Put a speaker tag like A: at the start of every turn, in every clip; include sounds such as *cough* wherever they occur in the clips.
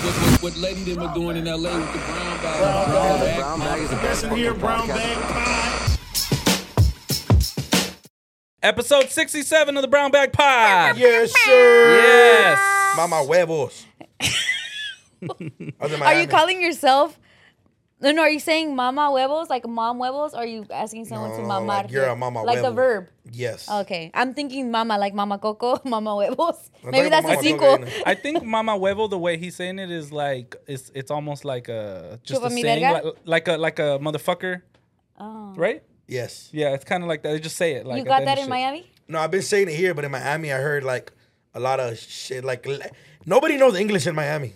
A: what, what, what Lady them were doing in LA with the brown bag. Brown, bag.
B: Brown bag is the best
C: Listen here,
B: fucking
C: brown
B: podcast.
C: bag pie.
D: Episode 67 of the Brown Bag Pod.
E: Yes, sir.
D: Yes.
E: Mama huevos.
F: Are you calling yourself? No, no. Are you saying mama huevos like mom huevos? Or are you asking someone to
E: No,
F: mamar?
E: like you're a mama
F: Like the
E: huevo.
F: verb.
E: Yes.
F: Okay, I'm thinking mama like mama coco, *laughs* mama huevos.
E: I'm talking
F: Maybe that's a
E: about mama
F: sequel.
E: coco,
D: I think Mama Huevo, the way he's saying it is like it's it's almost like a just a
F: Chupa mi
D: saying like,
F: verga? Oh.
D: like a like a motherfucker, right?
E: Yes.
D: Yeah, it's kind of like that. They just say it. Like
F: You
D: at
F: got
D: the
F: that
D: end
F: in
D: of shit.
F: Miami?
E: No, I've been saying it here, but in Miami, I heard like a lot of shit. Like l- nobody knows English in
F: *laughs*
E: Miami.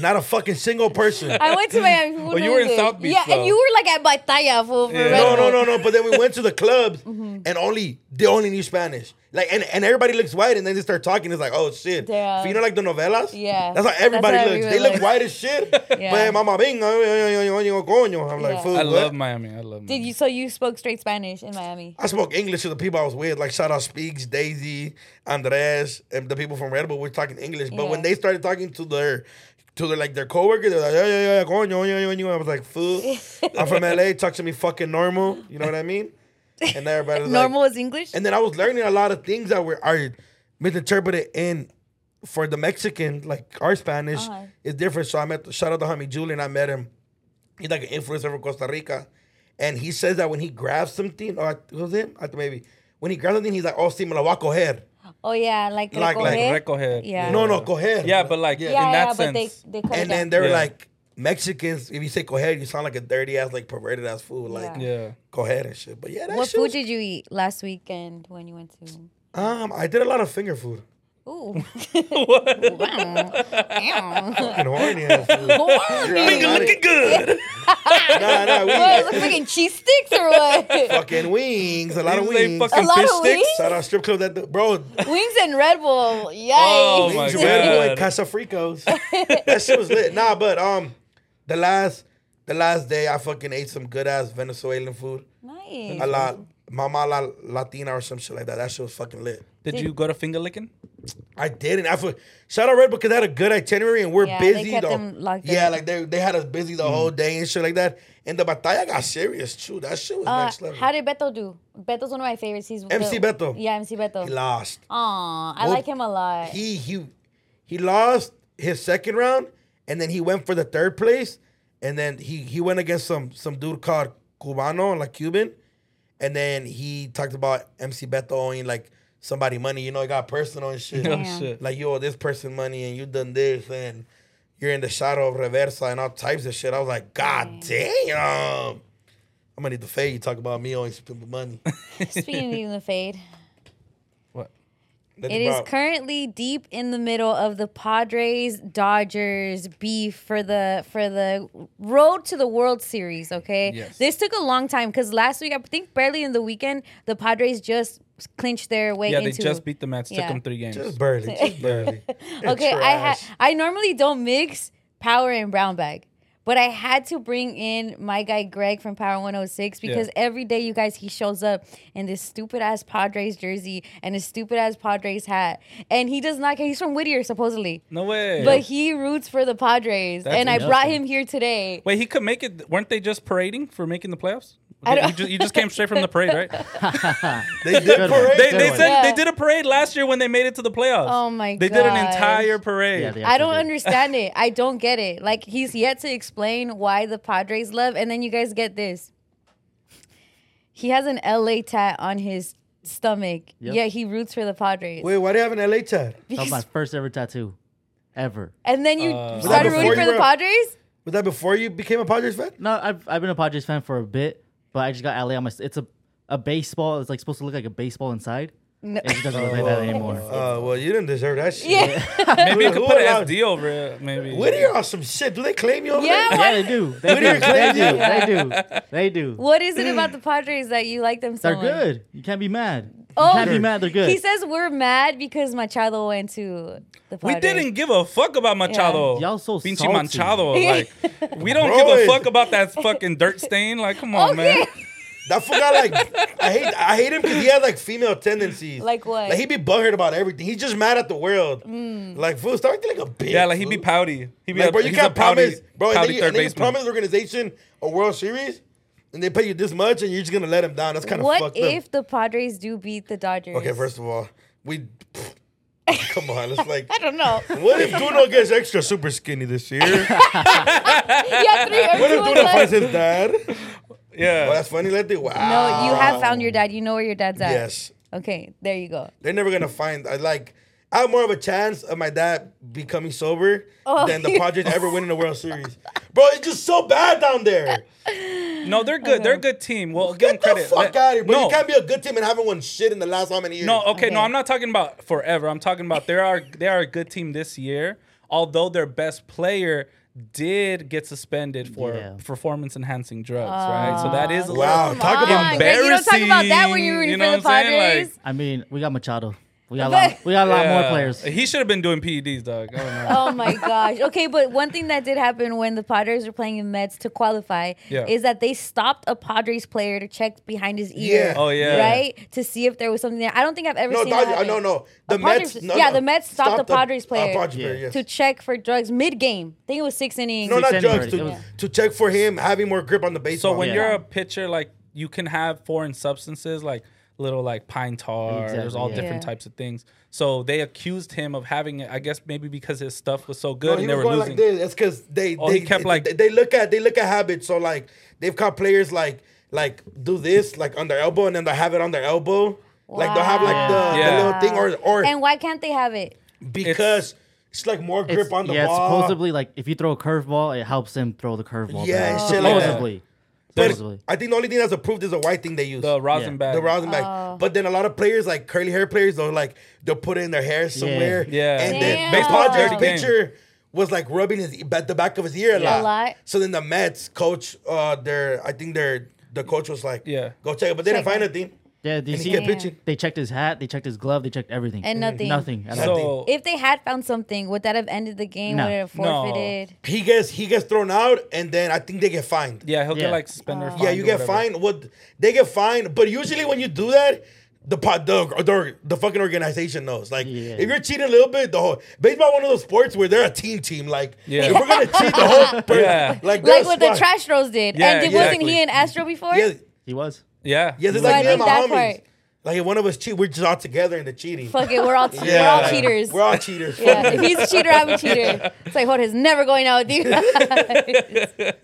E: Not a fucking single person.
F: I went to
D: *laughs*
F: Miami. Well,
D: Oh, you were in South Beach,
F: Yeah,
D: though.
F: and you were like at Batalla for for
D: Yeah.
F: Red
E: No, no,
F: Bull.
E: no, no. But then we went to the
F: *laughs*
E: clubs,
F: Mm-hmm.
E: and only they only knew Spanish. Like, and, and everybody looks white, and then they start talking. It's like, oh shit.
F: Damn.
E: You know, like the novelas.
F: uh, Yeah.
E: That's how
F: That's
E: everybody
F: how
E: looks.
F: everyone
E: They look
F: looks.
E: white as
F: *laughs*
E: shit. But mama bing, oh, oh, oh, oh, oh, coño. I'm like,
F: Yeah.
E: fool.
D: I
E: what?
D: love Miami. I love.
F: Did
D: Miami.
F: you? So you spoke straight Spanish in Miami?
E: I spoke English to the people I was with, like shout out Speaks, Daisy, Andres, and the people from Red Bull were talking English. But when
F: Yeah.
E: they started talking to their to their like their coworkers, they're like, yeah, yeah, yeah, coño, coño, coño. I was like, fool.
F: *laughs*
E: I'm from LA, talk to me fucking normal. You know what I mean? And everybody was
F: *laughs* Normal
E: like,
F: is English.
E: and then I was learning a lot of things that were are misinterpreted in for the Mexican, like our Spanish
F: Uh-huh.
E: is different. So I met shout out to homie Julian. I met him. He's like an influencer from Costa Rica, and he says that when he grabs something, or what was it? I think maybe when he grabs something, he's like, "Oh, sí, me lo voy a coger."
F: oh yeah, like
E: Like- like
F: recoger.
D: Recoger.
F: Yeah.
E: No, no, coger.
D: Yeah, but like
F: Yeah,
D: in that
F: yeah,
D: sense.
F: but they they cut
E: and
F: it
E: then
F: down.
E: they're
D: Yeah.
E: like Mexicans. If you say coger, you sound like a dirty ass, like perverted ass fool, like
F: Yeah.
D: yeah.
E: coger and shit. But yeah, that
F: What
E: shit.
F: food
E: was-
F: did you eat last weekend when you went to?
E: um, I did a lot of finger food. *laughs*
F: Ooh.
D: What?
F: Ow.
E: Fucking horny ass
F: *laughs*
E: food.
F: Finger
E: Nah,
D: Looking good.
E: nah, we
F: What, look fucking cheese sticks
E: *laughs*
F: or what?
E: fucking wings, a lot of
D: You say
E: wings.
F: A
D: Fucking
F: lot
D: fish
F: of
D: sticks.
F: wings?
E: Shout out strip club that bro.
F: Wings and Red Bull. Yikes.
D: Oh,
F: *laughs*
D: my
E: Wings, Red Bull, and
D: God.
E: Casafricos. that shit was lit. Nah, but um, the last the last day I fucking ate some good ass Venezuelan food.
F: Nice.
E: A lot, mama la Latina or some shit like that. That shit was fucking lit.
D: Did you go to finger licking?
E: I didn't. I feel, shout out Red Bull because they had a good itinerary and we're
F: Yeah, they
E: busy.
F: kept
E: though.
F: them locked
E: yeah,
F: in.
E: like they they had us busy
D: Mm.
E: the whole day and shit like that. And the batalla got serious too. That shit was
F: Uh,
E: next level.
F: how did Beto do? Beto's one of my favorites. He's
E: MC
F: the-
E: Beto.
F: Yeah, MC Beto.
E: he lost.
F: Aw, I
E: Well,
F: like him a lot.
E: he he he lost his second round and then he went for the third place and then he he went against some some dude called Cubano like Cuban and then he talked about MC Beto owing like somebody money you know it got personal and shit
D: Oh
F: Yeah.
D: shit.
E: like you owe this person money and you done this and you're in the shadow of Reversa and all types of shit I was like god damn I'm gonna need to fade you talk about me owing people
F: *laughs*
E: money
F: Speaking of in the fade,
D: What?
F: it is currently deep in the middle of the Padres Dodgers beef for the for the road to the World Series. Okay,
D: Yes.
F: this took a long time because last week I think barely in the weekend the Padres just clinched their way
D: Yeah, they
F: into.
D: just beat the Mets. Took
F: Yeah.
D: them three games.
E: just barely just
F: *laughs*
E: barely *laughs*
F: okay, I had
E: Trash.
F: I normally don't mix power and brown bag. But I had to bring in my guy Greg from Power 106 because every day, you guys, he shows up in this stupid ass Padres jersey and his stupid ass Padres hat. And he does not care. He's from Whittier, supposedly.
D: no way.
F: But he roots for the Padres.
D: That's
F: and I brought
D: nothing.
F: him here today.
D: Wait, he could make it. Weren't they just parading for making the playoffs?
F: I don't-
D: You just, you just came straight from the parade,
F: *laughs*
D: right?
E: they did parade
D: They,
B: Good
D: they
B: one.
D: said they
F: Yeah.
D: did a parade last year when they made it to the playoffs.
F: Oh my
D: They did an
F: gosh.
D: entire parade.
B: Yeah, they
F: I don't
B: actually did.
F: understand it. I don't
B: *laughs*
F: get it. Like he's yet to explain why the Padres love, and then you guys get this. He has an LA tat on his stomach.
B: Yep.
F: Yeah, he roots for the Padres.
E: wait why do you have an LA tat
B: That was my
F: Because-
B: first ever tattoo, ever.
F: and then you
B: Uh,
E: Was that
F: started
E: before
F: rooting for
E: you
F: the
E: were-
F: Padres.
E: Was that before you became a Padres fan?
B: No, I've, I've been a Padres fan for a bit, but I just got LA on my. It's a a baseball. It's like supposed to look like a baseball inside. It just doesn't look like that anymore.
F: *laughs*
E: Uh, well, you didn't deserve that shit.
F: Yeah, *laughs*
D: Maybe you could
E: Who
D: put
E: allowed-
D: an SD over it. Maybe.
E: Whittier are some shit. Do they claim you over
F: Yeah,
E: there?
B: Yeah, they do. They do.
E: We didn't
B: They
E: claim
B: do.
E: you.
B: They do. They do.
F: what is it
B: *laughs*
F: about the Padres that you like them so
B: They're
F: much?
B: good. You can't be mad. You
F: Oh.
B: can't be mad. They're good.
F: He says we're mad because Machado went to the
D: We
F: Padres.
D: didn't give a fuck about Machado.
B: Y'all so
D: Pinchy
B: salty.
F: *laughs*
D: Machado. Like, we don't
E: Bro,
D: give a
E: it-
D: fuck about that fucking dirt stain. Like, come on, man.
F: Okay.
E: That fool got like I
F: *laughs*
E: hate I hate him because he had like female tendencies.
F: Like what? Mm.
E: Like he be butthurt about everything. He's just mad at the world. Like fool, start acting like a bitch.
D: Yeah, like he
E: fool.
D: be pouty. He be
E: Like,
D: a-
E: bro, you
D: he's a
E: can't
D: pouty-
E: promise, bro. And
D: pouty
E: then you,
D: third
E: and then you
D: baseman.
E: promise the organization a World Series, and they pay you this much, and you're just gonna let them down. That's kind of
F: What
E: fucked
F: if
E: up.
F: the Padres do beat the Dodgers?
E: Okay, first of all,
F: *laughs*
E: we come on. It's like,
F: I don't know. *laughs*
E: what if Duno gets extra super skinny this year?
F: yeah, three
E: what if
F: everyone's
E: Duno
F: like,
E: fights his dad? *laughs* Well,
D: Yeah.
E: that's funny. Let the wow.
F: No, you have found your dad. You know where your dad's at.
E: Um, Yes.
F: Okay, there you go.
E: They're never gonna find. I like. I have more of a chance of my dad becoming sober
F: Oh. *laughs*
E: than the Padres ever winning the World Series, bro. It's just so bad down
F: Eh,
E: there.
D: no, they're good. They're a good team. Well, give them
E: Get
D: credit.
E: the fuck
D: Let-
E: out of here, bro.
D: No,
E: You can't be a good team and haven't won shit in the last how many years?
D: No, okay,
F: Okay.
D: no, I'm not talking about forever. I'm talking about there are they are a good team this year, although their best player did get suspended for
B: Yeah.
D: performance enhancing drugs, right? So that is a
E: Wow,
D: little
E: Oh, talk about
F: on, Greg, you don't talk about that when
D: embarrassing,
F: you're rooting
D: you know
F: for the
D: what I'm saying?
F: Padres.
D: Like,
B: I mean, we got Machado. We got a lot, we got a lot more
D: yeah.
B: players.
D: He should have been doing PEDs, dog. I don't know.
E: *laughs*
F: oh my gosh. Okay, but one thing that did happen when the Padres were playing in Mets to qualify
D: Yeah.
F: is that they stopped a Padres player to check behind his
E: Yeah.
F: ear.
D: Oh, yeah.
F: Right? To see if there was something there. I don't think I've ever
E: No,
F: seen that.
E: Dodger,
F: happen.
E: no, no. The
F: A Padres-
E: Mets. No,
F: yeah,
E: no.
F: the Mets stopped
E: Stop
F: a Padres player.
E: Uh, Padres player, yes.
F: To check for drugs mid game. I think it was six innings.
E: no, not
B: Six
E: drugs.
B: innings
E: To,
B: already.
E: to check for him having more grip on the baseball.
D: so when
B: Yeah.
D: you're a pitcher, like you can have foreign substances like little like pine tar, there's
B: Exactly,
D: all
B: yeah.
D: different
F: Yeah.
D: types of things. So they accused him of having it, I guess maybe because his stuff was so good
E: no, he
D: and they
E: was
D: were
E: going
D: losing.
E: like this. That's because they
D: Oh,
E: they
D: he kept,
E: they-
D: like-
E: they, they look at they look at habits. So like they've caught players like like do this like on their elbow and then they have it on their elbow. Like they'll have like the, the
D: Yeah.
E: little thing or or
F: And why can't they have it?
E: because it's, like more grip
B: It's,
E: on the
B: yeah,
E: ball.
B: it's supposedly like if you throw a curveball, it helps him throw the curveball.
E: Yeah,
B: back.
E: it's shit like that.
B: supposedly. supposedly.
E: but I think the only thing that's approved is a white thing they use.
D: the rosin bag.
E: The rosin back.
F: Oh.
E: But then a lot of players, like curly hair players, they'll like they'll put it in their hair somewhere.
D: Yeah.
E: And then
F: Damn.
E: the
F: Baseball's a
E: Padres
D: dirty game.
E: pitcher was like rubbing his at the back of his ear a
F: Yeah.
E: lot.
F: A lot.
E: So then the Mets coach, uh, their I think their the coach was like,
D: Yeah.
E: go check it, but they didn't
F: Check
E: find
F: it.
E: anything.
B: Yeah, do you
E: And he
B: see?
E: kept
F: Yeah.
E: pitching.
B: They checked his hat, they checked his glove, they checked everything,
F: And nothing.
B: nothing at all.
D: So
F: If they had found something, would that have ended the game?
B: No.
F: Would it have
D: No.
F: forfeited?
E: He gets he gets thrown out, and then I think they get fined.
D: yeah, he'll
B: Yeah.
D: get like suspended.
E: Yeah, you get fined. What they get fined, but usually when you do that, the pot the the, the fucking organization knows. Like
B: Yeah.
E: if you're cheating a little bit, the whole baseball one of those sports where they're a team team. Like
D: Yeah.
E: if we're gonna cheat the whole
D: *laughs*
E: per-
D: Yeah.
E: like
F: Like
E: that's
F: what the
E: fine.
F: trash rolls did.
D: Yeah,
F: and it wasn't
D: exactly.
F: he in Astro before?
E: Yeah,
B: He was.
D: Yeah.
E: yeah, it's
F: I
E: like me and
F: think
E: my
F: that
E: homies.
F: part-
E: Like if one of us cheat, we're just all together in the cheating.
F: Fuck it, we're
E: *laughs*
F: all te-
E: Yeah,
F: we're all
E: like,
F: cheaters.
E: We're all cheaters.
F: *laughs* yeah, if he's a cheater,
E: *laughs*
F: I'm a cheater. It's like Jorge's never going out with you. *laughs*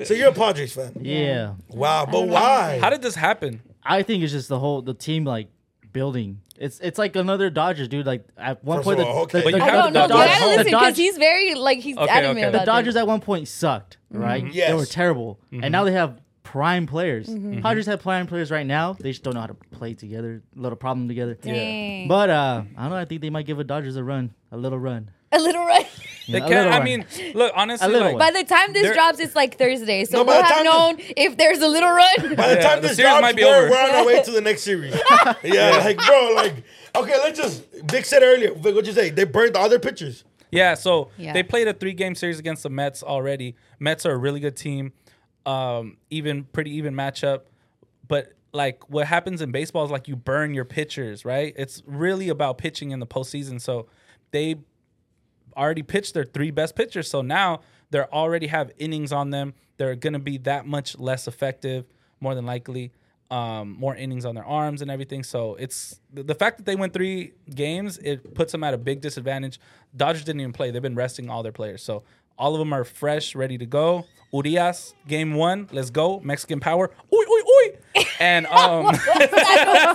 E: so you're a Padres fan.
B: Yeah.
E: Wow, but why?
D: How did this happen?
B: I think it's just the whole the team like building. It's it's like another Dodgers dude. Like at one
E: First
B: point,
E: of
B: the,
E: all, okay.
B: the-
E: But
B: the-
D: you
F: I
D: have
F: don't
D: the
F: know. You
D: Dodgers-
F: gotta
D: the
F: listen because
B: Dodge-
F: he's very like he's
D: Okay,
F: adamant
D: okay. The
B: the
F: about
B: Dodgers
F: this.
B: at one point sucked,
F: Mm-hmm.
B: right? They were
E: Mm-hmm. Yes. Mm-hmm.
B: terrible, and now they have prime players.
F: Mm-hmm.
B: Padres have prime players right now. They just don't know how to play together. A little problem together.
F: Dang.
B: But uh, I don't know. I think they might give the Dodgers a run, a little run.
F: A little right.
D: They
B: A
D: can't.
B: little
D: I
B: one.
D: mean, look, honestly,
B: A little
D: like,
B: one.
F: By the time this
D: They're-
F: drops, it's like Thursday, so
E: No, by
F: we'll
E: the
F: have
E: time
F: known if there's a
E: *laughs*
F: little run.
E: By the
D: Yeah,
E: time
D: the
E: this
D: series
E: drops,
D: might be
E: we're,
D: over.
E: we're on our way to the next
F: *laughs*
E: series. yeah, like bro, like okay, let's just. Vic said earlier. Vic, what'd you say? They burned all their pictures.
D: yeah. So
F: Yeah.
D: they played a three-game series against the Mets already. Mets are a really good team. Um, even pretty even matchup, but like what happens in baseball is like you burn your pitchers, right? It's really about pitching in the postseason. So they already pitched their three best pitchers. So now they're already have innings on them. They're going to be that much less effective, more than likely. Um, more innings on their arms and everything. So it's the, the fact that they win three games, it puts them at a big disadvantage. Dodgers didn't even play. They've been resting all their players. So all of them are fresh, ready to go. Urias, game one, let's go. Mexican power. Oi, oi, oi. And um, *laughs*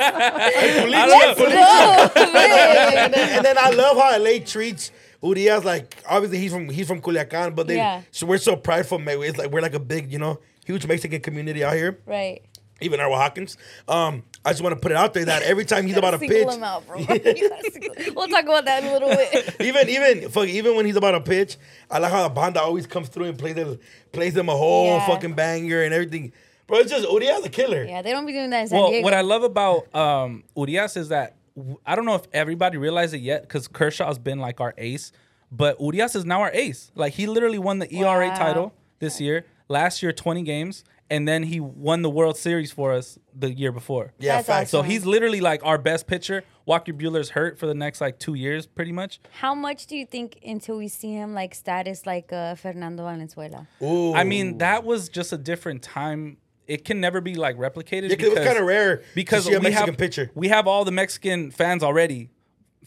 D: I don't know.
F: Whoa, man.
E: and, then, and then I love how LA treats Urias. Like obviously he's from he's from Culiacan, but they
F: Yeah.
E: so we're so prideful. Man. It's like we're like a big you know huge Mexican community out here.
F: *laughs* right.
E: Even our Oaxacans. Um, I just want to put it out there that every time
F: *laughs*
E: he's about to
F: Single
E: pitch,
F: him out, bro. *laughs* You gotta single- we'll talk about that in a little bit.
E: even even fuck, even when he's about to pitch, I like how the Banda always comes through and plays them plays them a whole
F: Yeah.
E: fucking banger and everything. Bro, it's just Urias a killer.
F: Yeah, they don't be doing that in San
D: Well,
F: Diego.
D: what I love about um, Urias is that w- I don't know if everybody realized it yet because Kershaw's been like our ace, but Urias is now our ace. Like he literally won the E ERA
F: Wow.
D: title this year. Last year, 20 games, and then he won the World Series for us the year before.
E: Yeah,
F: That's
E: facts.
F: awesome.
D: So he's literally like our best pitcher. Walker Bueller's hurt for the next like two years, pretty much.
F: How much do you think until we see him like status like uh, Fernando Valenzuela?
E: Ooh.
D: I mean, that was just a different time. It can never be like replicated.
E: Yeah, 'cause it was
D: because-
E: kinda rare to
D: because
E: see a
D: we
E: Mexican
D: have
E: pitcher.
D: we have all the Mexican fans already.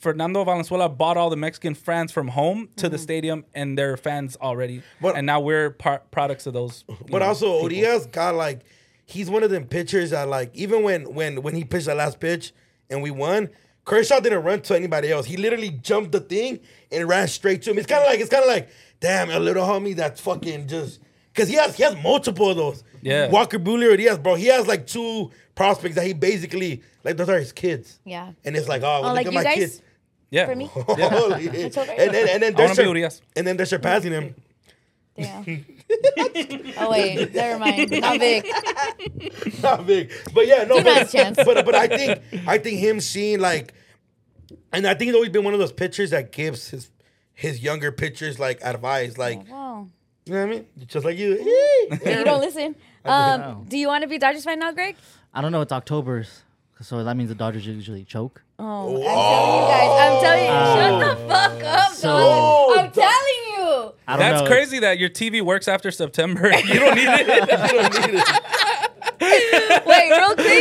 D: Fernando Valenzuela bought all the Mexican fans from home to the stadium, and they're fans already.
E: Mm-hmm. But-
D: and now we're par- products of those. you
E: But
D: know,
E: also
D: people.
E: Urias got like he's one of them pitchers that like even when when when he pitched that last pitch and we won, Kershaw didn't run to anybody else. He literally jumped the thing and ran straight to him. It's kind of like it's kind of like damn a little homie that's fucking just because he has he has multiple of those.
D: Yeah.
E: Walker Buehler Urias, bro. He has like two prospects that he basically like those are his kids.
F: Yeah.
E: And it's like oh,
F: Oh,
E: well, look
F: like
E: at
F: you
E: my
F: guys
E: kids. *laughs*
D: yeah.
F: for
B: *laughs*
E: Oh,
F: me?
E: Holy- and
F: all right.
E: then and
D: I wanna
E: then they're
D: be
E: sur-
D: Urias.
E: and then they're surpassing him.
B: *laughs*
F: Yeah. oh wait, never mind. Not big.
E: not big. But yeah, no,
F: Do not
E: but,
F: chance.
E: but but I think I think him seeing like, and I think he's always been one of those pitchers that gives his his younger pitchers like advice, like
F: Wow.
E: you know what I mean, just like
F: *laughs*
E: you.
F: You don't listen.
B: Wow.
F: Um, do you want to be Dodgers fan now, Greg?
B: I don't know. It's October's, so that means the Dodgers usually choke.
F: Oh,
E: *laughs*
F: I'm telling you guys. I'm telling you. Shut the fuck up,
B: Oh. So-
E: Oh,
F: Dolan. I'm telling you.
B: I don't
D: That's
B: know.
D: crazy that your TV works after September. *laughs* You don't need
E: *laughs*
D: it.
E: You don't need it.
F: Wait,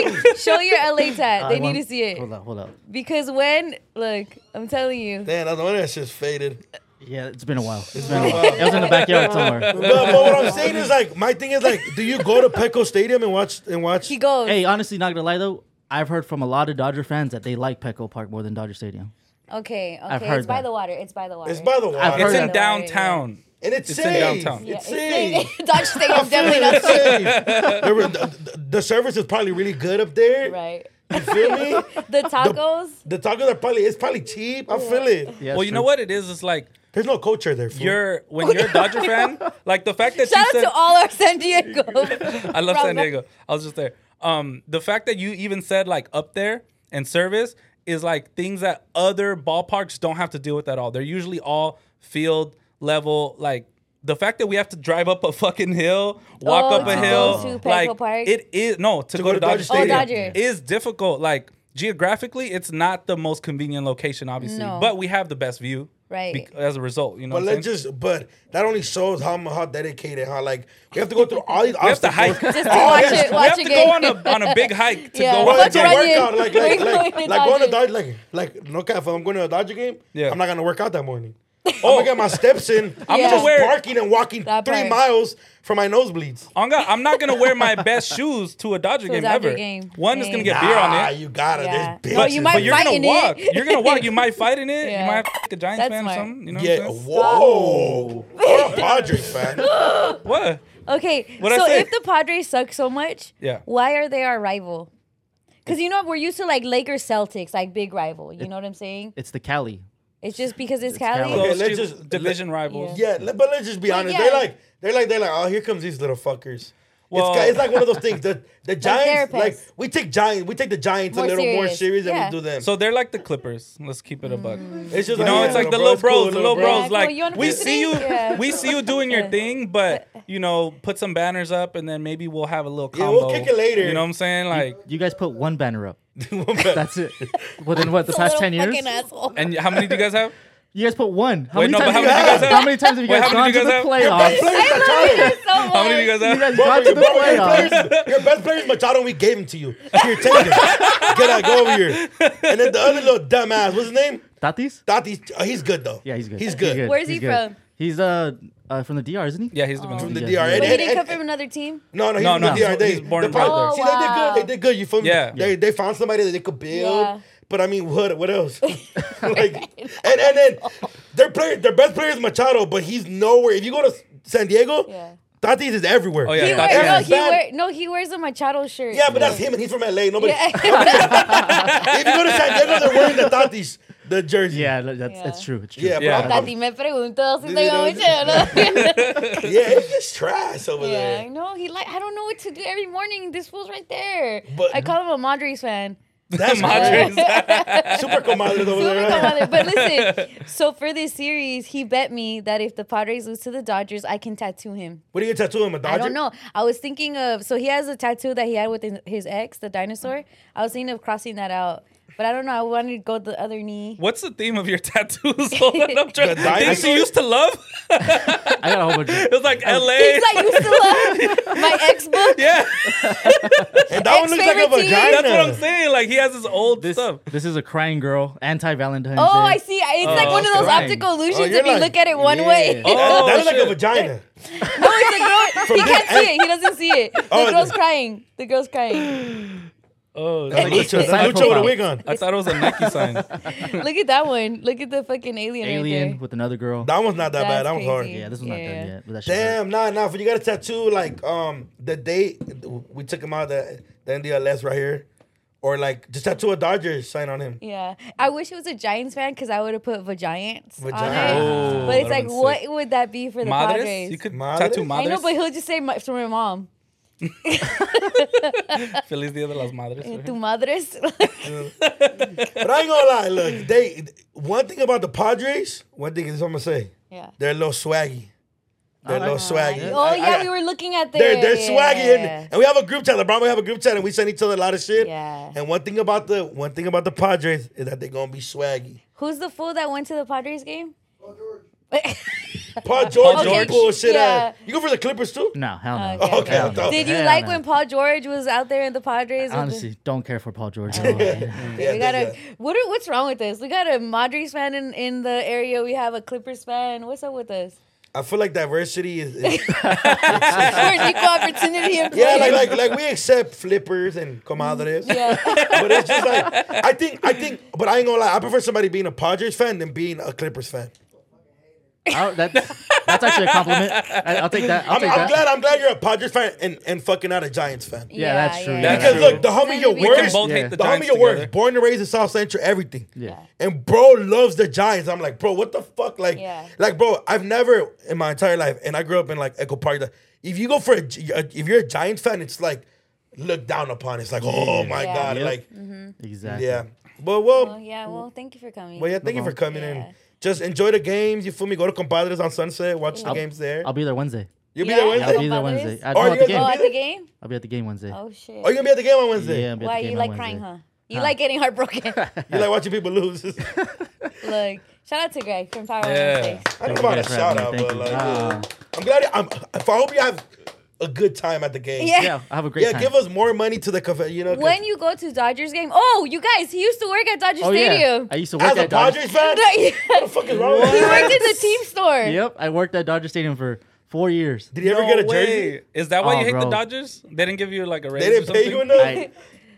F: real quick. Show your LA
B: *laughs*
F: tat.
B: I
F: They need
B: want-
F: to see it.
B: Hold up, hold up.
F: Because when, look, I'm telling you.
E: Damn, that's the one that just faded.
B: Yeah, it's been a while. It's been a while. it was in the backyard somewhere.
E: *laughs* But, but what I'm saying is like, my thing is like, do you go to Petco Stadium and watch and watch?
F: He goes.
B: Hey, honestly, not gonna lie though, I've heard from a lot of Dodger fans that they like Petco Park more than Dodger Stadium.
F: Okay, okay.
B: I've
F: it's
B: heard
F: by
B: that.
F: the water. It's by the water.
E: It's by the water,
B: I've
D: It's
B: heard
D: in
B: that.
D: downtown.
E: and it's,
D: It's in
E: safe.
D: downtown. Yeah,
E: It's
F: it's- *laughs*
E: safe.
F: Dodge Stadium's definitely not
E: It's
F: safe.
E: safe. There were- the, the- the service is probably really good up there.
F: Right.
E: You feel
F: *laughs*
E: me?
F: The tacos.
E: The tacos are probably it's probably cheap. I feel it.
B: Yeah,
D: well,
B: it's true.
D: you know what it is. It's like
E: There's no culture there. Fool.
D: you're
E: Oh,
D: when you're a Dodger
E: *laughs*
D: fan. Like the fact that
F: Shout
D: you
F: out
D: said
F: to all our San Diego. *laughs*
D: I love San
F: Bravo.
D: Diego. I was just there. Um, the fact that you even said like up there and service is like things that other ballparks don't have to deal with at all. They're usually all field level. Like the fact that we have to drive up a fucking hill, walk
F: Oh,
D: up a
F: to
D: hill,
F: go to
D: like
F: Petco Park?
D: it is no to, go, to Dodger Stadium
F: Oh, Dodger.
D: is difficult. Like geographically, it's not the most convenient location, obviously,
F: No.
D: but we have the best view.
F: Right.
D: bec- as a result, you know.
E: But
D: what I'm
E: let's
D: saying?
E: just. But that only shows how mu- how dedicated, how like we have to go through all these obstacles.
D: to hike. Just
F: to watch
E: this-
F: it,
D: we have
F: watch
D: to
F: a
D: go
F: game.
D: on a on a big hike to
F: *laughs* Yeah.
D: go
E: Bro,
D: on a
E: Oh, it's a
F: Watch
D: game.
F: it.
E: workout.
F: *laughs*
E: Like like
F: We're
E: like,
F: going to
E: like going to
F: Dodger.
E: Dodger. Like like no cap. If I'm going to a Dodger game,
D: Yeah.
E: I'm not gonna work out that
F: *laughs*
E: morning. I'm gonna get my steps in. I'm
F: Yeah.
E: just
D: Wear-
E: parking and walking
F: That
E: three
F: part.
E: miles for my nosebleeds.
D: I'm, go- I'm not gonna wear my best shoes to a Dodger
F: To a
D: game
F: Dodger
D: ever.
F: game.
D: One is gonna get beer
E: Ah,
D: on it.
E: you gotta.
F: Yeah.
E: There's
F: Well,
E: bitches.
F: you might
D: but you're gonna
F: fight in it.
D: walk. You're gonna walk. You
F: *laughs*
D: might fight in it.
F: Yeah.
D: You might have a Giants
F: That's
D: fan
F: smart.
D: or something. You know *laughs*
E: yeah.
D: what I'm saying?
E: Whoa. We're a Padres fan.
F: *laughs*
D: What?
F: Okay,
D: What'd I
F: so
D: say?
F: if the Padres suck so much,
D: Yeah.
F: why are they our rival? Because you know we're used to like Lakers Celtics, like big rival. You know what I'm saying?
B: It's the Cali.
F: It's just because it's Cali.
B: Cali.
E: Okay,
D: Those
E: let's
D: two
E: just-
D: division rivals.
E: Yeah, le- but let's just be
F: But
E: honest.
F: yeah.
E: They're like they're like they're like, oh, here comes these little fuckers.
D: Well-
E: it's, ki- it's like one of those things. The
F: *laughs*
E: the Giants,
F: therapists.
E: like we take Giants, we take the Giants
F: More
E: a little more
F: serious.
E: serious
F: Yeah.
E: than we do them.
D: So they're like the Clippers. Let's keep it a buck.
E: it's just
D: You know,
E: yeah,
D: it's like the little
E: it's cool,
D: bros, the little
F: bro.
D: bros.
F: Yeah,
D: Like
F: come on, Mm. you wanna
D: we
F: play
D: see you,
F: today? Yeah.
D: we see you doing your
F: Yeah.
D: thing, but you know, put some banners up, and then maybe we'll have a little
E: Yeah,
D: combo.
E: we'll kick it later.
D: You know what I'm saying? Like,
B: You guys put one banner up.
E: *laughs* That's
B: That's it. Within what the
F: It's a
B: past
F: little
B: ten years?
F: fucking uh, asshole. *laughs*
D: and how many do you guys have?
B: You guys put one. How
D: Wait,
B: many
D: no,
B: times?
D: but
B: have
D: how
B: you
D: many
B: guys-
D: do you guys
B: how many times have you guys
D: Wait, how many
B: gone
D: do
B: to
D: you
B: the
D: guys
B: playoffs?
E: Machado.
F: So
D: How many do you guys
B: You
D: have?
B: guys gone to the
E: Bro, your,
B: playoffs.
E: players, your best player is Machado, and we gave him to you. Here, take it. Get out, go over here. And then the other little dumbass, what's his name?
B: Tatis?
E: Tati. Oh, he's good though.
B: Yeah, he's good.
E: He's good.
F: Where's he
B: He's good.
F: from?
B: He's uh, uh from the DR, isn't he?
D: Yeah, he's the
E: From
D: best.
E: Um, the
B: Yeah.
E: DR.
B: But
E: And,
F: but he
E: and-
F: didn't come
E: and-
F: from another team.
E: no, no, he's
D: No,
E: from the
D: no.
E: DR. They,
D: He's born
E: they
D: and
E: probably-
F: bred
E: See,
F: there. Oh,
E: they did good. They did good. You feel me?
D: Yeah.
E: They, they found somebody that they could build.
F: Yeah.
E: But I mean, what what
F: *laughs*
E: else? *laughs* like, and and then their player, their best player is Machado, but he's nowhere. If you go to San Diego,
F: Yeah.
E: Tatis is everywhere.
D: Oh,
F: He
D: yeah.
F: wear,
D: Tatis
F: no,
E: is
F: he
E: bad.
F: wear, no, he wears a Machado shirt.
E: Yeah, but
F: *laughs*
E: that's him, and he's from LA. Nobody.
F: Yeah.
E: If you go to San Diego, they're wearing
F: *laughs*
E: the Tatis, the jersey.
B: Yeah, that- that's
F: Yeah.
B: that's true. It's true.
E: yeah,
D: Yeah.
E: But I'm-
F: Tati
E: I'm-
F: me preguntó si
E: You
F: tengo
E: know,
F: Machado.
E: yeah, it's just trash over
F: Yeah, I *laughs*
E: there.
F: know. He like I don't know what to do every morning. This fool's right there.
E: But-
F: I call him a Madres fan.
E: That's
D: Madres.
E: great. Super comadres over there.
F: Super
E: right?
F: comadre. But listen, so for this series, he bet me that if the Padres lose to the Dodgers, I can tattoo him.
E: What are you gonna tattoo him? A Dodger?
F: I don't know. I was thinking of so he has a tattoo that he had with his- his ex, the dinosaur. I was thinking of crossing that out, but I don't know. I wanted to go the other
D: *laughs*
F: knee.
D: What's the theme of your tattoos? Hold on, I'm trying-
E: The dinosaur?
D: Things you used to love? *laughs*
B: I got a whole bunch. Of,
D: It was like LA.
F: Things I used to love. My ex book.
D: *laughs*
E: *laughs*
D: yeah,
E: And that one looks like a
F: Ex-favorite team.
E: vagina.
D: that's what I'm saying. Like he has his old
B: this,
D: stuff.
B: this is a crying girl, anti Valentine's.
F: Oh, I
B: Day.
F: see. I- It's like one of
B: okay.
F: those
B: Right.
F: optical illusions
E: Oh, you're
F: if you
E: like-
F: look at it one
B: yeah.
F: way. *laughs*
B: Oh,
D: Oh,
E: that looks like a
D: shit.
E: vagina.
F: No, it's the girl. He can't
E: this
F: see it. He doesn't see it. The
E: Oh,
F: girl's
E: the-
F: crying. The girl's crying.
D: Oh,
E: That's
D: shit.
E: Lucha,
B: Side
E: that's Lucha with a
B: profile.
E: wig on.
D: I thought it was a Nike
F: *laughs*
D: sign.
F: Look at that one. Look at the fucking alien,
B: Alien
F: right
B: with another girl.
E: That one's not that bad. That
F: That's
E: one's hard.
F: crazy.
B: yeah, this one's not
F: Yeah.
B: done yet. But that shit hurt.
E: Damn, nah, nah. If you got a tattoo, like um, the day we took him out of the, the NDLS right here, or like just tattoo a Dodgers sign on him.
F: there. Yeah. I wish it was a Giants fan because I would have put Vagiants on
E: Vagina.
F: it.
D: Oh,
F: but
D: that
F: it's like,
D: one's
F: what
D: sick.
F: would that be for the
D: Madres?
F: Padres?
D: You could
E: Madres?
D: tattoo
F: I
D: Madres.
F: know, but he'll just say my, from my mom.
D: Feliz Dia de las Madres.
F: Eh, Tu madres. *laughs*
E: But I ain't gonna lie. Look, they one thing about the Padres. One thing is I'm gonna say
F: yeah.
E: they're a little swaggy. They're a little swaggy.
F: Oh
E: I- I
F: yeah,
E: got-
F: we were looking at their.
E: They're, they're swaggy, isn't
F: yeah.
E: it? and we have a group chat. LeBron, we have a group chat, and we send each other a lot of shit.
F: Yeah.
E: And one thing about the one thing about the Padres is that they're gonna be swaggy.
F: Who's the fool that went to the Padres game?
E: Paul George,
D: Paul
E: is
D: George.
E: bullshit
F: Yeah.
E: ass. You go for the Clippers too?
B: No, hell no.
F: Okay,
E: okay.
B: Hell no.
E: Did
F: *laughs* Did you
B: Hell
F: like
B: no.
F: when Paul George was out there in the Padres? with the-
B: Honestly, don't care for Paul
E: *laughs*
B: George.
E: *laughs* Yeah,
F: we
E: they
F: got
E: got-
F: a what? Are, what's wrong with us? We got a Madres fan in, in the area. We have a Clippers fan. What's up with
E: *laughs*
F: us?
E: I feel like diversity is,
F: *laughs*
E: is
F: We're an equal opportunity employees.
E: yeah, like, like like we accept flippers and comadres, *laughs*
F: *laughs* yeah.
E: but it's just like I think I think, but I ain't gonna lie, I prefer somebody being a Padres fan than being a Clippers fan.
B: I don't- that's, that's actually a
E: *laughs*
B: compliment. I, I'll take that. I'll
E: I'm,
B: take
E: I'm
B: that.
E: glad I'm glad you're a Padres fan and, and fucking not a Giants fan.
B: Yeah, that's true.
F: yeah.
B: That's
E: Because
D: true.
E: look, the homie
F: Send
E: your
F: me We can
E: worst,
D: both
E: the
D: hate
B: Yeah.
D: the
B: The
E: homie
D: Giants
E: your
D: together.
E: worst, born and raised in South Central, everything.
B: Yeah.
E: And bro loves the Giants. I'm like, bro, what the fuck? Like,
F: Yeah.
E: like, bro, I've never in my entire life, and I grew up in like Echo Park. that- If you go for a, G- a- if you're a Giants fan, it's like looked down upon. It's like, oh my
F: Yeah. Mm-hmm.
E: god,
B: Yep.
E: like,
B: Exactly.
E: yeah. But well,
F: Well, Oh, yeah. Well, thank you for coming.
E: well, yeah. Thank you
B: Uh-huh.
E: for coming
F: Yeah.
E: in. Just enjoy the games. You feel me? Go to Compadres on Sunset. Watch the games there.
B: I'll be there Wednesday.
E: You'll be
F: Yeah.
E: there
B: Yeah, I'll be
E: Wednesday.
B: there
F: Compadres?
B: Wednesday. I,
E: Are
B: no,
E: you
B: at the
E: gonna
B: game.
F: Oh,
E: be
F: at the game?
B: I'll be at the game Wednesday.
F: Oh shit.
E: Are you gonna be at the game on Wednesday?
B: Yeah, I'll be at
F: Why
B: the game
F: you
B: on
F: like
B: Wednesday.
F: crying, huh? You like getting
E: *laughs*
F: heartbroken.
E: You like watching people lose? *laughs* I
F: Look, shout out to Greg from Power
D: Yeah.
F: Wednesdays.
E: don't
B: Thank
E: know
B: you
E: about a
B: guys for
E: shout
B: having
E: out,
B: me. Thank
E: but
B: you.
E: like,
B: Ah.
E: I'm glad. I'm. I hope you have a good time at the game.
F: Yeah.
B: Yeah, I have a great
E: Yeah,
B: time.
E: give us more money to the cafe. You know, 'cause
F: When you go to Dodgers game, oh, you guys, he used to work at Dodger
B: oh yeah,
F: Stadium.
B: I used to work
E: as a
B: at Dodger.
E: Padres fan, what
F: *laughs* he
E: the fuck is wrong with you?
F: worked at the team store.
B: Yep, I worked at Dodger Stadium for four years.
E: Did you ever get a jersey?
D: Way. Is that why
B: Oh,
D: you hate the
B: bro.
D: Dodgers? They didn't give you like a raise.
E: They
D: or
E: didn't pay
D: something?
E: you enough.
B: I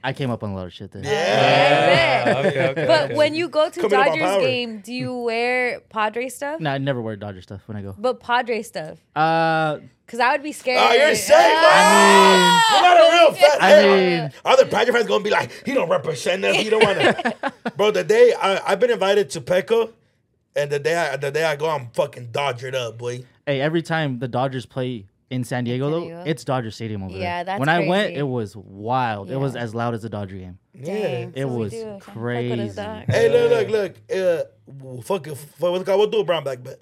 B: I came up on a lot of shit there.
E: yeah.
F: That's it.
D: Ah, okay,
E: *laughs*
D: okay,
F: But
D: okay.
F: when you go to
E: Coming up on
F: Dodgers
E: power.
F: game,
E: *laughs*
F: do you wear Padre stuff?
B: No, I never wear Dodger stuff when I go.
F: But Padre stuff,
B: Uh,
F: because I would be scared.
E: Oh, you're safe.
F: Ah!
E: You're not a real fan.
B: I
E: Hey,
B: mean-
E: other Padre fans gonna be like, he don't represent us. He don't want to. Bro, the day I, I've been invited to Peco, and the day I, the day I go, I'm fucking dodgered up, boy.
B: hey, every time the Dodgers play in San Diego,
F: San
B: though,
F: Diego?
B: it's Dodger Stadium over there.
F: Yeah, that's
B: When I went,
F: crazy.
B: it was wild.
F: Yeah.
B: It was as loud as a Dodger game.
F: Dang,
B: It
F: so we
B: was
F: do. Fuck with us,
B: crazy.
F: dog.
E: Hey, look, look, look. Uh, w- fuck, it, fuck what's it called? We'll do a brown back bet.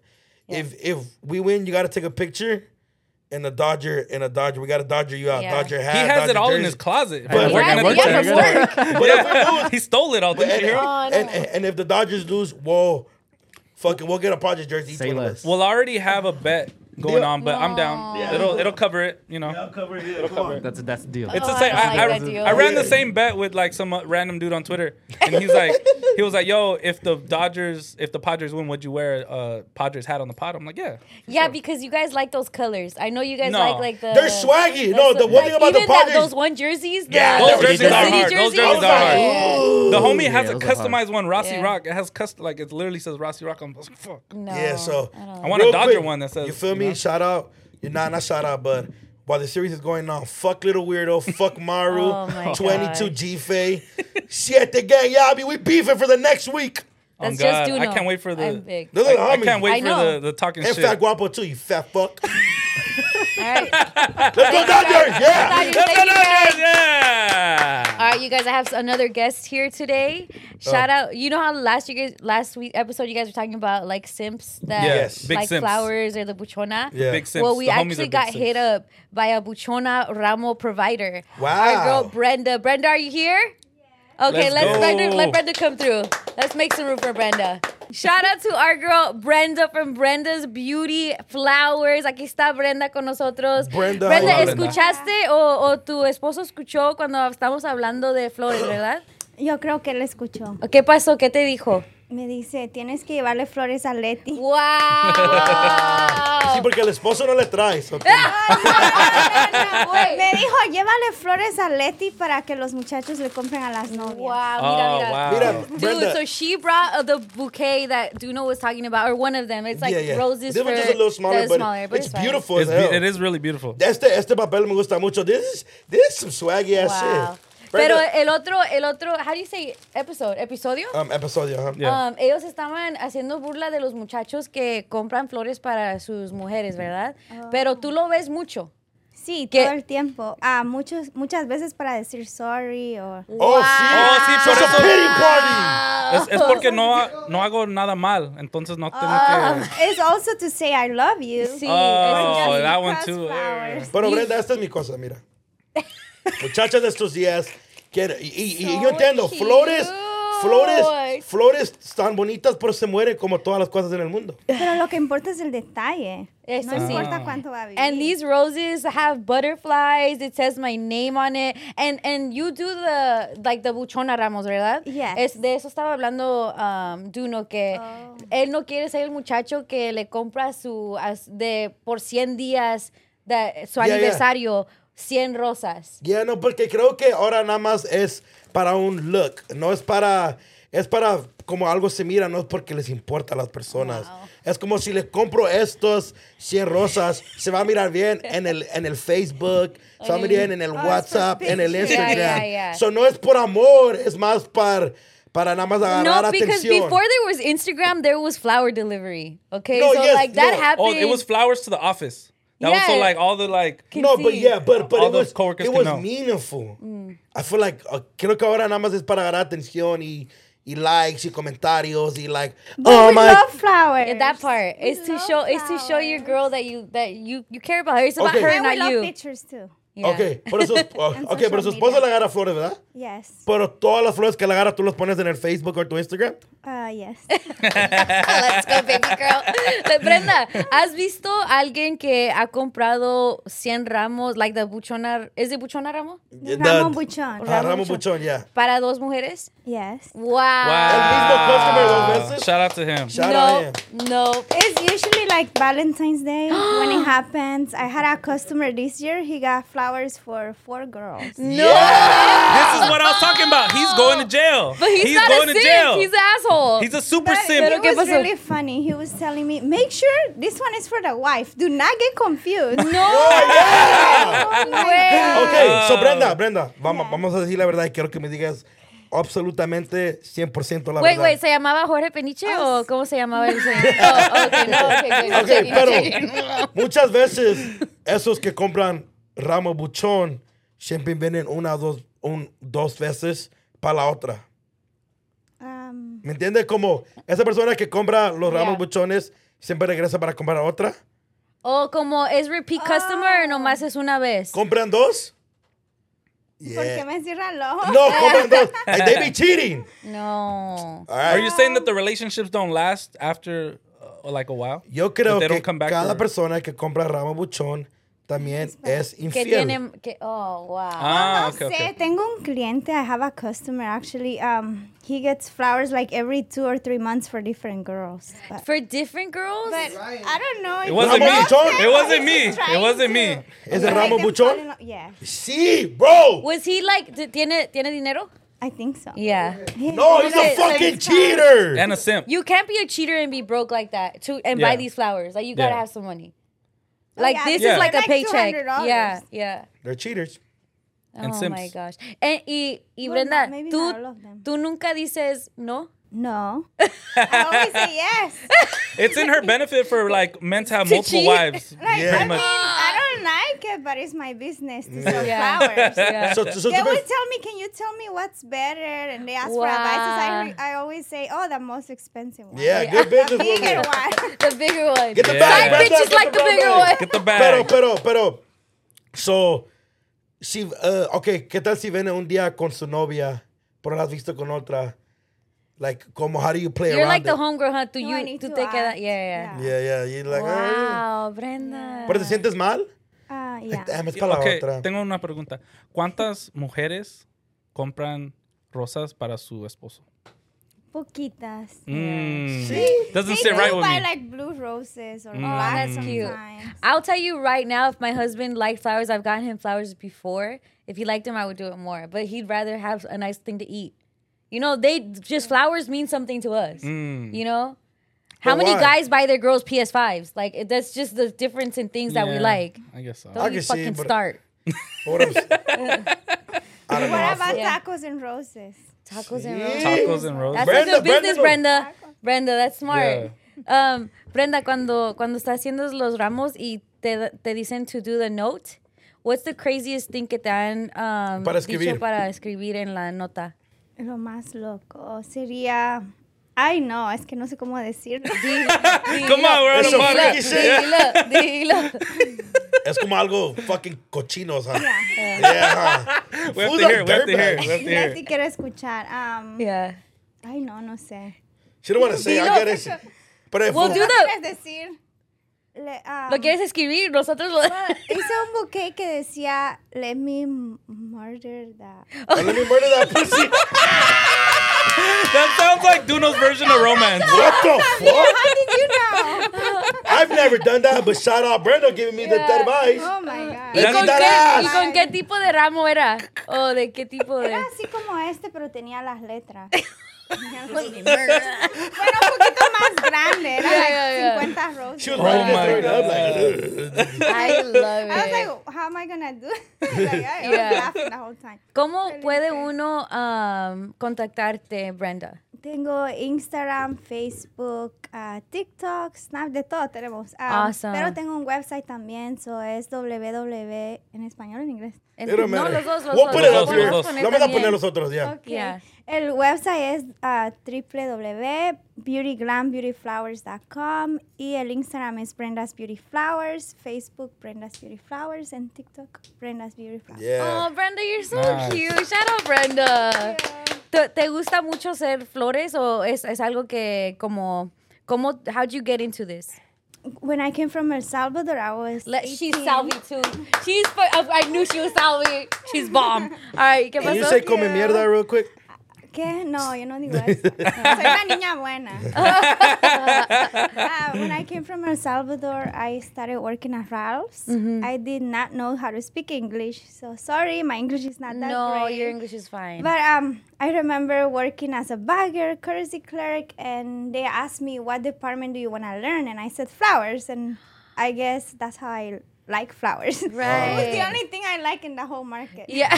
E: If if we win, you gotta take a picture, and a Dodger, and a Dodger. We gotta Dodger you out.
F: Yeah.
E: Dodger hat.
D: he has
E: Dodger
D: it all in his
E: jersey.
D: closet.
E: But-
D: From working
F: Yeah,
D: at the
F: yeah,
D: Dodgers. *laughs*
F: from work.
E: But if we lose,
D: he stole it all. Didn't
E: and,
D: you hear? him?
F: Oh, no.
E: and, and if the Dodgers lose, whoa, fucking, we'll get a Padres jersey. each
B: Say
E: one of
B: less.
E: us.
D: We'll already have a bet going
E: Yeah.
D: on, but I'm down.
E: Yeah.
D: It'll it'll cover it. You know.
E: cover it. Yeah, come on.
B: That's that's the deal.
D: It's
F: Oh,
D: the same.
F: I like
D: I, I,
F: that deal.
D: I ran the
E: Yeah.
D: same bet with like some uh, random dude on Twitter, and he's like, *laughs* he was like, "Yo, if the Dodgers, if the Padres win, would you wear a uh, Padres hat on the pod?" I'm like, "Yeah."
F: Yeah, because you guys like those colors. I know you guys
D: No.
F: like like the.
E: They're swaggy.
F: the-
E: No, the one thing about the
F: even that-
E: Padres-
F: those one jerseys.
E: Yeah,
F: the-
E: those
F: the
E: jerseys
F: city
E: are hard. Oh,
D: Those jerseys
F: I was
D: are
F: like,
D: hard.
F: yeah.
D: The homie has
B: yeah,
D: a
B: those are
D: customized one, Rossi
F: Yeah.
D: Rock. It has custom, like it literally says Rossi Rock. I'm like, fuck.
F: No,
E: Yeah, so
F: I don't
D: I want a
E: Real
D: Dodger
E: quick,
D: one that says.
E: You feel me? Shout out. You're not not shout out, but while the series is going on, fuck little weirdo,
D: *laughs*
E: fuck Maru,
F: Oh my
E: 22
F: God.
E: G Fay, shit the gang, y'all be we beefing for the next week.
D: Oh,
F: That's
D: God.
F: just
D: I
F: Duno.
D: can't wait for the.
F: I'm big.
E: Those are the
D: I, I
E: homies.
D: can't wait
F: I
D: for the,
F: know.
D: the talking
E: And
D: shit.
E: Fat Guapo too, you fat fuck.
F: All right.
E: Let's go
D: *laughs*
E: Dodgers! Yeah.
F: Dodgers, thank you, guys.
D: Yeah.
F: All right, you guys. I have another guest here today.
E: Uh,
F: Shout out. You know how last you guys last week episode you guys were talking about like simps that
E: Yes.
D: Big
F: like
D: simps.
F: flowers or the buchona.
E: Yeah.
D: Big simps.
F: Well, we
D: The homies are
F: actually
D: big
F: got
D: simps.
F: hit up by a buchona ramo provider.
E: Wow.
F: Our girl Brenda. Brenda, are you here? Okay,
D: Let's
F: let's,
D: go.
F: Brenda, let Brenda come through. Let's make some room for Brenda. Shout out to our girl Brenda from Brenda's Beauty Flowers. Aquí está Brenda con nosotros.
E: Brenda,
F: Brenda,
E: hola,
D: Brenda.
F: ¿escuchaste o, o tu esposo escuchó cuando estamos hablando de flores, verdad?
C: Yo creo que él escuchó.
F: ¿Qué pasó? ¿Qué te dijo?
C: Me dice, tienes que llevarle flores a Leti.
F: ¡Wow!
E: Sí, porque el esposo no le trae. so-
F: güey.
C: Me dijo, llévale flores a Leti para que los muchachos le compren a las novias.
F: Wow, mira,
D: Oh,
F: mira.
D: wow.
E: Mira,
F: Dude,
E: Brenda.
F: so she brought uh, the bouquet that Duno was talking about, or one of them. It's like
E: yeah, yeah.
F: roses.
E: This
F: for,
E: one's just a little smaller,
F: the
E: but,
F: smaller, but
E: it's,
F: fine.
E: beautiful
D: It's
E: as hell.
D: be- it is really beautiful.
E: Este, este papel me gusta mucho. This is, this is some swaggy ass
F: Wow.
E: shit.
F: Pero
D: eh,
E: Brenda,
F: el otro, el otro, how do you say episode? Episodio?
E: um, episodio, huh?
D: Yeah.
F: Um, ellos estaban haciendo burla de los muchachos que compran flores para sus mujeres, ¿verdad? Pero tú lo ves mucho.
C: Sí,
F: ¿Qué?
C: todo el tiempo. Ah, muchos, muchas veces para decir sorry o...
D: Oh,
E: Oh, sí.
F: Ah.
D: sí, por
E: It's a
D: eso-
E: pity party.
D: Es, es porque no, ha- no hago nada mal, entonces no tengo
F: Ah.
D: que.
C: It's also to say I love you.
F: Sí,
D: Oh,
F: eso sí.
D: that one
C: Cross
D: too.
C: flowers.
E: Pero Brenda, esta es mi cosa, mira. Muchachas de estos días, quiere- y, y- y yo
F: So
E: entiendo,
F: cute.
E: flores, flores, flores están bonitas, pero se mueren como todas las cosas en el mundo.
C: Pero lo que importa es el detalle.
F: Eso
C: no
F: sí.
D: Ah.
C: importa cuánto va a vivir.
F: And these roses have butterflies. It says my name on it. And and you do the like the buchona ramos, ¿verdad?
C: Yes.
F: Es de eso estaba hablando um, Duno que
C: Oh.
F: él no quiere ser el muchacho que le compra su as- de por 100 días de su
E: Yeah, yeah.
F: aniversario 100 rosas.
E: Ya no, porque creo que ahora nada más es para un look, no es para, es para como algo se mira, no es porque les importa a las personas. Es como si le compro estos 100 rosas, se va a mirar bien en el, en el Facebook, se va a mirar bien en el WhatsApp, en el
F: picture. Oh, *laughs* Yeah,
E: Instagram.
F: yeah, yeah.
E: So no es por amor, es más para, para nada más agarrar
F: No, because
E: Ah, atención.
F: before there was Instagram, there was flower delivery. Okay,
E: No,
F: so
E: yes,
F: like that
E: no. Oh,
F: happened.
D: Oh, it was flowers to the office. That was so
F: Yeah.
D: like all the like.
F: Can
E: no,
F: see.
E: but yeah, but, but
D: All
E: it
D: those
E: was,
D: coworkers
E: it
D: can
E: was
D: know.
E: meaningful.
C: Mm.
E: I feel like, uh, creo que ahora nada más es para agarrar atención y, y likes y comentarios y like,
C: But
E: oh
C: we
E: my.
C: love flowers.
F: Yeah, that part is to
C: love
F: show is to show your girl that you that you you care about her. It's about
E: Okay.
F: her,
C: And we
F: not
C: love
F: you.
C: pictures too.
E: *laughs*
F: Yeah.
E: Ok, por
C: *laughs*
E: eso, oh,
C: And
E: okay, pero
C: social
E: su esposa
C: media.
E: le agarra flores, ¿verdad?
C: Yes.
E: Pero todas las flores que le agarra tú las pones en el Facebook o tu Instagram.
C: Ah, yes.
F: Ah, Let's go, baby girl. Le- Brenda, ¿has visto a alguien que ha comprado 100 ramos, like the buchona, ¿es de buchona ramo?
C: Ramon Buchon.
E: Ah, Ramón Buchón, ya.
F: Para dos mujeres?
C: Yes.
F: Wow.
E: Wow. customer dos veces.
D: Shout out to him.
E: Shout out
F: No,
E: him.
F: no.
C: It's usually like
D: *gasps*
C: Valentine's Day when it happens. I had a customer this year. He got flowers for four girls.
D: This is what I was talking about. He's going to jail.
F: But he's, not
D: going
F: a
D: to
F: simp.
D: jail.
F: He's an asshole.
D: He's a super
C: But
D: simp.
F: Pero
C: It
F: ¿qué
C: was
F: pasó?
C: really funny. He was telling me, make sure this one is for the wife. Do not get confused.
F: no.
C: *laughs* Oh my God.
E: Ok, so Brenda, Brenda, vamos, vamos a decir la verdad y quiero que me digas absolutamente 100% la
F: Wait,
E: verdad.
F: wait, ¿se llamaba Jorge Peniche o cómo se llamaba el señor? Oh, okay, no, okay,
E: *laughs*
F: okay,
E: Ok,
F: okay,
E: pero muchas veces esos que compran ramo buchón siempre vienen una o dos, un, dos veces para la otra.
C: Um,
E: ¿Me entiendes? Como esa persona que compra los ramos
F: Yeah.
E: buchones siempre regresa para comprar otra.
F: O como es repeat customer, nomás es una vez.
E: ¿Compran dos?
C: ¿Por qué me cierra el ojo? Eh,
E: No, compran dos. Like, they be cheating. All
F: No.
D: Are
E: right.
D: you saying that the relationships don't last after uh, like a while?
E: Yo
D: That
E: creo
D: they
E: que
D: don't come back
E: cada
D: or-
E: persona que compra ramo buchón también es
F: Que
E: infiel.
F: tiene. Que, oh, wow.
D: Ah,
C: No
D: okay,
C: sé,
D: okay.
C: tengo un cliente, I have a customer actually. Um, he gets flowers like every two or three months for different girls. But,
F: For different girls?
C: but I don't know. if-
D: It wasn't me.
E: Ramon Buchon?
D: It wasn't me.
C: He's trying
D: It wasn't me.
C: to-
E: ¿Es
C: to
E: el ramo
C: make them fall in
E: buchón?
C: love. Yeah,
E: Sí, bro.
F: Was he like, t- tiene, tiene dinero?
C: I think so.
F: Yeah.
C: He-
E: No, he's a
F: Wait, like-
E: fucking cheater.
D: And a simp.
F: You can't be a cheater and be broke like that to and buy
D: Yeah.
F: these flowers. Like, you gotta
D: Yeah.
F: have some money. Like,
C: Oh, yeah,
F: this
C: Yeah.
F: is like a
C: like
F: paycheck.
C: $200.
F: Yeah, yeah.
D: *laughs*
E: They're cheaters.
D: And
F: oh
D: simps.
F: my gosh. And, y, y
C: Well,
F: Brenda,
C: no, maybe not all
F: tú,
C: of them.
F: tú nunca dices no. *laughs*
C: No. I always say yes.
D: It's in her benefit for like men to have multiple
F: cheat.
D: wives.
C: Like,
E: Yeah.
C: I
D: Pretty
C: mean,
D: much.
C: I don't like it, but it's my business to sell
F: Yeah.
C: flowers.
F: *laughs* Yeah.
E: So, so, so
C: They
E: the
C: always
E: best-
C: tell me, "Can you tell me what's better?" And they ask for advice. I, I always say, "Oh, the most expensive one."
E: yeah,
C: *laughs*
E: good business
C: the bigger
E: woman.
C: one. *laughs*
F: The bigger one.
E: Get the
D: Yeah.
E: bag,
D: Side
E: Brenda,
F: bitches
E: get
F: like the bigger
E: Brenda.
F: one.
D: Get the
E: Pero,
D: bag.
E: pero, pero. So, si, uh, ok, ¿qué tal si viene un día con su novia, pero la has visto con otra? Like, como, how do you play
F: You're
E: around
F: like the
E: it?
F: homegirl, huh? Tú,
C: No, I
F: you,
C: need to
F: tú te quedas.
C: act.
F: Yeah, yeah.
C: Yeah.
E: Yeah, yeah, you're like, ah.
F: Wow, Brenda.
E: ¿Pero te sientes mal?
C: Uh,
E: Like,
C: yeah.
E: damn, es para
D: Ok,
E: la otra.
D: tengo una pregunta. ¿Cuántas mujeres compran rosas para su esposo?
C: Poquitas.
D: Mm.
E: Sí.
D: Doesn't
C: They
D: sit right
C: do
D: with
C: buy
D: me.
C: like blue roses
E: Mm.
C: or
F: Oh,
C: black
F: that's cute.
C: sometimes.
F: I'll tell you right now, if my husband liked flowers, I've gotten him flowers before. If he liked them, I would do it more. But he'd rather have a nice thing to eat. You know, they just flowers mean something to us. You know, how
E: Mm. But
F: many
E: why?
F: guys buy their girls PS5s? Like it- that's just the difference in things that we
D: Yeah,
F: like.
D: I guess so.
F: Don't
E: I
F: you
E: can see,
F: fucking
E: but-
F: start
D: *laughs*
E: What I'm s- I
F: *laughs*
E: don't know.
C: What
E: I
C: about
E: feel-
F: Yeah.
C: tacos and roses?
F: tacos
E: Yeah.
F: and rolls.
D: Tacos and roses.
F: That's
E: Brenda,
F: a good business,
E: Brenda
F: Brenda. Brenda, that's smart. Um, Brenda, cuando, cuando estás haciendo los ramos y te, te dicen to do the note, what's the craziest thing que te han um,
E: Para escribir.
F: dicho para escribir en la nota?
C: Lo más loco sería. Ay, no, es que no sé cómo
F: *laughs*
C: decirlo.
D: Come on, we're on
E: That's
D: a
E: some
D: podcast.
E: freaky shit.
F: Dilo, dilo.
E: Es como algo fucking cochino, o sea.
C: Yeah.
E: Yeah.
D: We have
E: Who's
D: to hear.
E: a
D: it, We have to hear. it,
E: dirtbag?
D: We have to
C: Ya
D: hear.
C: sí
D: it.
C: quiero escuchar. Um,
F: Yeah.
C: Ay, no, no sé.
E: She don't want to say, I
F: Dilo.
E: get it. But if *laughs*
F: We'll
E: we-
F: do
C: ¿Qué
F: the-
C: quieres decir? Le- um,
F: ¿Lo quieres escribir? Nosotros lo... *laughs*
C: Hice un bouquet que decía, let me m- murder the...
F: Oh
E: let me murder
F: *laughs*
E: that pussy.
D: That sounds like Duno's version of romance.
E: What
F: *laughs*
E: the fuck?
C: How did you know?
E: I've never done that, but shout out Brenda giving me
F: Yeah.
E: the advice.
C: Oh, my God.
F: ¿Y
E: Let
F: con,
E: me
F: qué,
E: that
F: ¿Y
E: ass.
F: con qué tipo de ramo era? ¿O de qué tipo *laughs* de...?
C: Era así como este, pero tenía las letras. bueno, un poquito más grande. Era
F: Yeah,
C: like
F: yeah, yeah.
C: 50 rosas.
E: She was
D: Oh
E: writing
D: my
E: it down, like, "Ugh."
F: I love
C: I was
F: it.
C: like, how am I gonna do *laughs* it? like, I, I
F: Yeah.
C: was laughing the whole time.
F: ¿Cómo puede uno um, contactarte, Brenda?
C: Tengo Instagram, Facebook, ah, TikTok, Snap, de todo tenemos. Ah,
F: Awesome.
C: Pero tengo un website también, so es www, en español o en inglés.
F: En-
E: It don't
F: no,
E: matter.
F: los dos, los
E: We'll
F: dos.
E: put it
D: los
E: up
D: dos,
E: here.
D: los dos.
E: Vamos a poner los otros, ya.
C: Ok.
F: Yeah.
C: El website es ah, www.beautyglambeautyflowers.com y el Instagram es Brenda's Beauty Flowers, Facebook Brenda's Beauty Flowers and TikTok Brenda's Beauty Flowers.
E: Yeah.
F: Oh, Brenda, you're so
D: Nice.
F: cute. Shout out, Brenda. ¿Te, te gusta mucho hacer flores o es, es algo que como cómo how'd you get into this?
C: When I came from El Salvador, I was
F: Let, she's
C: 18.
F: Salvi too. She's fu- I, I knew she was Salvi. She's bomb. *laughs* All right, ¿qué
E: Can you
F: pasó?
E: say come mierda real quick?
C: ¿Qué? No, yo no digo eso. Soy una niña buena. Ah, when I came from El Salvador, I started working at Ralph's.
F: Mm-hmm.
C: I did not know how to speak English, so sorry, my English is not that
F: no,
C: great.
F: your English is fine.
C: But um, I remember working as a bagger, courtesy clerk, and they asked me, "What department do you want to learn?" And I said flowers, and I guess that's how I like flowers. *laughs* It's the
F: right.
C: only thing I like in the whole market.
F: Yeah.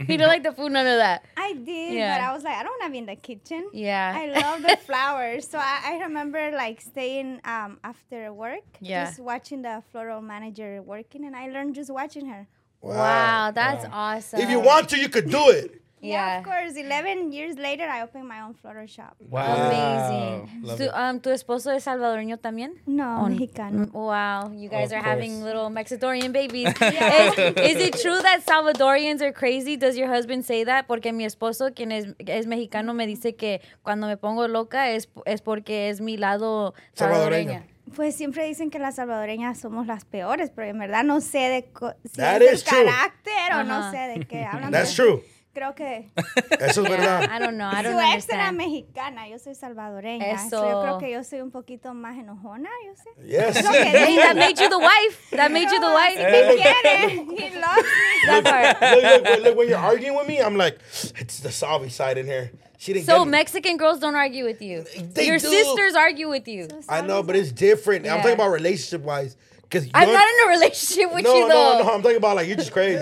F: *laughs* you don't like the food none of that.
C: I did, but
F: Yeah.
C: I was like, I don't want to be in the kitchen.
F: Yeah. *laughs*
C: I love the flowers. So I, I remember like staying um, after work,
F: Yeah.
C: just watching the floral manager working, and I learned just watching her.
F: Wow, that's awesome.
E: If you want to, you could do it.
F: yeah.
C: Of course, 11 years later, I opened my own floral shop.
D: Wow.
F: Amazing.
D: Love
F: Su-
D: it.
F: um, tu esposo es salvadoreño también?
C: No,
F: On- Mm.
C: Mexicano.
G: Mm.
F: Wow, you guys
D: Of
F: are having
D: course.
F: little Mexidorian babies. *laughs*
C: eh, *laughs*
F: is, is it true that Salvadorians are crazy? Does your husband say that? Porque mi esposo, quien es, es mexicano, me dice que cuando me pongo loca es, es porque es mi lado salvadoreño.
E: Salvadoreño.
C: Pues siempre dicen que las salvadoreñas somos las peores, pero en verdad no sé de co- si
E: That is
C: es el
E: true.
C: carácter o
F: Ajá.
C: no sé de
E: *laughs*
C: qué hablan.
E: That's
C: pero
E: true.
C: Creo que
E: Eso es
F: I
E: verdad.
F: don't know. I don't
C: su ex era
F: understand.
C: mexicana, yo soy salvadoreña. so yo
F: Eso.
C: creo que yo soy un poquito más enojona, yo sé.
E: Yes.
C: Lo que
F: Hey,
C: digo.
F: that made you the wife. That made you the wife.
C: Me
F: *laughs*
C: quiere. He loves me.
E: *laughs*
F: That part.
E: look, look, look, look, when you're arguing with me, I'm like, it's the Salvi side in here. She didn't
F: So
E: get it.
F: Mexican girls don't argue with you.
E: They
F: your
E: do.
F: sisters argue with you.
E: I know, but it's different. I'm
F: Yeah.
E: talking about relationship wise. because
F: I'm not in a relationship with
E: no,
F: you though.
E: no, no. I'm talking about like you're just crazy.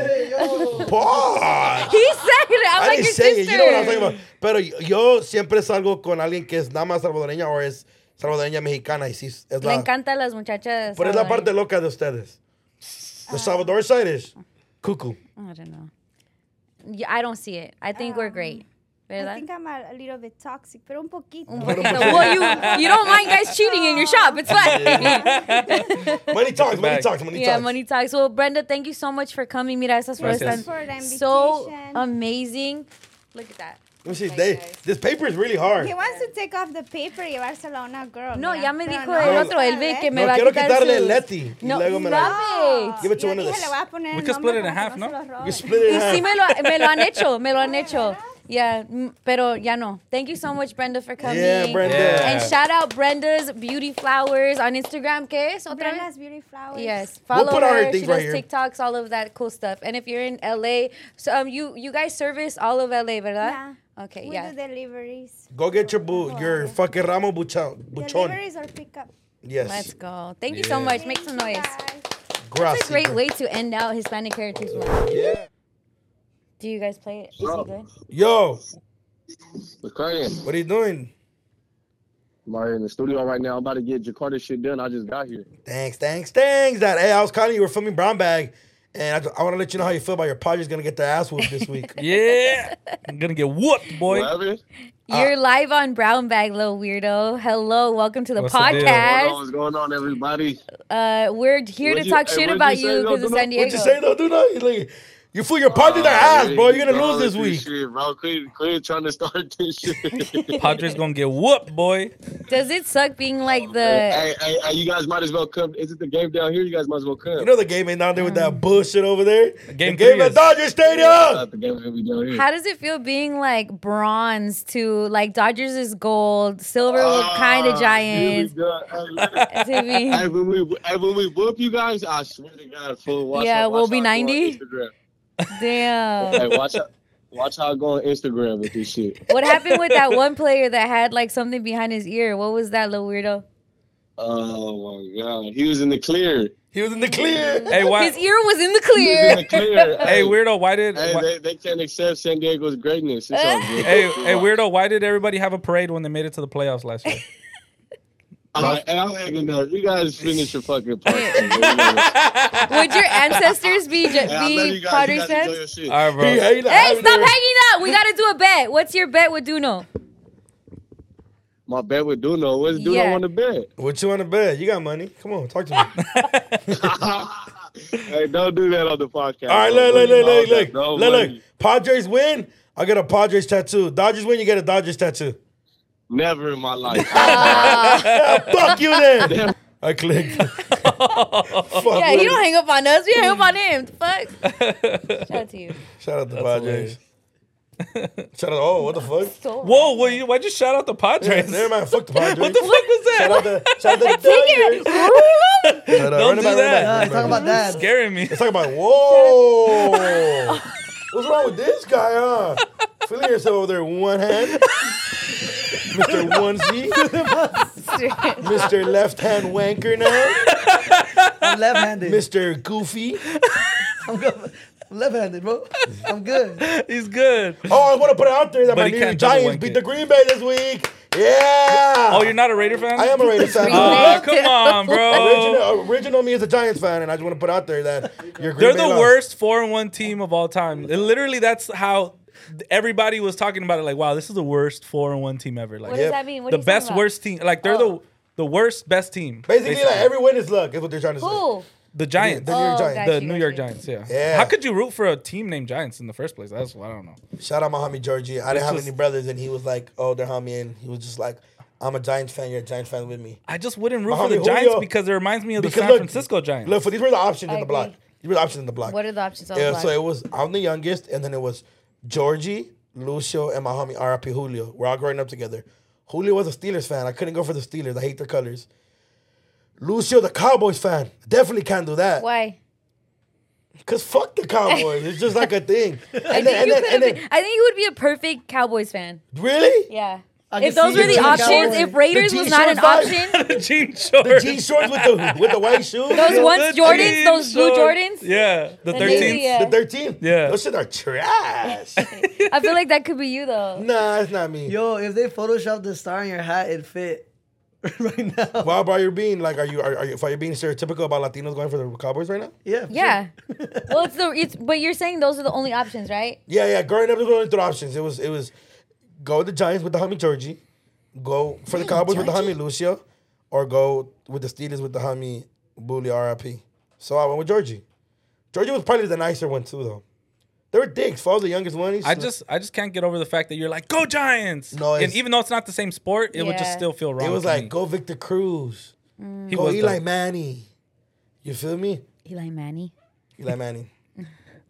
E: Pause.
F: He said it. I'm
E: I
F: like
E: didn't
F: your
E: say
F: sister.
E: it. You know what I'm talking about. Pero yo siempre salgo con alguien que es nada más salvadoreña o es salvadoreña mexicana y sí es
F: Le
E: la.
F: encantan las muchachas.
E: Pero es la parte
F: salvadoreñas.
E: loca de ustedes.
F: Ah.
E: The Salvador side is
F: *laughs*
E: cuckoo.
F: I don't know. Yeah, I don't see it. I think we're great.
C: Um, I
F: ¿Verdad?
C: think I'm a, a little bit toxic, pero un poquito.
F: So, well, you you don't mind guys cheating in your shop. It's fine.
E: Money talks, money
D: Back.
E: talks, money
F: yeah,
E: talks.
F: money talks. Well, Brenda, thank you so much for coming. Mira, esas flores
D: Gracias.
F: están
C: Thanks for the
F: so um,
C: invitation.
F: amazing. Look at that.
E: Let me see. They, this paper is really hard.
C: He wants to take off the paper y llevárselo a una girl.
F: No,
C: mira,
F: ya me
C: pero
F: dijo
C: no,
F: el
C: no
F: otro, el
C: puede,
F: Vic, que
C: ¿eh?
F: me
E: No,
F: va a
E: quiero
F: quitar
E: quitarle
F: sus-
E: el Leti. y
F: No,
E: luego me la-
F: stop
E: Give
F: it.
E: it to
C: Yo
E: one of
C: dije,
E: us.
C: le voy a poner
D: We
C: el
D: can split it
C: nombre
D: in
C: para que
D: half,
C: no se
D: ¿no?
C: lo
E: You
C: roben.
E: split it in
F: Y sí
E: half.
F: me lo, me lo han hecho, me lo han hecho. Yeah, mm, pero ya no. Thank you so much, Brenda, for coming.
E: Yeah, Brenda.
D: Yeah.
F: And shout out Brenda's Beauty Flowers on Instagram. ¿Qué es? ¿Otra
C: Brenda's
F: vez?
C: Beauty Flowers.
F: Yes,
E: We'll
F: follow
E: put all her
F: her. She
E: things
F: does
E: right here.
F: TikToks, all of that cool stuff. And if you're in LA, so um, you you guys service all of LA, ¿verdad?
C: Yeah.
F: Okay,
C: We
F: yeah.
C: do deliveries.
E: Go get your boo, your fucking Ramo Buchon. Buchon.
C: Deliveries or pickup.
F: Let's
E: Yes.
F: go. Thank you so
D: Yeah.
F: much. Make some
C: Thank you,
F: noise.
C: guys.
E: Gracias.
F: It's a great way to end out Hispanic Heritage Month.
E: Yeah.
F: Do you guys play it? Is it good?
E: Yo,
H: Recording.
E: what are you doing?
H: I'm out here in the studio right now. I'm about to get Jakarta shit done. I just got here.
E: Thanks, thanks, thanks. That hey, I was calling you. We're filming Brown Bag, and I, want to let you know how you feel about your project's gonna get their ass whooped this
F: *laughs*
E: week.
D: Yeah. I'm gonna get whooped, boy.
H: Whatever. Uh,
F: You're live on Brown Bag, little weirdo. Hello, welcome to the
D: What's the deal?
H: What's
F: podcast.
H: going on, everybody?
F: Uh, we're here
H: What'd
F: to
H: you-
F: talk
H: hey,
F: shit
H: what'd
F: about
H: you say,
F: you because
H: though?
F: of San Diego.
E: What you say though? Do not you, like, you fool your project their ass, bro. You're gonna lose this week.
H: Shit, bro. Quit, quit trying to start
E: *laughs*
H: this shit.
D: Padres gonna get whooped, boy.
F: Does it suck being like the?
H: hey, hey, hey, you guys might as well come. Is it the game down here? You guys might as well come.
E: You know the game ain't down there with
F: Mm.
E: that bullshit over there.
D: Game
E: the game
D: three
E: at
D: is-
E: Dodger
H: Uh,
E: Stadium.
H: the game gonna be down here.
F: How does it feel being like bronze to like Dodgers is gold, silver
H: Ah,
F: kind
H: here
F: of
H: we
F: Giants
H: go. Hey, *laughs*
F: to be.
H: Hey, when we hey, when we whoop you guys, I swear to God, full watch.
F: Yeah,
H: how-
F: we'll
H: watch
F: be
H: how I go on
F: 90.
H: Instagram.
F: *laughs*
H: *laughs*
F: Damn.
H: Hey, watch out. Watch how I go on Instagram with this shit.
F: What happened with that one player that had like something behind his ear? What was that little weirdo?
H: Oh my god, he was in
E: *laughs*
H: the clear.
E: He was in the clear.
D: Hey, why
F: His ear was in the
H: He *laughs* was in the
F: clear.
H: clear.
D: hey weirdo, why did
H: Hey,
D: why-
H: they, they can't accept San Diego's greatness. It's all good.
D: hey, hey, weirdo, why did everybody have a parade when they made it to the playoffs last
E: *laughs*
D: year?
H: All right, hey, I'm hanging up. You guys finish your
E: *laughs*
H: fucking party. Hey,
F: Would your ancestors be
H: I love
F: be
H: you guys.
F: Padres
H: you guys enjoy your
F: fans?
H: shit.
D: All right,
E: He
D: bro.
E: ain't
F: Hey,
E: having
F: stop
E: it.
F: hanging up. We gotta do a bet. What's your bet with Duno?
H: My bet with Duno. What's Duno
F: Yeah.
H: on the bet?
E: What you on the bed? You got money? Come on, talk to
F: *laughs*
E: me.
H: hey, don't do that on the podcast.
E: All right,
H: No
E: look, look,
H: money,
E: look, look,
H: no
E: look,
H: bet, no
E: look, look.
H: money.
E: Padres win, I get a Padres tattoo. Dodgers win, you get a Dodgers tattoo.
H: Never in my life.
E: Ah, fuck you then. *laughs* I clicked. *laughs* Fuck
F: Yeah,
E: with
F: you
E: it.
F: don't hang up on us. We hang up on him. Fuck.
H: *laughs*
F: Shout out to you.
E: Shout out to Padres. *laughs* Shout out. Oh, what the
D: *laughs*
E: fuck?
D: Whoa, why you, why'd you shout out the Padres?
E: Never mind. Fuck the
D: *laughs*
E: Padres.
D: What the fuck was
E: Shout
D: that?
E: out to shout out to the Dodgers. *laughs* Shout out.
D: Don't
E: Run
D: do
E: it back, run it
D: that.
I: No,
E: back,
I: he's talking
E: run it back.
I: about that.
D: Scaring me.
E: Let's
D: *laughs*
E: talk about. Whoa. What's wrong with this guy, huh? Feeling yourself over there, one hand. Mr.
D: *laughs*
E: Onesie. Mr. Left Hand Wanker now.
D: *laughs*
I: I'm left-handed.
E: Mr. Goofy.
I: I'm good. I'm left-handed, bro. I'm good.
D: He's good.
E: Oh, I want to put it out there that
D: But
E: my
D: he
E: New
D: can't
E: York
D: double
E: Giants
D: wank
E: beat
D: it.
E: the Green Bay this week. Yeah.
D: Oh, you're not a Raider fan?
E: I am a Raiders
D: *laughs*
E: fan.
D: Oh, come on, bro.
E: *laughs* Original, original me is a Giants fan, and I just want to put out
D: *laughs*
E: there that your Green
D: They're
E: Bay
D: the
E: lost.
D: worst four and one team of all time. It- literally, that's how everybody was talking about it. Like, wow, this is the worst four and one team ever. Like,
F: What
E: Yep.
F: does that mean? What
D: the
F: are you talking
D: best
F: about?
D: worst team. Like, they're
F: Oh.
D: the the worst best team.
E: Basically, like every win is luck, is what they're trying to say.
F: Who?
D: the
E: The
D: Giants.
E: New York
F: Oh,
E: Giants.
F: gotcha.
D: the
F: She
D: New
F: goes
D: York
F: with-
D: Giants, yeah.
E: Yeah.
D: How could you root for a team named Giants in the first place? That's what I don't know.
E: Shout out my homie Georgie. I didn't have
D: just-
E: any brothers, and he was like, "Oh, they're homie," and he was just like, "I'm a Giants fan. You're a Giants fan with me."
D: I just wouldn't root
E: My
D: for the
E: homie
D: Giants
E: Julio-
D: because it reminds me of the
E: Because
D: San
E: look-
D: Francisco Giants.
E: Look, for these were the options in
F: I
E: the block.
F: agree.
E: These were the options in the block.
F: What are the options?
E: yeah,
F: Yeah,
E: so it was I'm the youngest, and then it was Georgie, Lucio, and my homie R.I.P. Julio. We're all growing up together. Julio was a Steelers fan. I couldn't go for the Steelers. I hate their colors. Lucio, the Cowboys fan. Definitely can't do that.
F: Why?
E: Cause fuck the Cowboys. it's
F: *laughs*
E: just like a thing. And
F: I
E: then, and
F: think, you
E: then,
F: could
E: and
F: have been,
E: then,
F: I think you would be a perfect Cowboys fan.
E: really?
F: Yeah.
I: I
F: If
I: can
F: those
I: see
F: were the
I: jean
F: options,
I: shorts.
F: if Raiders
E: The
F: was not an
E: G-shorts,
F: option,
D: *laughs* the jean
E: The
D: shorts.
E: jean shorts with the with the
F: *laughs*
E: white shoes.
F: those ones
D: The
F: Jordans,
D: jean
F: those blue
D: shorts.
F: Jordans,
D: Yeah, the
F: And maybe,
D: thirteenth.
F: yeah.
E: The 13.
D: Yeah.
E: Those shit are trash.
F: I feel like that could be you though.
E: nah, it's not me.
I: Yo, if they photoshopped the star in your hat, it fit *laughs* right now.
E: Why are you being like? Are you are, are you, are you being stereotypical about Latinos going for the Cowboys right now?
I: *laughs* Yeah. for
F: Yeah.
I: sure.
F: well, it's the it's but you're saying those are the only options, right?
E: Yeah, yeah. Growing up, there was only three options. It was it was go with the Giants with the homie Georgie, go for the Cowboys with the homie Lucio, or go with the Steelers with the homie Bully RIP. So I went with Georgie. Georgie was probably the nicer one too, though. They were dicks. If I was the youngest one, he's
D: I just I just can't get over the fact that you're like go Giants.
E: No,
D: and
E: it's-
D: even though it's not the same sport, it would just
F: Yeah.
D: still feel wrong.
E: it was
D: to
E: like
D: me.
E: go Victor Cruz,
D: He
E: go
D: was the-
E: Eli Manny. You feel me?
F: Eli Manny.
E: Eli Manny.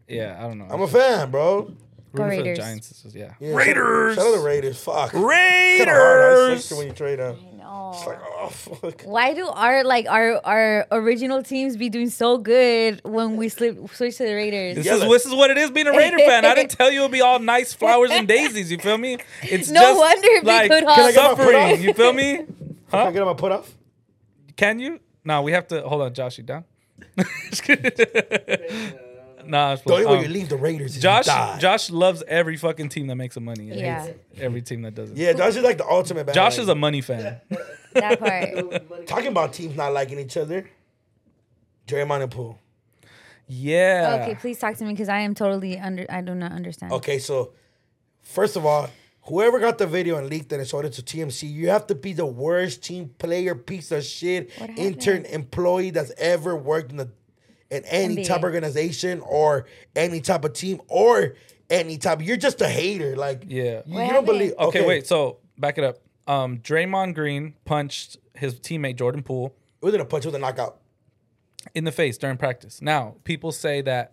D: yeah, I don't know.
E: I'm a fan, bro.
F: Go
D: Rooting for the
F: Raiders.
D: Giants. is just- yeah.
E: Yeah, shout-
D: Raiders.
E: Shout out the Raiders. Fuck. Kinda hard, right?
D: Raiders.
E: Sucks when you trade out.
F: No.
E: It's like, oh *laughs* fuck.
F: Why do our like our our original teams be doing so good when we slip switch to the Raiders?
D: This
E: Yell
D: is,
E: it.
D: this is what it is being
F: *laughs*
D: a Raider fan. I didn't tell you it'd be all nice flowers and daisies. You feel me? It's
F: No wonder it'd be
D: like
F: good Can I
E: get my put
D: suffering.
E: off?
D: You feel me?
E: Can I get him a put off?
D: Can you? No, we have to hold on. Josh, you down? *laughs* Just kidding. nah, it's
E: The only way
D: um,
E: you leave the Raiders is
D: Josh,
E: you die.
D: Josh loves every fucking team that makes him money. and
F: Yeah.
D: hates Every team that doesn't.
E: Yeah, Josh is like the ultimate.
D: *laughs*
E: Bad
D: Josh is a money fan.
F: That
D: *laughs*
F: part.
E: talking about teams not liking each other. Draymond and Poole.
D: Yeah.
F: Okay, please talk to me because I am totally under. I do not understand.
E: Okay, so first of all, whoever got the video and leaked it and showed it to TMC, you have to be the worst team player, piece of shit,
F: What happened?
E: intern employee that's ever worked in the in any
F: NBA.
E: type of organization or any type of team or any type. You're just a hater. Like
D: Yeah.
E: you,
F: What
E: you don't
F: happened?
E: believe.
D: Okay, wait. So back it up. Um, Draymond Green punched his teammate Jordan Poole
E: It wasn't a punch. It was a knockout.
D: in the face during practice. Now, people say that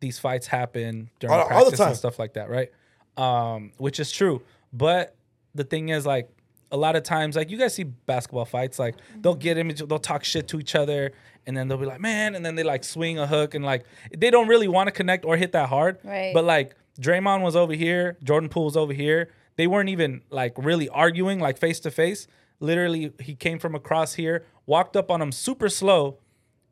D: these fights happen during
E: All- all the
D: practice
E: time.
D: and stuff like that, right? Um, which is true. But the thing is, like, a lot of times, like, you guys see basketball fights, like, they'll get in, each- they'll talk shit to each other, and then they'll be like, man, and then they, like, swing a hook, and, like, they don't really want to connect or hit that hard.
F: Right.
D: But, like, Draymond was over here, Jordan Poole was over here. They weren't even, like, really arguing, like, face to face. Literally, he came from across here, walked up on him super slow,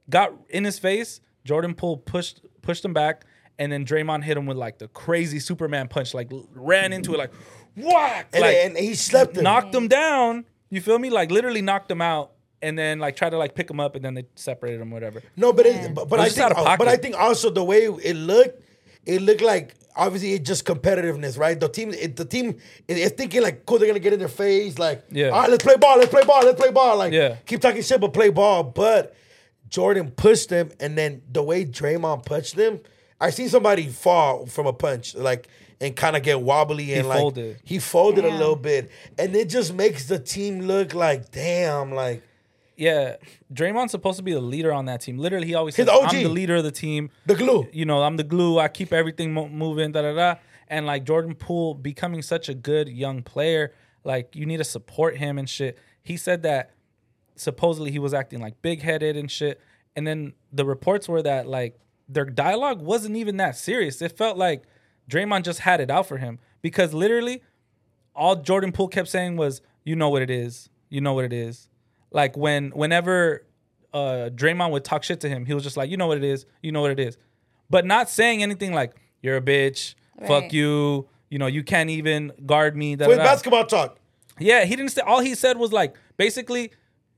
D: got in his face. Jordan Poole pushed pushed him back, and then Draymond hit him with like the crazy Superman punch, like l- ran into it, like whack,
E: And,
D: like
E: and he slept him.
D: knocked him down. You feel me? Like literally knocked him out, and then like tried to like pick him up, and then they separated him, whatever.
E: No, but it, but, but
D: It
E: I
D: was just
E: think uh,
D: out of
E: but I
D: pocket.
E: think also the way it looked, it looked like obviously it's just competitiveness, right? The team, it, the team is is thinking like, cool, they're gonna get in their face, like,
D: Yeah.
E: all right, let's play ball, let's play ball, let's play ball, like,
D: Yeah.
E: keep talking shit, but play ball. But Jordan pushed him, and then the way Draymond punched him, I seen somebody fall from a punch, like. And kind of get wobbly and like
D: folded.
E: he folded a little bit, and it just makes the team look like damn, like
D: Yeah, Draymond's supposed to be the leader on that team. Literally, he always
E: He's
D: says,
E: the
D: "I'm
E: OG.
D: the leader of the team."
E: the glue.
D: you know, I'm the glue. I keep everything mo- moving, da da da. And like Jordan Poole becoming such a good young player, like you need to support him and shit. He said that supposedly he was acting like big headed and shit. And then the reports were that like their dialogue wasn't even that serious. It felt like Draymond just had it out for him because literally all Jordan Poole kept saying was, "You know what it is. You know what it is." Like when whenever uh Draymond would talk shit to him, he was just like, "You know what it is. You know what it is." But not saying anything like, "You're a bitch. Fuck
F: Right.
D: you. You know, you can't even guard me." Da,
E: With
D: da, da.
E: basketball talk,
D: Yeah, he didn't say. All he said was like, basically,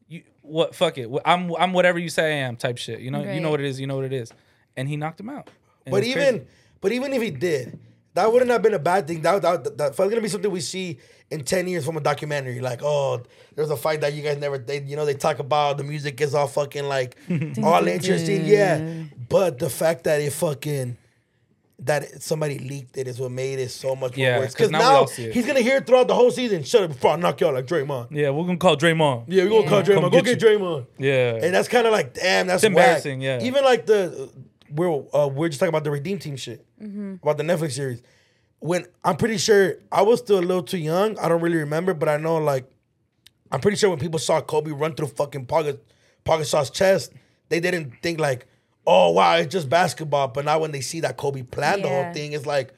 D: you, what? Fuck it. wh- I'm I'm whatever you say I am. Type shit. You know. You know
F: Right.
D: what it is. You know what it is. And he knocked him out. And
E: But
D: it's
E: even
D: crazy.
E: but even if he did, that wouldn't have been a bad thing. That that, that, that's gonna be something we see in ten years from a documentary. Like, oh, there's a fight that you guys never they you know they talk about. The music is all fucking
D: *laughs*
E: like all interesting, yeah. But the fact that it fucking that somebody leaked it is what made it so much more
D: Yeah,
E: worse.
D: 'cause
E: Because
D: now we
E: now,
D: all see it.
E: he's gonna hear it throughout the whole season. Shut up before I knock y'all like Draymond.
D: yeah, we're gonna call Draymond.
E: Yeah, we're gonna call Draymond.
D: Come
E: Go
D: get
E: get Draymond.
D: Yeah.
E: And that's kind of like, damn, that's whack.
D: embarrassing, yeah.
E: Even like the we're uh, we're just talking about the Redeem Team shit about the Netflix series. When I'm pretty sure I was still a little too young. I don't really remember, but I know like I'm pretty sure when people saw Kobe run through fucking Poga Pogashaw's chest, they didn't think like, oh wow, it's just basketball. But now when they see that Kobe planned the
F: Yeah.
E: whole thing, it's like,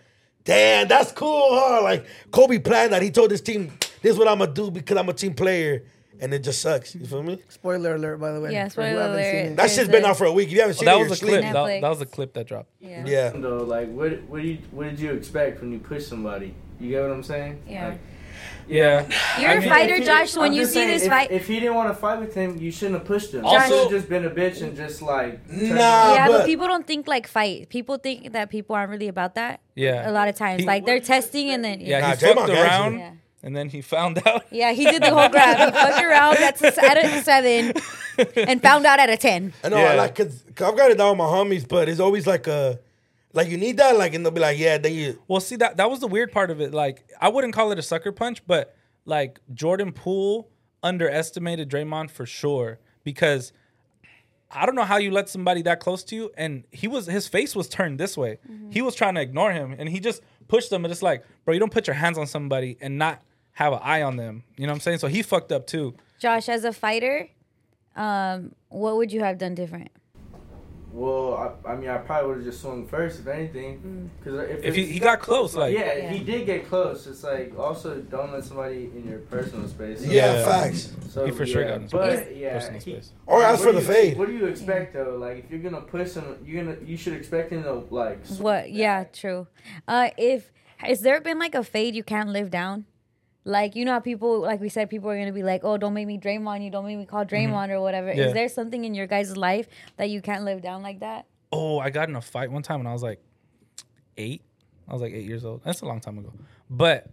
E: damn, that's cool, huh? Like Kobe planned that. He told his team, this is what I'm gonna do because I'm a team player, and it just sucks. You feel me?
I: Spoiler alert, by the way.
F: Yeah,
I: for who
F: spoiler
I: haven't seen
F: alert.
I: it.
E: That shit's been out for a week. If you haven't seen
D: Oh, that
E: it,
D: was a
E: you're
D: clip.
E: asleep.
D: That,
F: Netflix.
D: that was a clip that dropped.
F: Yeah.
E: Yeah.
J: Though, like, what what do you what did you expect when you push somebody? You get what I'm saying?
F: Yeah.
J: Like,
D: Yeah.
F: You're
D: I
F: a
D: mean-
J: if
F: fighter,
J: he-
F: Josh. So when
J: I'm
F: you
J: just
F: see
J: saying,
F: this
J: if,
F: fight,
J: if he didn't want to fight with him, you shouldn't have pushed him.
D: Also-
J: you should've just been a bitch and just like turned
E: Nah,
J: him
F: yeah,
E: but,
F: but, people don't think like fight. People think that people aren't really about that.
D: Yeah.
F: A lot of times,
D: He-
F: like they're testing and then
D: Yeah,
E: Nah,
D: he
E: Draymond
D: fucked
E: got you.
D: around,
F: Yeah.
D: and then he found *laughs* out.
F: Yeah, he did the whole grab. He fucked around. That's a Saturday seven, and found out at a ten.
E: I know,
D: Yeah.
E: like, cause, 'cause I've got it down with my homies, but it's always like a, like you need that, like, and they'll be like, yeah, then you.
D: Well, see that that was the weird part of it. Like I wouldn't call it a sucker punch, but like Jordan Poole underestimated Draymond for sure because I don't know how you let somebody that close to you and he was his face was turned this way.
F: Mm-hmm.
D: He was trying to ignore him and he just pushed him and it's like, bro, you don't put your hands on somebody and not have an eye on them. You know what I'm saying? So he fucked up too.
F: Josh, as a fighter, um, what would you have done different?
J: Well, I, I mean, I probably would have just swung first if anything, because if,
D: If he,
J: it's-
D: he got close, like
J: yeah,
F: Mm. Yeah.
J: he did get close. It's like also don't let somebody in your personal space. So-
E: Yeah, facts.
J: so,
D: He for sure
J: yeah,
D: got in his
J: but
D: space.
J: yeah,
D: personal
J: he-
D: space.
E: Or ask for
J: what
E: the
J: do you-
E: fade.
J: What do you expect though? Like if you're gonna push him, you're gonna you should expect him to like. sw-
F: What? Yeah, true. Uh, if has there been like a fade you can't live down? Like you know how people, like we said, people are gonna be like, "Oh, don't make me Draymond. You don't make me call Draymond or whatever."
D: Mm-hmm. Yeah.
F: Is there something in your guys' life that you can't live down
D: *laughs*
F: like that?
D: oh, I got in a fight one time when I was like eight. I was like eight years old. That's a long time ago. But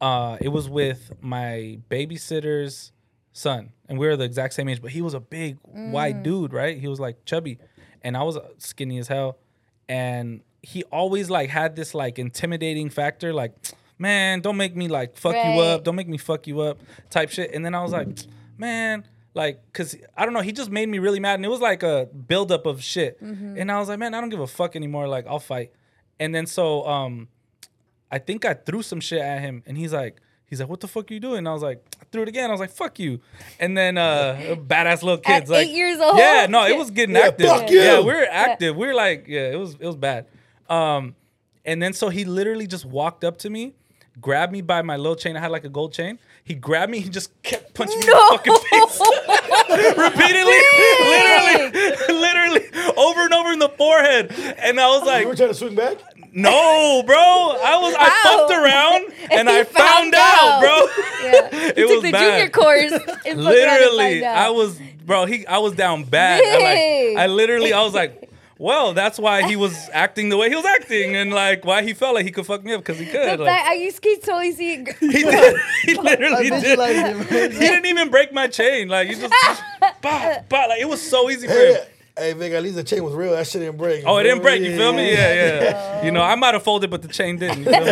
D: uh, it was with my babysitter's son, and we were the exact same age. But he was a big white dude, right? He was like chubby, and I was uh, skinny as hell. And he always like had this like intimidating factor, like, man, don't make me like fuck you
F: Right.
D: up, don't make me fuck you up, type shit. And then I was like, man. Like, cause I don't know, he just made me really mad, and it was like a buildup of shit.
F: Mm-hmm.
D: And I was like, man, I don't give a fuck anymore. Like, I'll fight. And then so, um, I think I threw some shit at him, and he's like, he's like, what the fuck you doing? And I was like, I threw it again. I was like, fuck you. And then
F: *laughs*
D: uh, badass little
F: At
D: kids, like
F: eight years old?
D: Yeah, no, Oh, it was getting
E: Yeah,
D: active.
E: fuck
D: Yeah,
E: you.
D: we were active. We were like, yeah, it was it was bad. Um, and then so he literally just walked up to me. Grabbed me by my little chain. I had like a gold chain. He grabbed me. He just kept punching me in the fucking face *laughs* repeatedly, literally, literally, over and over in the forehead. And I was like,
E: You were trying to swing back?
D: no, bro. I was I
F: Wow.
D: fucked
F: *laughs*
D: around and
F: He
D: I found,
F: found out.
D: out, bro.
F: yeah.
D: It
F: *laughs* You took
D: was
F: the
D: bad. *laughs*
F: junior course. and *laughs* fucked around and
D: Literally,
F: found out.
D: I was bro. He I was down bad. I,
F: Dang.
D: like, I literally I was like. Well, that's why he was acting the way he was acting, and like why he felt like he could fuck me up because he
F: The
D: could.
F: fact-
D: Like,
F: I used to totally see
D: *laughs*
F: it. gr- *laughs*
D: he did. He
I: I
D: literally *laughs* did.
I: visualized
D: He
I: him.
D: didn't even break my chain. Like he
F: *laughs*
D: just, bah, bah. Like it was so easy for him.
E: Hey, hey, Vic, at least the chain was real. That shit didn't break.
D: Oh, it didn't break. You feel me? Yeah, yeah.
F: Oh.
D: You know, I might have folded, but the chain didn't. You feel
F: *laughs*
D: me?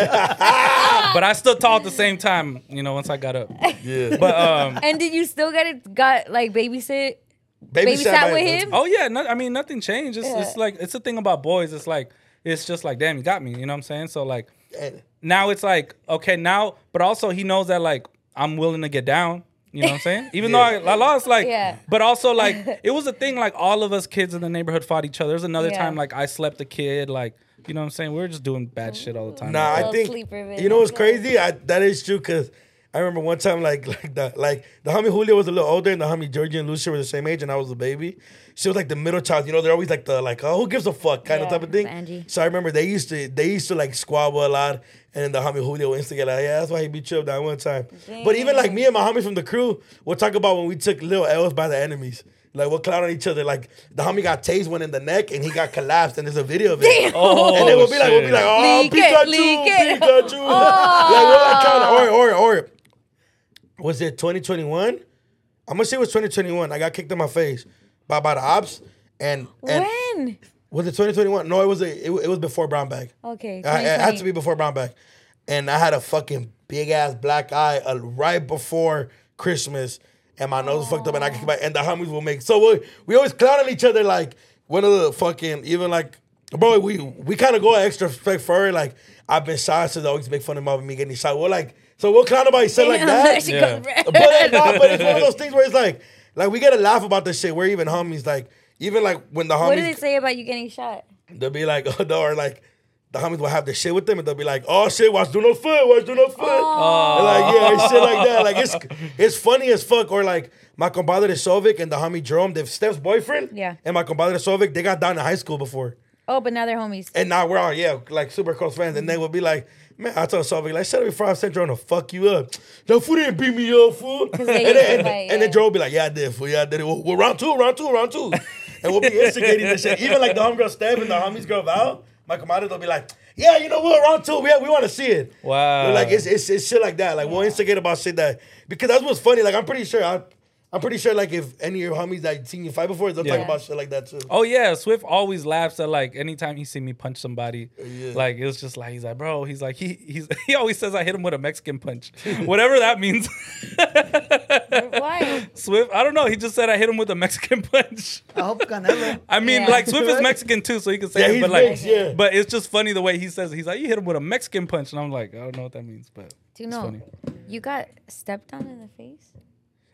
D: but I still tall at the same time. You know, once I got up.
E: Yeah.
D: But um,
F: And did you still get it? Got like babysit?
E: Baby
F: babysat
E: sat by-
F: with him?
D: oh yeah, no, I mean nothing changed. It's,
F: Yeah.
D: it's like it's a thing about boys. It's like it's just like damn, you got me. You know what I'm saying? So like
E: And-
D: now it's like okay now, but also he knows that like I'm willing to get down. You know what I'm
F: *laughs*
D: saying? Even
E: Yeah.
D: though I, I lost, like,
F: Yeah.
D: but also
F: *laughs*
D: like it was a thing. Like all of us kids in the neighborhood fought each other. There was another
F: Yeah.
D: time like I slept a kid. Like you know what I'm saying? We were just doing bad shit all the time.
E: Nah, I
F: Little
E: think
F: sleeper bit.
E: you know what's crazy. I, that is true because I remember one time like *laughs* like the like the homie Julio was a little older and the homie Georgie and Lucia were the same age and I was a baby. She was like the middle child. You know, they're always like the like oh who gives a fuck kind
F: Yeah,
E: of type of thing.
F: it's Angie.
E: So I remember they used to they used to like squabble a lot and then the homie Julio would instigate like yeah that's why he beat you up that one time. But even like me and my homies from the crew, we'll talk about when we took little L's by the enemies. Like we'll clown on each other. Like the homie got tased one in the neck and he got collapsed and there's a video of it.
D: Oh,
E: And then we'll be like, we'll be
D: shit.
E: like, oh,
F: Leak it,
E: Pikachu,
F: leak it."
E: Pikachu. like, oh. we're like trying to, or, or, or. Was it 2021? I'm gonna say it was 2021. I got kicked in my face by, by the ops. And, and
F: When?
E: was it 2021? No, it was a, it, wa- it was before brown bag.
F: Okay,
E: I- it had to
F: 2020.
E: be before brown bag. And I had a fucking big ass black eye uh, right before Christmas, and my nose was fucked up, and I could, and the homies will make. So we, we always clown on each other like one of the fucking even like. Bro, we we kind of go an extra step further. Like I've been shot, so they always make fun of me about me getting shot. We're like, so we'll clown about each other like that
F: She
D: Yeah.
F: goes red.
E: but, like, nah, but it's one of those things where it's like, like we gotta laugh about this shit. We're even homies, like even like when the homies,
F: What did they say about you getting shot?
E: *laughs* will be like, oh, no, or like, the homies will have their shit with them, and they'll be like, "Oh shit, watch do no foot, watch do no foot." And Like yeah, and shit like that. Like it's it's funny as fuck. Or like my compadre Sovic and the homie Jerome, they've Steph's boyfriend.
F: Yeah.
E: And my compadre Sovic, they got down to high school before.
F: Oh, but now
D: *laughs*
F: they're homies.
E: And now we're all, yeah, like super close friends. And they would be like, man, I told Sophie, like, shut up before I sent Drone to fuck you up. No fool didn't beat me up, fool. And
F: they
E: then,
F: used to
E: and,
F: fight,
E: and then
F: yeah.
E: Drone would be like, yeah, I did, fool. Yeah, I did it. Well, well, round two, round two, round two. and we'll be instigating this shit. Even like the homegirl Steph and the homies girl Val, my commander, they'll be like, yeah, you know what, round two, yeah, we want to see it.
D: Wow.
E: They're like, it's, it's, it's shit like that. Like, we'll instigate about shit that, because that's what's funny. Like, I'm pretty sure, I, I'm pretty sure, like, if any of your homies that seen you fight before, they'll
D: Yeah.
E: talk about shit like that too.
D: Oh yeah, Swift always laughs at like anytime he see me punch somebody. Like it was just like he's like, bro, he's like he he's *laughs* he always says I hit him with a Mexican punch. *laughs* Whatever that means. *laughs*
F: Why?
D: Swift, I don't know. He just said I hit him with a Mexican *laughs* punch.
I: I hope Canelo.
D: *laughs* I mean,
F: Yeah.
D: like Swift is Mexican too, so he can say
E: Yeah,
D: it,
E: he's
D: but like
E: mixed, yeah.
D: but it's just funny the way he says it. He's like, You hit him with a Mexican punch and I'm like, I don't know what that means, but *laughs*
F: Do you
D: it's
F: know
D: funny.
F: you got stepped on in the face?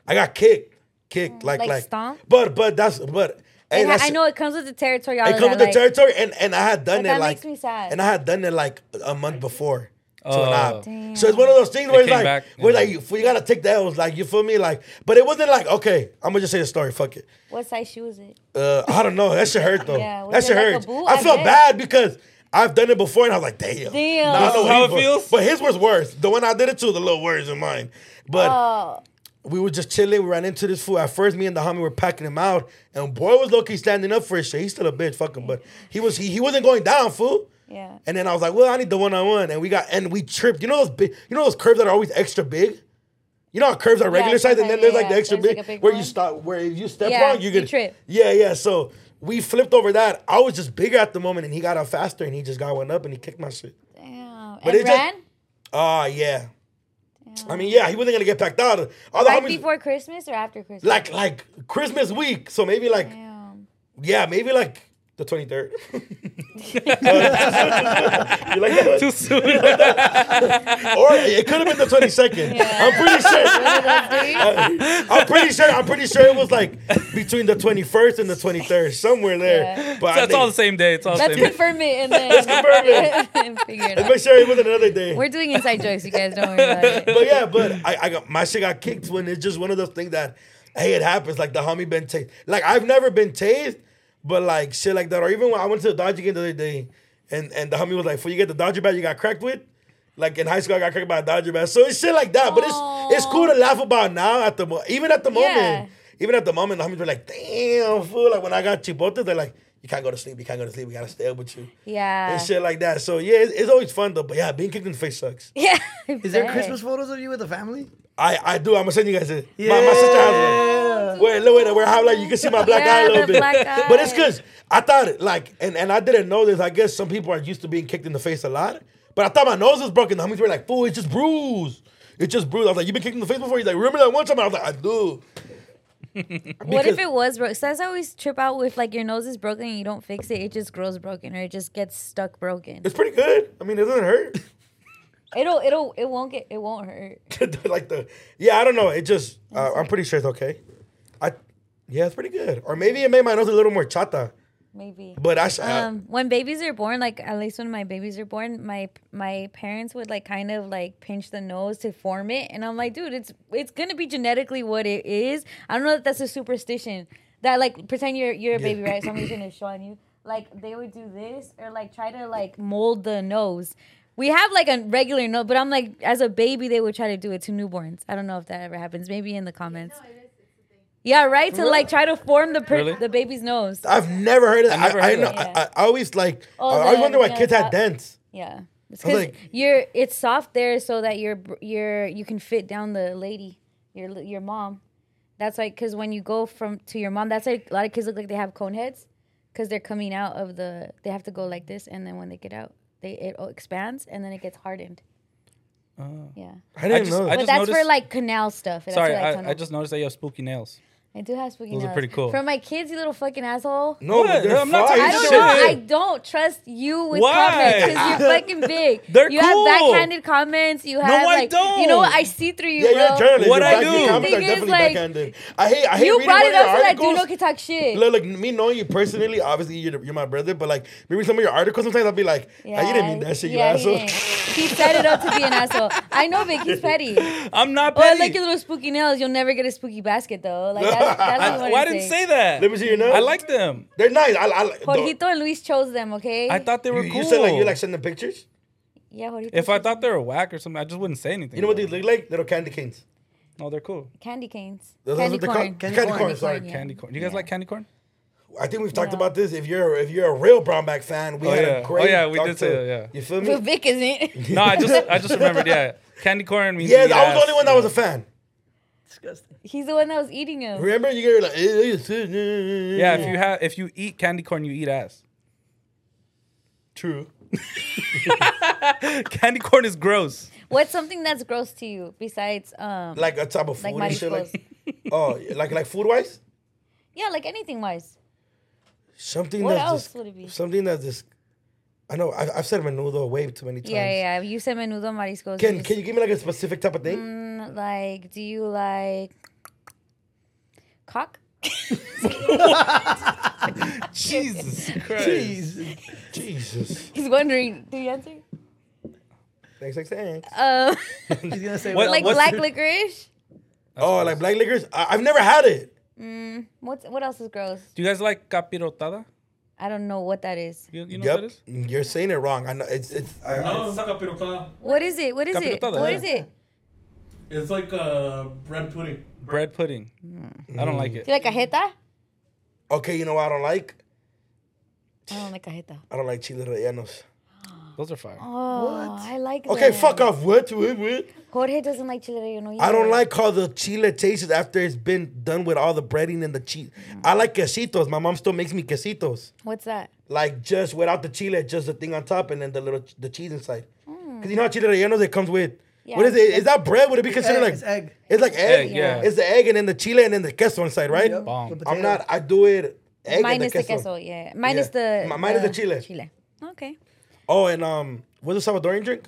E: I got kicked, kicked like
F: Mm. Like
E: like.
F: stomped?
E: But but that's but. Hey,
F: And I,
E: that's,
F: I know it comes with the territory. All
E: It
F: of
E: comes
F: that,
E: with the
F: like,
E: territory, and and I had done
F: But
E: it
F: that
E: like.
F: makes me sad.
E: And I had done it like a month before. To
D: Oh.
E: an op. So it's one of those things where
D: It
E: it's
D: came
E: like,
D: back,
E: where
D: yeah.
E: like you, you gotta take the L's, like you feel me, like. But it wasn't like okay, I'm gonna just say the story. Fuck it.
F: What size shoe is it?
E: Uh, I don't know. That shit hurt though.
F: Yeah, was
E: that
F: it
E: shit
F: like a
E: hurts.
F: boot?
E: I
F: I
E: felt
F: bet.
E: bad because I've done it before, and I was like, damn.
F: Damn.
E: Nah, I know
D: This is how
E: he
D: it
E: felt.
D: feels?
E: But his was worse. The one I did it to, the little worse than mine. But
F: Oh,
E: we were just chilling. We ran into this fool. At first, me and the homie were packing him out, and boy was low-key standing up for his shit. He's still a bitch, fuck him, but he was he, he wasn't going down, fool.
F: yeah.
E: And then I was like, well, I need the one-on-one, and we got and we tripped. You know those big, you know those curves that are always extra big. You know how curves are regular size, and then
F: sometimes,
E: there's
F: yeah,
E: like the
F: yeah.
E: extra
F: There's,
E: big,
F: like, a big
E: where you
F: one.
E: stop, where if you step
F: Yeah,
E: wrong, you
F: you
E: get
F: trip.
E: Yeah, yeah. So we flipped over that. I was just bigger at the moment, and he got out faster, and he just got one up, and he kicked my shit.
F: Damn.
E: But
F: and
E: it just-
F: ran
E: Ah, yeah. I mean, yeah, he wasn't gonna get packed out. All the
F: right
E: homies-
F: before Christmas or after Christmas?
E: like like Christmas week. So maybe like *laughs*
F: Damn.
E: yeah, maybe like the twenty
D: *laughs*
E: third. *laughs* you like that?
D: Too
E: *laughs*
D: soon.
E: Or it could have been the twenty second. I'm pretty sure. I'm pretty sure. I'm pretty sure it was like between the twenty first and the twenty third, somewhere there.
F: Yeah.
E: But I
D: That's all the
E: think-
D: same day. It's all the
F: Let's
D: same day.
F: confirm it and then Let's
E: confirm it.
F: *laughs* figure it
E: Let's
F: out.
E: make sure it wasn't another day.
F: We're doing inside jokes, you guys. Don't worry about it.
E: but yeah,
F: *laughs*
E: but I, I got my shit got kicked when it's just one of those things that hey, it happens. Like the homie been tased. Like I've never been tased, but like shit like that. Or even when I went to the Dodger game the other day, and and the homie was like, "For you get the Dodger bat, you got cracked with." Like in high school, I got cracked by a Dodger bat. So it's shit like that. But it's it's cool to laugh about now at the mo- even at the
F: Yeah.
E: moment. Even at the moment, the homies were like, "Damn, fool!" Like when I got chipotle, they're like, "You can't go to sleep. You can't go to sleep. We gotta stay up with you."
F: Yeah.
E: And
F: *laughs*
E: shit like that. So yeah, it's, it's always fun though. But yeah, being kicked in the face sucks.
F: Yeah.
I: Is there Christmas photos of you with the family?
E: I, I do. I'm gonna send you guys it. My, my sister has one. Wait, look, wait, we're how like you can see my black
F: Yeah,
E: eye a little
F: the
E: bit.
F: black
E: *laughs*
F: eye.
E: But it's cause I thought it like and, and I didn't know this. I guess some people are used to being kicked in the face a lot. But I thought my nose was broken. The homies were like, fool, it's just bruised. It just bruised. I was like, you've been kicked in the face before? He's like, remember that one time? I was like, I do.
F: *laughs* What if
E: Because-
F: it was broken? So that's how I always trip out with like your nose is broken and you don't fix it. It just grows broken or it just gets stuck broken.
E: It's pretty good. I mean, it doesn't hurt. *laughs*
F: It'll it'll it won't get it won't hurt.
E: like the yeah, I don't know. It just uh, I'm pretty sure it's okay. I yeah, it's pretty good. Or maybe it made my nose a little more chata.
F: Maybe.
E: But I, sh- I
F: um, when babies are born, like at least when my babies are born, my my parents would like kind of like pinch the nose to form it, and I'm like, dude, it's it's gonna be genetically what it is. I don't know if that's a superstition that like pretend you're you're a baby, right? Somebody's gonna show on you. Like they would do this or like try to like mold the nose. We have like a regular nose, but I'm like as a baby they would try to do it to newborns. I don't know if that ever happens. Maybe in the comments. Yeah, right. To like try to form the per-
D: Really?
F: the baby's nose.
E: I've never heard of that. I,
D: never
E: I,
D: heard
E: know,
D: of
F: that.
E: I, I always like.
F: Oh,
E: I always
F: the-
E: wonder why
F: yeah,
E: kids
F: top-
E: had dents.
F: Yeah. It's
E: I'm
F: because
E: like-
F: you're it's soft there so that your br- your you can fit down the lady, your l- your mom. That's like because when you go from to your mom, that's like a lot of kids look like they have cone heads because they're coming out of the they have to go like this and then when they get out, they it o- expands and then it gets hardened. yeah,
E: I didn't
D: just-
E: know.
D: I
F: but
D: Oh. just
F: that's for
D: noticed-
F: like canal stuff. That's
D: Sorry,
F: for, like,
D: I,
F: tunnel.
D: I just noticed that you have spooky nails.
F: I do have spooky
D: Those are
F: nails.
D: pretty cool.
F: For my kids, you little fucking asshole.
E: No,
D: What?
E: but they're
D: I'm not
E: fire.
D: talking
F: I don't
D: shit.
F: know. I don't trust you with
D: Why?
F: comments
E: *laughs*
F: because you're fucking big.
D: They're
F: you
D: cool.
F: have backhanded comments. You have
D: I
F: like you know what? I see through you,
E: Yeah, you're a
F: bro.
E: journalist.
D: What
E: Your
D: I
E: backhand
D: do.
E: Comments are
F: Thing is,
E: definitely
F: like,
E: backhanded. I hate. I hate
F: you
E: reading
F: brought
E: one
F: it
E: of your
F: up so that
E: articles.
F: dude can talk shit.
E: Look, look, me knowing you personally, obviously you're, you're my brother, but like maybe some of your articles sometimes I'll be like, "Ah, you didn't mean that shit,
F: yeah,
E: you asshole.
F: he didn't. He set it up to be an asshole. I know,
E: *laughs*
F: Vic. He's petty.
D: I'm not
F: Well, I
D: petty.
F: like your little spooky nails. You'll never get a spooky basket though.
E: *laughs*
F: Like that's, that's
D: I,
F: what
D: well, I didn't say that.
E: Let me see your nails.
D: I like them.
E: They're nice. I, I like.
F: Jorgito and Luis chose them. Okay.
D: I thought they
E: You,
D: were cool.
E: you said like you like sending pictures.
F: Yeah, Jorgito.
D: if I
F: chose
D: thought they were whack or something, I just wouldn't say anything.
E: You know what
D: about
E: these
D: it.
E: look like? Little candy canes.
D: No, they're cool.
F: candy canes,
E: That's
F: candy
E: what they're called.
F: corn,
E: Candy Candy corn, corn, sorry.
F: yeah.
D: Candy corn. You guys
F: Yeah.
D: like candy
E: *laughs*
D: corn?
E: I think we've talked
F: Yeah.
E: about this. If you're if you're a real Brownback fan, we
D: Oh,
E: had
D: yeah.
E: a
D: Oh,
E: great.
D: yeah, we
E: talk
D: did say
E: to-
D: that, yeah.
E: You feel
F: But
E: me? *laughs*
F: Vic isn't.
D: No, I just I just remembered. Yeah, candy corn means.
E: Yeah,
D: eat
E: I was the only
D: ass.
E: one that was a fan.
I: Disgusting.
F: He's the one that was eating him.
E: Remember, you get like, "Eh, eh, eh, eh, eh."
D: Yeah, if you have if you eat candy corn, you eat ass.
E: true.
D: *laughs* Candy corn is gross.
F: What's something that's gross to you besides um like,
E: Like a type of food and shit.
F: mariscos?
E: Like, oh, like like food wise,
F: yeah, like anything wise.
E: something
F: What
E: that's
F: else
E: just,
F: would it be?
E: something that's just. I know I've, I've said menudo way too many times.
F: Yeah, yeah, yeah. You said menudo mariscos.
E: Can
F: It's
E: can you give me like a specific type of thing?
F: Mm. like, do you like cock? *laughs* *laughs*
D: Jesus Christ.
I: Jeez.
E: Jesus.
F: He's wondering. Do you answer?
E: Thanks, thanks, thanks. *laughs*
F: Um, *laughs*
I: He's gonna say
D: What-
I: what?
F: like
D: what's-
F: black licorice.
E: oh, like black liquors. I, I've never had it.
F: What's what else is gross?
D: Do you guys like capirotada?
F: I don't know what that is.
D: You, you know what that
E: Yep,
D: is?
E: Mm, you're saying it wrong. I know it's it's. I,
F: What is it? What is it?
D: Capirotada,
F: What
D: yeah.
E: eh?
F: is it?
K: It's like uh, bread pudding.
D: Bread pudding. I don't like it.
F: Do you like cajeta? I
E: okay, you know what I don't like?
F: don't like cajeta.
E: I don't like chiles rellenos.
D: Those are fire.
F: Oh, I like.
E: Okay,
F: them.
E: fuck off. What? What? What?
F: Jorge doesn't like chile relleno.
E: I don't
F: either.
E: like how the chile tastes after it's been done with all the breading and the cheese.
I: Mm-hmm.
E: I like quesitos. My mom still makes me quesitos,
F: What's that?
E: like just without the chile, just the thing on top and then the little the cheese inside. Cause you know how chile rellenos it comes with. What
F: Yeah.
E: is it? Is that bread? Would it be considered
I: egg,
E: like?
I: Mm. it's egg.
E: It's like
D: Egg,
E: egg.
D: yeah.
E: It's the egg and then the chile and then the queso inside, right?
I: Yep,
D: Bomb.
I: with
E: I'm
I: potatoes.
E: not. I do it egg
F: Minus
E: and the queso.
F: yeah. Minus
E: Yeah.
F: the
E: Mi- minus the chile.
F: Chile. Okay.
E: Oh, and um, what's the Salvadorian drink?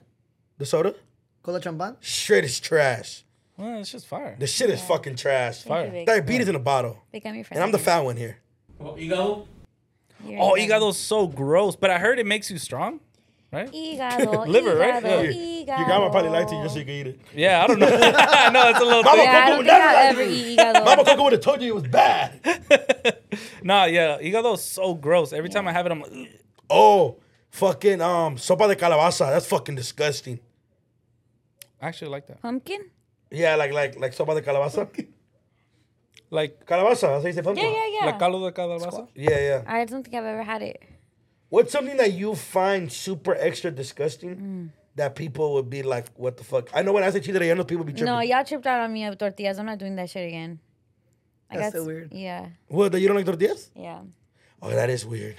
E: The soda.
I: Cola champan.
E: Shit is trash.
D: Well, it's just fire.
E: The shit is fucking trash.
D: Fire.
F: Vic.
E: Diabetes in a bottle.
F: They got me friends.
E: And I'm the fat one here.
K: Hígado.
F: You're
D: Oh,
F: right.
D: hígado's so gross, but I heard it makes you strong, right?
F: Hígado.
D: Liver,
F: Liver,
D: right?
F: right?
D: Yeah.
F: Hígado.
E: Your grandma probably liked it just so you could eat it.
D: Yeah, I don't know. *laughs* I know it's a little.
E: Mama
D: thing.
F: Yeah,
E: Coco
F: I don't
E: would
F: think I'll
E: never
F: ever
E: like it.
F: eat hígado.
E: Mama Coco would have told you it was bad.
D: *laughs* nah, yeah, higado's so gross. Every time I have it, I'm like, "Ugh."
E: Oh, fucking um, sopa de calabaza. That's fucking disgusting.
D: I actually like that.
F: Pumpkin?
E: Yeah, like like like sopa de calabaza.
D: Like,
E: Calabaza, that's how you say pumpkin.
F: Yeah, yeah, yeah.
D: la caldo de calabaza.
E: Yeah, yeah.
F: I don't think I've ever had it.
E: What's something that you find super extra disgusting that people would be like, what the fuck? I know when I say chile relleno, people be tripping.
F: No, y'all tripped out on me of tortillas. I'm not doing that shit again. I
I: That's
F: got-
I: so weird.
F: Yeah,
E: What, that you don't like tortillas?
F: yeah.
E: Oh, that is weird.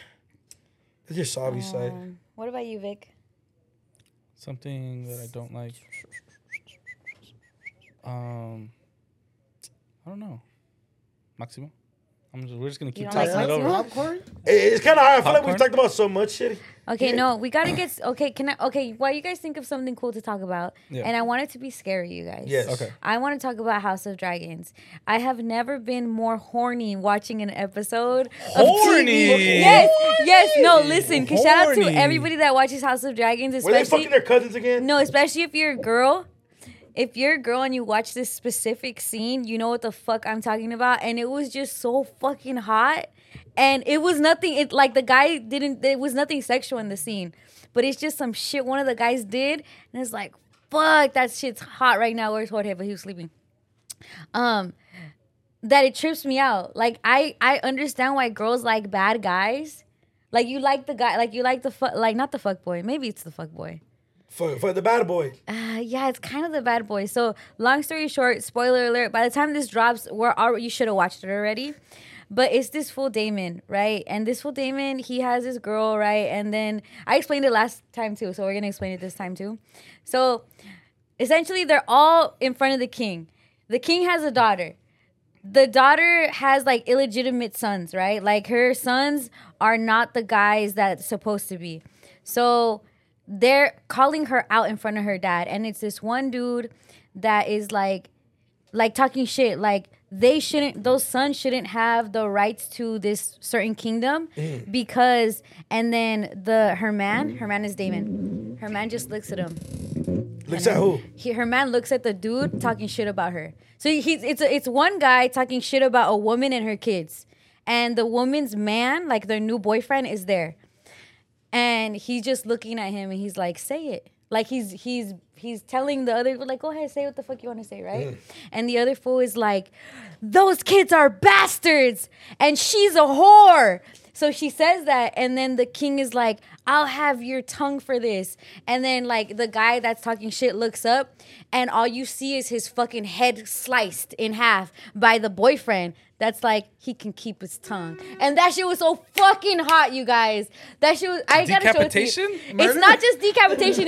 E: That's your sobby side.
F: Um, what about you, Vic?
D: Something that I don't like. Um, I don't know. Maximo, I'm just, we're just gonna keep
F: don't like
D: tossing it over.
F: Maximo?
I: Popcorn.
E: It- It's kind of hard. I feel like we've
D: Popcorn?
E: talked about so much shit.
F: Okay, no, we gotta get. s- Okay, can I? Okay, while you guys think of something cool to talk about,
D: Yeah.
F: and I want it to be scary, you guys.
E: Yes.
D: Okay.
F: I want to talk about House of Dragons. I have never been more horny watching an episode. Of
D: Horny?
F: TV. Yes, yes. No, listen. 'cause shout out to
D: Horny.
F: everybody that watches House of Dragons,
E: Were they
F: especially
E: fucking their cousins again?
F: no, especially if you're a girl. If you're a girl and you watch this specific scene, you know what the fuck I'm talking about. And it was just so fucking hot. And it was nothing, it like the guy didn't, there was nothing sexual in the scene. But it's just some shit one of the guys did. And it's like, fuck, that shit's hot right now. Where's Jorge? But he was sleeping. Um, that it trips me out. Like I, I understand why girls like bad guys. Like you like the guy, like you like the fuck, like not the fuck boy. Maybe it's the fuck boy.
E: For, for the bad boy.
F: Uh, yeah, it's kind of the bad boy. So, long story short, spoiler alert. By the time this drops, we're already you should have watched it already. But it's this fool Damon, right? And this fool Damon, he has this girl, right? And then I explained it last time too, so we're gonna explain it this time too. So, essentially, they're all in front of the king. The king has a daughter the daughter has like illegitimate sons, right? Like her sons are not the guys that's supposed to be. So they're calling her out in front of her dad. And it's this one dude that is like like talking shit. Like they shouldn't those sons shouldn't have the rights to this certain kingdom
G: Mm.
F: because and then the her man, her man is Damon. Her man just looks at him
E: Looks at who?
F: he, her man looks at the dude talking shit about her. So he's it's a, it's one guy talking shit about a woman and her kids, and the woman's man, like their new boyfriend, is there, and he's just looking at him and he's like, "Say it." Like he's he's he's telling the other like, "Go ahead, say what the fuck you want to say," right?
G: Mm.
F: And the other fool is like, "Those kids are bastards, and she's a whore." So she says that, and then the king is like, I'll have your tongue for this. And then, like, the guy that's talking shit looks up, and all you see is his fucking head sliced in half by the boyfriend that's like, he can keep his tongue. And that shit was so fucking hot, you guys. That shit was, I gotta show it to you.
D: Decapitation?
F: It's
D: Murder?
F: not just decapitation,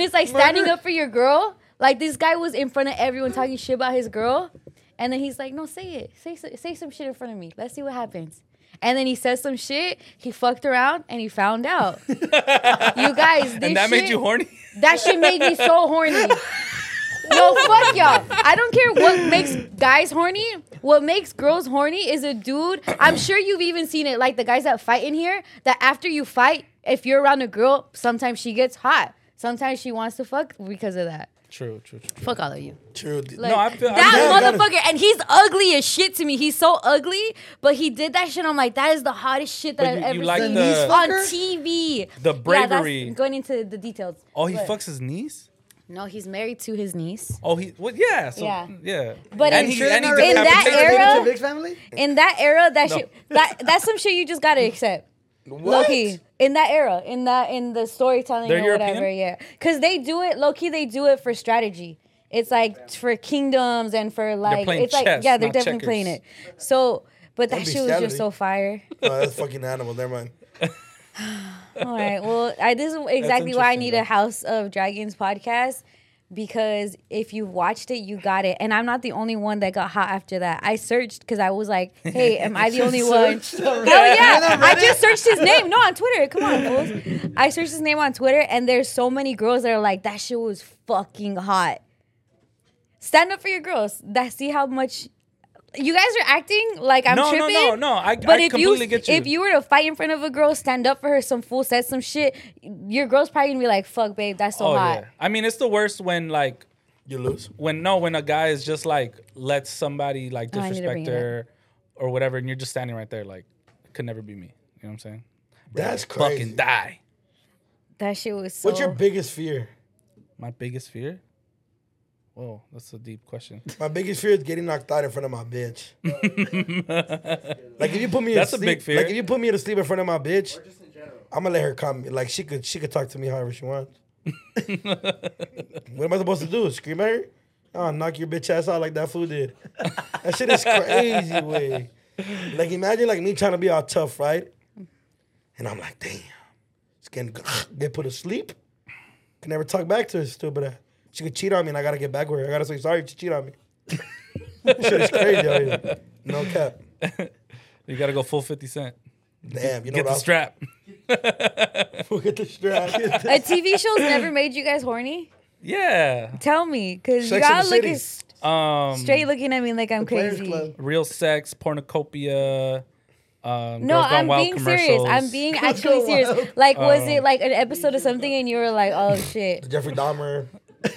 D: *laughs*
F: it's like standing
D: Murder?
F: up for your girl. Like, this guy was in front of everyone talking shit about his girl. And then he's like, no, say it. Say, so- say some shit in front of me. Let's see what happens. And then he says some shit. He fucked around and he
D: *laughs*
F: found out. you guys, this
D: and that
F: shit,
D: made you horny.
F: *laughs* That shit made me
D: *laughs*
F: so horny. Yo, fuck y'all. I don't care what makes guys horny. What makes girls horny is a dude. I'm sure you've even seen it, like the guys that fight in here. That after you fight, if you're around a girl, sometimes she gets hot. Sometimes she wants to fuck because of that.
D: True, true, true.
F: Fuck all of you.
E: True.
F: Like,
D: no, I feel
F: that
D: I feel-
F: motherfucker, and he's ugly as shit to me. He's so ugly, but he did that shit. I'm like, that is the hottest shit that
D: But
F: I've
D: you-
F: ever
D: you like
F: seen
D: the-
F: on TV.
D: The
F: Yeah, that's
D: bravery.
F: going into the details.
D: Oh, he
F: But-
D: fucks his niece.
F: No, he's married to his niece.
D: Oh, he well, yeah, so,
F: Yeah.
D: yeah,
F: But
D: and
F: in-
D: he, and he
F: in that
D: decapitated-
F: era,
I: Vic's family?
F: in that era, that
D: No.
F: shit, that that's some shit you just gotta accept. Low key, in that era, in that in the storytelling
G: They're
F: or whatever,
G: European?
F: yeah, because they do it low key. They do it for strategy. It's like for kingdoms and for like
E: playing
F: it's like
E: chess,
F: yeah, they're
E: not
F: definitely
E: checkers.
F: playing it. So, but that
E: That'd be
F: shit was just
E: strategy.
F: so fire.
E: *laughs* No, Oh, that's fucking animal. Never mind.
F: All right. Well, I, this is exactly why I need a House of Dragons podcast because if you watched it, you got it. And I'm not the only one that got hot after that. I searched because I was like, hey, am I the
G: You
F: only one?
G: searched
F: Hell
G: already?
F: yeah.
G: You're not
F: I
G: ready?
F: just searched his name. No, on Twitter. Come on, fools. I searched his name on Twitter, and there's so many girls that are like, that shit was fucking hot. Stand up for your girls. That see how much you guys are acting like I'm
D: No, no,
F: tripping.
D: no, no. I- I completely get you.
F: if you were to fight in front of a girl, stand up for her, some fool said some shit, your girl's probably gonna be like, "Fuck, babe, that's so hot."
D: Oh, I mean, it's the worst when like
E: you lose.
D: When no, when a guy is just like lets somebody like
F: Oh, I need to bring
D: disrespect
F: it
D: her or whatever, and you're just standing right there like, could never be me. You know what I'm saying?
E: That's
D: Rather
E: crazy.
D: Fucking die.
F: That shit was so.
E: What's your biggest fear?
D: My biggest fear? Whoa, that's a deep question.
E: My biggest fear is getting knocked out in front of
D: *laughs*
E: my bitch. like if you put me,
D: That's
E: to
D: a
E: sleep,
D: big fear.
E: Like if you put me to sleep in front of my bitch, I'm gonna let her come. Like she could, she could talk to me however she wants. what am I supposed to do? Scream at her? Oh, knock your bitch ass out like that fool did. That shit is crazy, way. Like imagine like me trying to be all tough, right? And I'm like, damn, it's getting *sighs* get put to sleep. Can never talk back to her stupid ass. She could cheat on me, and I gotta get back with her. I gotta say sorry. She cheated on me. shit is crazy out here. No cap.
D: You gotta go full 50
E: *laughs*
D: Cent.
E: Damn, you know
D: Get
E: what
D: the
E: I'll-
D: strap. *laughs*
E: Get the strap.
F: A TV
D: *coughs*
F: show's never made you guys horny.
D: Yeah.
F: Tell me, cause
D: Sex and
F: y'all
D: the
F: looking
D: City. Um,
F: straight looking at me like I'm crazy.
D: Real sex, pornocopia. Um,
F: No,
D: Girls Gone
F: I'm
D: Wild
F: being serious. I'm
D: commercials.
E: *laughs*
D: Um,
F: being actually serious. Like, was it like an episode of something and you were like,
D: *laughs*
F: oh shit?
E: Jeffrey Dahmer.
D: *laughs*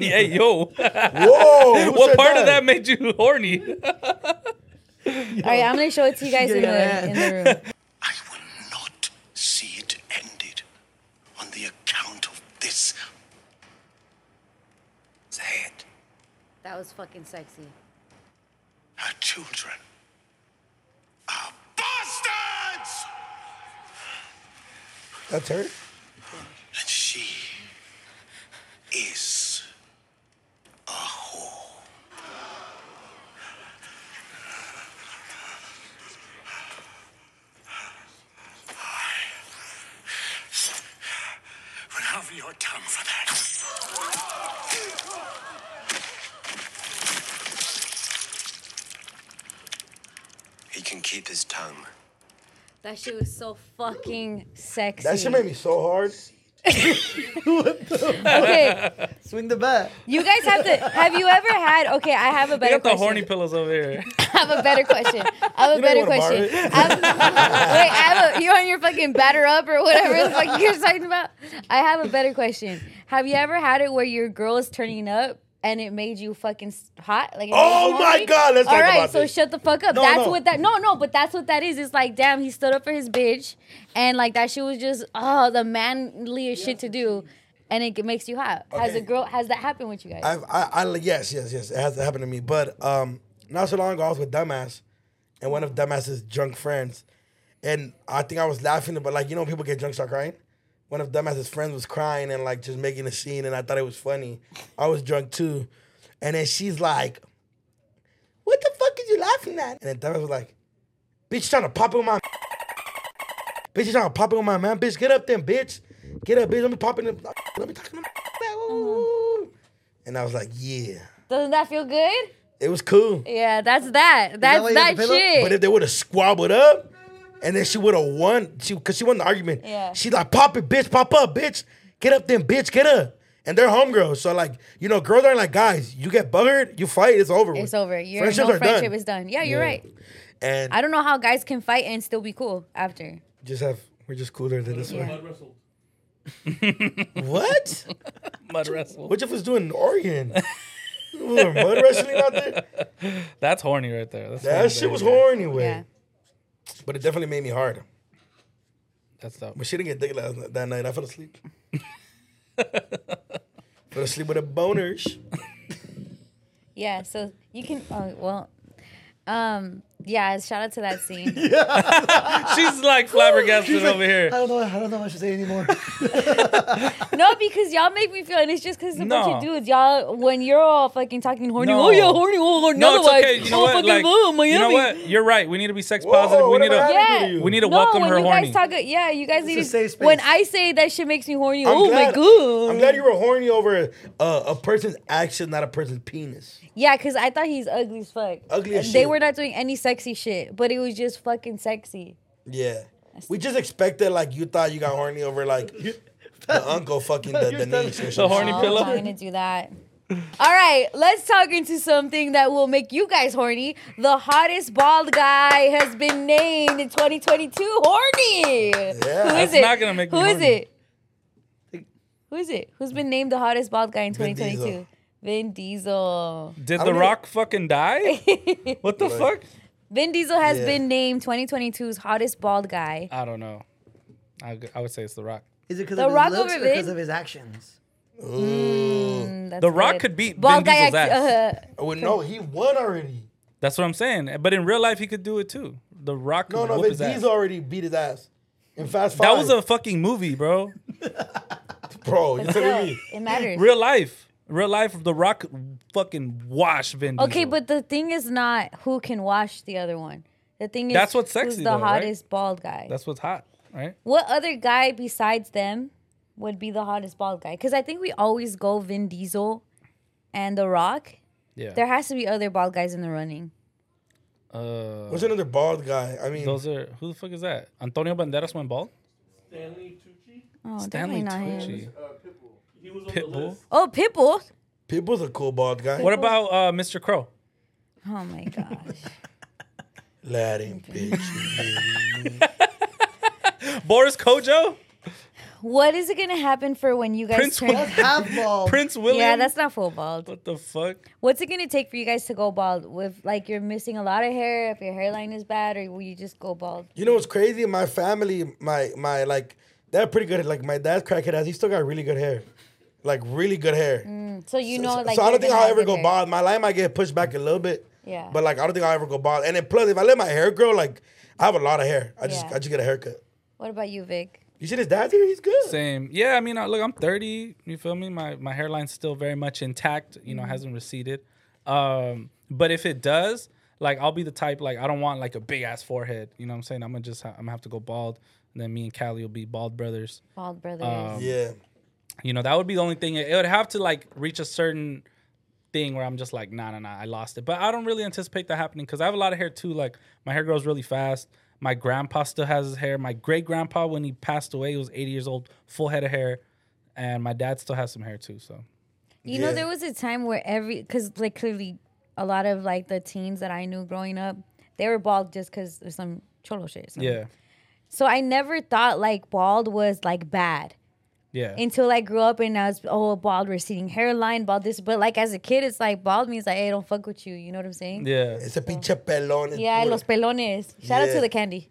D: yeah,
E: *laughs*
D: yo.
E: Whoa.
D: what
E: said
D: part of
E: that?
D: that made you horny?
F: All right, I'm gonna
D: *laughs*
F: show it to you guys in the, in the room.
L: see it ended on the account of this. head.
F: That was fucking sexy.
L: Her children are bastards!
E: That's her.
L: And she is a whore. I will have your tongue for that. can keep his tongue.
F: That shit was so fucking sexy.
E: That shit made me so hard.
F: Okay.
I: Swing the bat.
F: You guys have to. Have you ever had? Okay, I have a
D: They
F: better
D: got the
F: question.
D: horny pillows over
E: *laughs*
D: here.
F: I have a better question. I have a better question. I have, wait, I have a. You on your fucking batter up or whatever the fuck you guys talking about? I have a better question. Have you ever had it where your girl is turning up? And it made you fucking s- hot, like it made
E: Oh
F: you
E: my
F: horny?
E: God, let's
F: All
E: talk
F: right,
E: about
F: so
E: this.
F: shut the fuck up.
E: No,
F: that's
E: no.
F: what that. No, no, but that's what that is. It's like, damn, he stood up for his bitch, and like that shit was just oh the manliest shit to do, and it g- makes you hot. Has
E: Okay.
F: a girl? Has that happened with you guys?
E: I've, I, I, yes, yes, yes. It has happened to me. But um, not so long ago, I was with Dumbass, and one of Dumbass's drunk friends, and I think I was laughing, but like you know, when people get drunk, start crying. One of Dumbass's friends was crying and like just making a scene, and I thought it was funny. I was drunk too, and then she's like, "What the fuck is you laughing at?" And then Dumbass was like, "Bitch, you trying to pop it with my." Bitch, you trying to pop it with my man. Bitch, get up then, bitch. Get up, bitch. Let me pop in. The, let me talk to my And I was like, yeah.
F: Doesn't that feel good?
E: It was cool.
F: Yeah, that's that. That's
E: why you
F: that,
E: had the pillow?
F: shit.
E: But if they would have squabbled up, and then she would have won, she because she won the argument.
F: Yeah.
E: She like pop it, bitch, pop up, bitch, get up, then bitch, get up. And they're homegirls, so like you know, girls aren't like guys. You get buggered, you fight, it's over. with.
F: it's over. Your
E: Friendships
F: no
E: are
F: friendship
E: done.
F: is done. Yeah, you're
E: Yeah.
F: right.
E: And
F: I don't know how guys can fight and still be cool after.
E: just have we're just cooler than this
F: Yeah.
E: one.
M: *laughs*
F: *laughs*
E: What?
D: Mud wrestle.
E: What if was doing in Oregon? *laughs* We were mud wrestling out there.
D: That's horny right there. That's horny,
E: That shit was
D: baby.
E: horny, way.
F: Yeah.
E: But it definitely made me hard.
D: That's dope.
E: But she didn't get dick last night, that night. I fell asleep. *laughs* fell asleep with a boners.
F: Yeah, so you can oh well um yeah, shout out to that
E: *laughs*
F: scene.
D: She's like flabbergasted
I: She's like,
D: over here.
I: I don't know. I don't know what to say anymore.
F: no, because y'all make me feel and it's just cause it's a
D: No.
F: bunch of dudes. Y'all when you're all fucking talking horny,
D: No.
F: oh yeah, horny, oh horny,
D: No, it's
F: otherwise,
D: okay. You know
F: oh,
D: what?
F: fucking
D: Like,
F: oh, Miami.
D: you know what? You're right. We need to be sex positive. We
E: what
D: need
E: am I
D: to.
E: having?
F: Yeah.
E: do to you?
D: We need to
F: no,
D: welcome
F: when
D: her
F: you
D: horny.
F: guys talk yeah, you guys need
I: a
F: to
I: safe space.
F: when I say that shit makes me horny,
E: I'm
F: oh my
E: glad-
F: god.
E: I'm glad you were horny over a, a person's action, not a person's penis.
F: Yeah, because I thought he's ugly as fuck.
E: Ugly as
F: They
E: shit.
F: were not doing any sexy shit, but it was just fucking sexy.
E: Yeah. We just expected like you thought you got horny over like the
M: Uh-huh.
E: uncle
D: *laughs*
E: fucking the, the niece or
D: The
E: something.
D: horny
F: Oh,
D: pillow.
F: I'm gonna do that. All right, let's talk into something that will make you guys horny. The hottest bald guy has been named in 2022 horny. Who is
E: That's
F: it?
D: not gonna make me
F: Who is
D: horny.
F: it? Who is it? Who's been named the hottest bald guy in
E: Vin
F: 2022?
E: Diesel.
F: Vin Diesel.
D: Did
E: I
D: The
E: don't
D: Rock fucking
F: *laughs*
D: die? *laughs* What the fuck?
F: Vin Diesel has
E: Yeah.
F: been named 2022's hottest bald guy.
D: I don't know. I, g- I would say it's The Rock.
I: Is it because
F: The
I: of
F: Rock
I: his looks or
F: over
I: because
F: Vin?
I: of his actions?
F: Mm, that's
D: The Rock
F: good.
D: could beat
F: bald
D: Vin
F: guy.
D: Diesel's
F: act-
D: ass.
I: *laughs*
F: uh,
E: Well, Oh, no, he won already.
D: That's what I'm saying. But in real life, he could do it too. The Rock could
E: No, no,
D: whoop
E: but
D: his ass.
E: he's already beat his ass. In Fast Five.
D: That was a fucking movie, bro.
E: bro. You
F: yeah,
E: telling me?
F: it matters.
D: Real life. Real life, The Rock fucking wash Vin Diesel.
F: Okay, but the thing is not who can wash the other one. The thing is
D: That's what's
F: who's
D: sexy
F: the
D: though, right?
F: hottest bald guy.
D: That's what's hot, right?
F: what other guy besides them would be the hottest bald guy? Because I think we always go Vin Diesel and The Rock.
D: Yeah.
F: There has to be other bald guys in the running.
D: Uh,
E: What's another bald guy? I mean,
D: those are who the fuck is that? Antonio Banderas went bald.
K: Stanley Tucci.
F: Oh,
D: Stanley
F: definitely not him.
D: Tucci.
K: Uh, Pitbull. He was on the
D: Pitbull.
K: list.
F: Oh, Pitbull.
E: Pitbull's a cool bald guy.
D: What about uh, Mr. Crow?
F: Oh my gosh. *laughs*
E: Latin bitch?
D: Boris Kojo?
F: what is it gonna happen for when you guys
D: Prince
F: turn?
D: William.
I: Half ball.
D: *laughs* Prince William?
F: *laughs* Yeah, that's not full bald.
D: What the fuck?
F: What's it gonna take for you guys to go bald? With like you're missing a lot of hair, if your hairline is bad, or will you just go bald?
E: You know what's crazy? My family, my my like, they're pretty good. Like my dad's crackhead ass, he still got really good hair, like really good hair.
F: So you know, Mm. like
E: so I don't
F: you're
E: think
F: gonna
E: I'll
F: have
E: ever
F: good
E: go
F: hair.
E: bald. My line might get pushed back a little bit.
F: Yeah.
E: But like I don't think I'll ever go bald. And then plus, if I let my hair grow, like I have a lot of hair. I just
F: Yeah.
E: I just get a haircut.
F: What about you, Vic?
E: You see his dad's here? He's good.
D: Same. Yeah, I mean, I- look, I'm 30. You feel me? My my hairline's still very much intact. You know, hasn't receded. Um, but if it does, like, I'll be the type like I don't want like a big ass forehead. You know what I'm saying? I'm gonna just ha- I'm gonna have to go bald, and then me and Callie will be bald brothers.
F: Bald brothers.
D: Um,
E: Yeah.
D: You know, that would be the only thing. It would have to like reach a certain thing where I'm just like, nah, nah, nah, I lost it. But I don't really anticipate that happening because I have a lot of hair too. Like my hair grows really fast. My grandpa still has his hair. My great grandpa, when he passed away, he was 80 years old, full head of hair, and my dad still has some hair too. So
F: You know, there was a time where every, because like clearly a lot of like the teens that I knew growing up, they were bald just because there's some cholo shit. so-
D: yeah,
F: So I never thought like bald was like bad
D: yeah,
F: until I grew up and I was, oh, bald receding hairline, bald this. But like as a kid, it's like bald means like, hey, don't fuck with you. You know what I'm saying?
D: yeah.
E: It's a pinche pelón.
F: Yeah, los pelones. Shout out
E: Yeah.
F: to the
D: *laughs*
F: candy.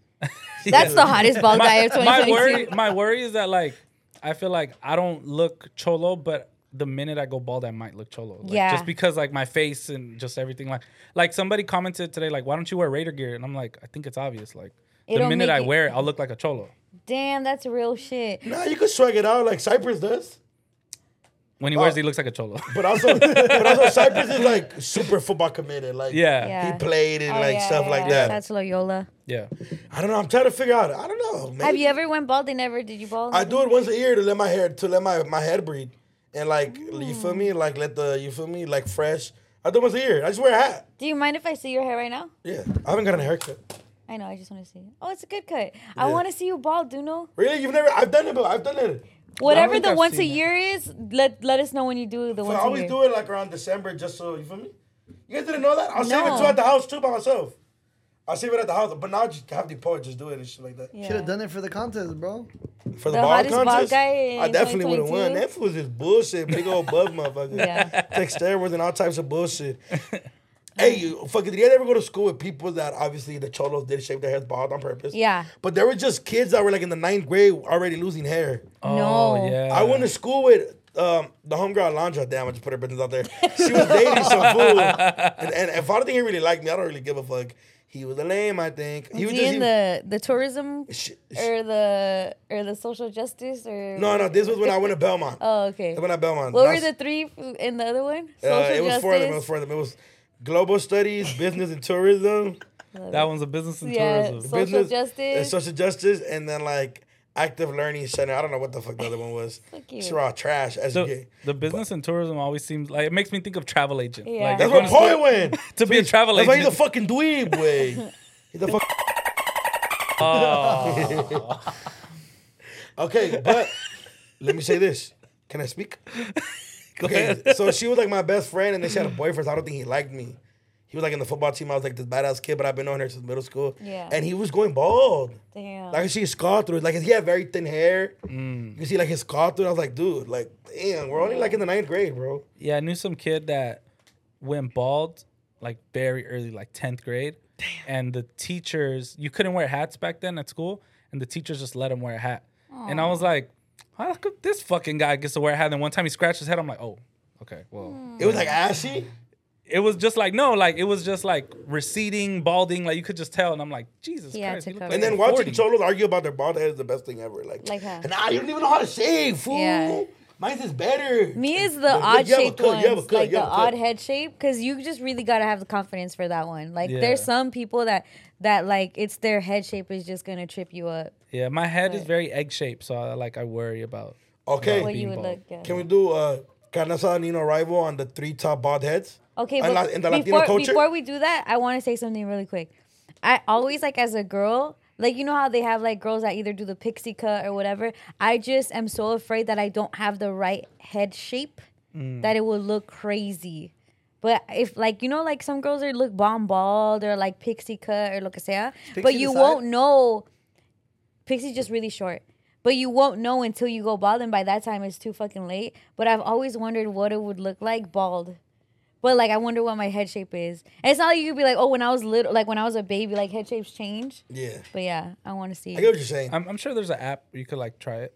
F: That's the hottest bald guy of
D: my
F: 2022.
D: worry, my worry is that like I feel like I don't look cholo, but the minute I go bald, I might look cholo. Like,
F: Yeah.
D: Just because like my face and just everything, like like somebody commented today, like why don't you wear Raider gear? And I'm like, I think it's obvious. Like
F: It
D: the
F: don't
D: minute
F: make
D: I
F: it-
D: wear it, I'll look like a cholo.
F: Damn, that's real shit.
E: Nah, you could swag it out like Cypress does.
D: When he wears, it, he looks like a cholo. *laughs*
E: But also, but also Cypress is like super football committed. Like
D: Yeah.
F: Yeah.
E: he played and
F: Oh,
E: like
F: yeah,
E: stuff
F: yeah,
E: like
F: yeah.
E: that.
F: That's Loyola.
D: yeah.
E: I don't know. I'm trying to figure out. I don't know. Maybe
F: Have you ever went bald? They never did you bald?
E: I do it once a year to let my hair to let my, my head breathe and like you feel
F: Mm.
E: me like let the you feel me like fresh. I do it once a year. I just wear a hat.
F: Do you mind if I see your hair right now?
E: Yeah, I haven't gotten a haircut.
F: I know. I just want to see. it. Oh, it's a good cut. I want to see you bald, Duno.
E: Really, you've never? I've done it, but I've done it.
F: Whatever
D: think
F: the
D: I've
F: once a
D: seen it.
F: year is, let let us know when you do the
E: But I
F: once a
E: always
F: year.
E: do it like around December, just so you feel me. You guys didn't know that? I'll save it too
F: No.
E: at the house too by myself. I'll save it at the house, but now I just have the poet just do it and shit like that.
I: Should have
F: Yeah.
I: done it for the contest, bro.
E: For the,
F: The
E: ball
F: hottest bald
E: contest,
F: guy
E: I
F: in
E: definitely would have
F: 2022?
E: won. That fool was just bullshit, big old buff motherfucker. *laughs*
F: *laughs* Yeah.
E: Take steroids and all types of bullshit. hey, you fucking did you ever go to school with people that obviously the cholos did shave their heads bald on purpose?
F: Yeah.
E: But there were just kids that were like in the ninth grade already losing hair.
F: No.
D: Oh, yeah.
E: I went to school with um, the homegirl Alondra. Damn, I just put her business out there. She was dating
D: *laughs*
E: some fool, and, and if I don't think he really liked me, I don't really give a fuck. He was a lame, I think. He
F: Is
E: was
F: he
E: just
F: in the the tourism
E: he- sh- sh-
F: or the or the social justice or?
E: no, no. This was when I went to Belmont.
F: Oh, okay.
E: When I Belmont.
F: What
E: Not-
F: were the three f- in the other one? Social
E: Uh, it was
F: justice.
E: for them. It was for them. It was global studies, business and tourism,
D: That one's a business and
F: Yeah,
D: tourism.
F: so- Social
E: business, and
F: justice.
E: social justice, and then like active learning center. I don't know what the fuck the other one was.
F: *laughs* Fuck you.
E: It's raw trash. As
D: the,
E: you get.
D: the business and tourism always seems like it makes me think of travel agent.
F: Yeah.
D: Like,
E: That's
D: going to
E: where
D: school-
E: Poi went.
D: to be a travel
E: That's why he's a
D: agent.
E: fucking dweeb. Way. He's a fuck. *laughs*
D: Oh.
E: okay, but let me say this. Can I speak? Okay, so she was like my best friend, and then she had a boyfriend. So I don't think he liked me. He was like in the football team. I was like this badass kid, but I've been on her since middle school.
F: Yeah.
E: And he was going bald.
F: Damn.
E: Like she scar through. it. Like he had very thin hair.
D: Mm.
E: You can see like his scar through. it. I was like, dude, like damn, we're only like in the ninth grade, bro.
D: Yeah, I knew some kid that went bald like very early, like 10th grade. And the teachers, you couldn't wear hats back then at school, and the teachers just let him wear a hat. And I was like, how come this fucking guy gets to wear a hat? And one time he scratched his head, I'm like, oh, okay, well.
E: It was like ashy.
D: It was just like, no, like, it was just like receding, balding, like you could just tell. And I'm like, Jesus
F: Yeah,
D: Christ.
F: to
D: he looked
F: cover
D: like
E: And
F: it.
E: then
D: he's
E: watching
D: 40.
E: cholos argue about their bald head is the best thing ever. Like,
F: Like how?
E: and I you don't even know how to shave, fool.
F: Yeah.
E: Mine's is better.
F: Me is the
E: Yeah, you have a
F: odd shaped
E: cut, you
F: ones,
E: have a cut,
F: like
E: you
F: the
E: have a cut.
F: odd head shape, because you just really gotta have the confidence for that one. Like there's
D: Yeah.
F: some people that that like it's their head shape is just gonna trip you up.
D: Yeah, my head is
F: But-
D: very egg shaped, so I, like I worry about.
E: Okay.
F: What
D: Being
F: you would
D: bald.
F: look. Yeah.
E: Can we do uh Carnaza Nino Rival on the three top bald heads?
F: Okay,
E: And
F: but
E: la- and the Latino
F: before,
E: culture?
F: before we do that, I want to say something really quick. I always like as a girl, like you know how they have like girls that either do the pixie cut or whatever. I just am so afraid that I don't have the right head shape that it will look crazy. But if like you know like some girls are look bomb bald or like pixie cut or lo que sea, but
I: pixie
F: you
I: the
F: won't
I: side?
F: know. Pixie's just really short. But you won't know until you go bald, and by that time it's too fucking late. But I've always wondered what it would look like bald. But like, I wonder what my head shape is. And it's not like you could be like, oh, when I was little, like when I was a baby, like head shapes change.
E: Yeah.
F: But yeah, I want to see.
E: I get what you're saying.
D: I'm, I'm sure there's an app where you could like try it.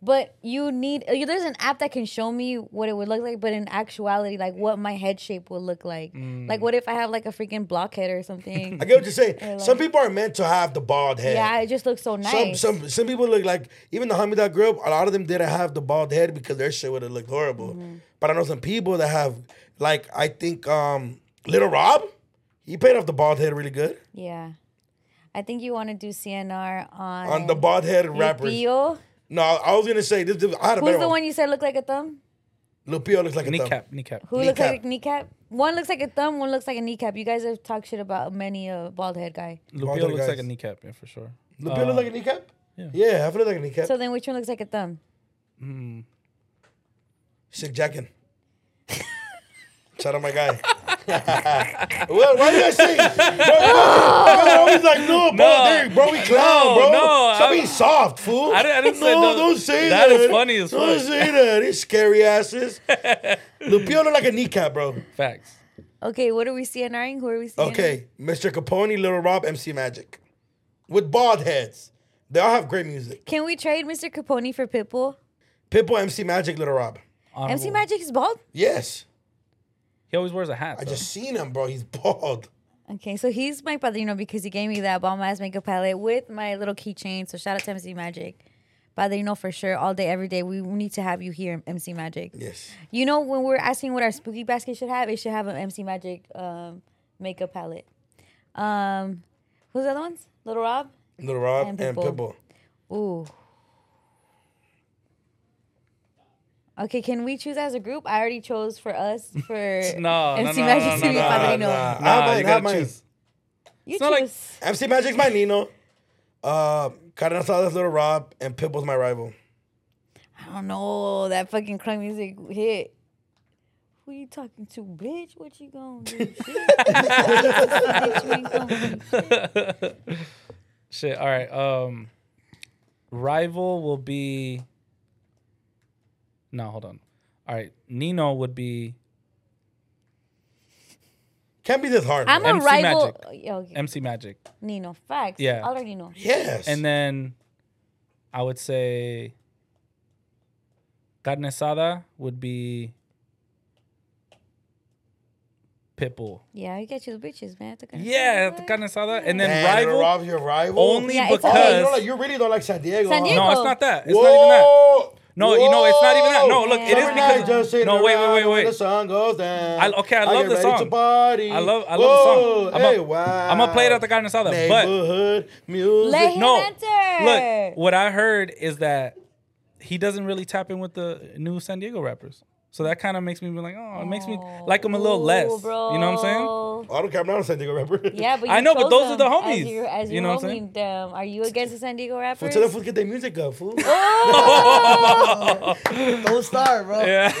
F: But you need uh, there's an app that can show me what it would look like, but in actuality, like what my head shape will look like. Like what if I have like a freaking blockhead
E: *laughs*
F: or something?
E: I get what you're saying.
F: Or like-
E: some people are meant to have the bald head.
F: yeah, it just looks so nice.
E: Some some some people look like even the homie that grew up. A lot of them didn't have the bald head because their shit would have looked horrible.
F: Mm-hmm.
E: But I know some people that have like I think um Little Rob, he paid off the bald head really good
F: yeah, I think you want to do CNR on
E: on the bald head rappers.
F: Lupillo.
E: No, I was gonna say this. this I had a
F: Who's
E: better
F: the one you said looked like a thumb?
E: Lupio looks like a
D: Kneecap,
E: thumb.
D: kneecap.
F: Who looks like a kneecap? One looks like a thumb, one looks like a kneecap. You guys have talked shit about many a bald head guy.
D: Lupio looks like a kneecap, yeah, for sure.
E: Lupio
D: Uh,
E: looks like a kneecap.
D: Yeah.
E: Yeah, I feel like a kneecap.
F: So then which one looks like a thumb?
D: Mm.
E: Sick Jackin. Shout out my guy. *laughs* well, why did I say? Bro, bro, always like, no, bro,
D: No.
E: there, bro, we clown,
D: No,
E: bro.
D: no,
E: Stop
D: I-
E: being soft, fool.
D: I didn't- I didn't
E: no,
D: say no.
E: don't say
D: That
E: that.
D: is funny as
E: Don't
D: fuck.
E: say that. These scary
D: *laughs*
E: asses. Lupio look like a kneecap, bro.
D: Facts.
F: Okay, what are we CNRing? Who are we CNRing?
E: Okay, Mr. Capone, Little Rob, MC Magic, with bald heads. They all have great music.
F: Can we trade Mr. Capone for Pitbull?
E: Pitbull, MC Magic, Little Rob.
F: MC Magic is bald?
E: Yes,
D: He always wears a hat.
E: I
D: though.
E: just seen him, bro. He's bald.
F: Okay, so he's my padrino because he gave me that bomb ass makeup palette with my little keychain. So shout out to MC Magic. Padrino for sure, all day, every day. We need to have you here, MC Magic.
E: Yes.
F: You know, when we're asking what our spooky basket should have, it should have an MC Magic um, makeup palette. Um, who's the other ones? Little Rob?
E: Little Rob
F: And
E: and
F: Pitbull.
E: Pitbull.
F: Ooh. Okay, can we choose as a group? I already chose for us for
D: No, no,
F: MC
D: no,
F: Magic
D: no,
F: to
D: no,
F: be
D: no,
F: padrino.
E: Nah,
D: Nah, Ah,
E: I
D: you
E: might,
D: gotta
E: I might.
D: choose.
F: You
D: not like-
F: choose.
E: MC Magic's my Nino. Uh, Karen Asada's Little Rob and Pitbull's my rival.
F: I don't know that fucking crunk music hit. Who you talking to, bitch? What you gonna do?
E: *laughs*
F: shit? Bitch, you ain't gonna
D: *laughs*
F: do shit.
D: Shit. All right. Um, rival will be. No, hold on. All right. Nino would be
E: Can't be this hard.
F: I'm
E: bro.
F: a
D: MC
F: rival.
D: Magic.
F: Oh, yeah, okay.
D: MC Magic,
F: Nino, facts.
D: Yeah.
F: already know.
E: yes.
D: and then I would say carne asada would be Pitbull.
F: Yeah, you get you the bitches, man. Took a-
D: Yeah, carne asada, and then
E: Man, Little
D: rival.
E: Rob, your rival.
D: only
F: Yeah, it's
D: because
E: Oh, you,
F: because-
E: don't like, you really don't like San Diego.
F: San
E: huh?
F: Diego.
D: no, it's not that. It's
E: Whoa.
D: not even that. No, you know, it's not even that. No, look,
F: it is
E: Summer
F: because-
E: night just sitting
D: No, wait, wait, wait,
E: around when
D: wait.
E: The sun goes down.
D: I- okay, I love
E: get
D: the
E: ready to
D: song.
E: party.
D: I love, I love
E: Whoa,
D: the song. I'm
E: hey,
D: gonna
E: wow.
D: play it at the carne asada, but
E: neighborhood music.
F: Let him
D: no.
F: enter.
D: Look, what I heard is that he doesn't really tap in with the new San Diego rappers. So that kind of makes me be like, oh, it makes me like him a little
F: Ooh,
D: less. You know what I'm saying?
E: Oh, I don't care. I'm not a San Diego rapper. *laughs*
F: Yeah, but you
D: I know, but
F: chose
D: those are the
F: them as
D: homies.
F: your- as
D: You
F: your
D: know what I'm
F: homie,
D: saying?
F: damn. are you against the San Diego
E: Fool,
F: rappers? *laughs* Oh,
E: Tell the fool to get their music up, fool. *laughs*
I: Don't start, bro.
D: Yeah.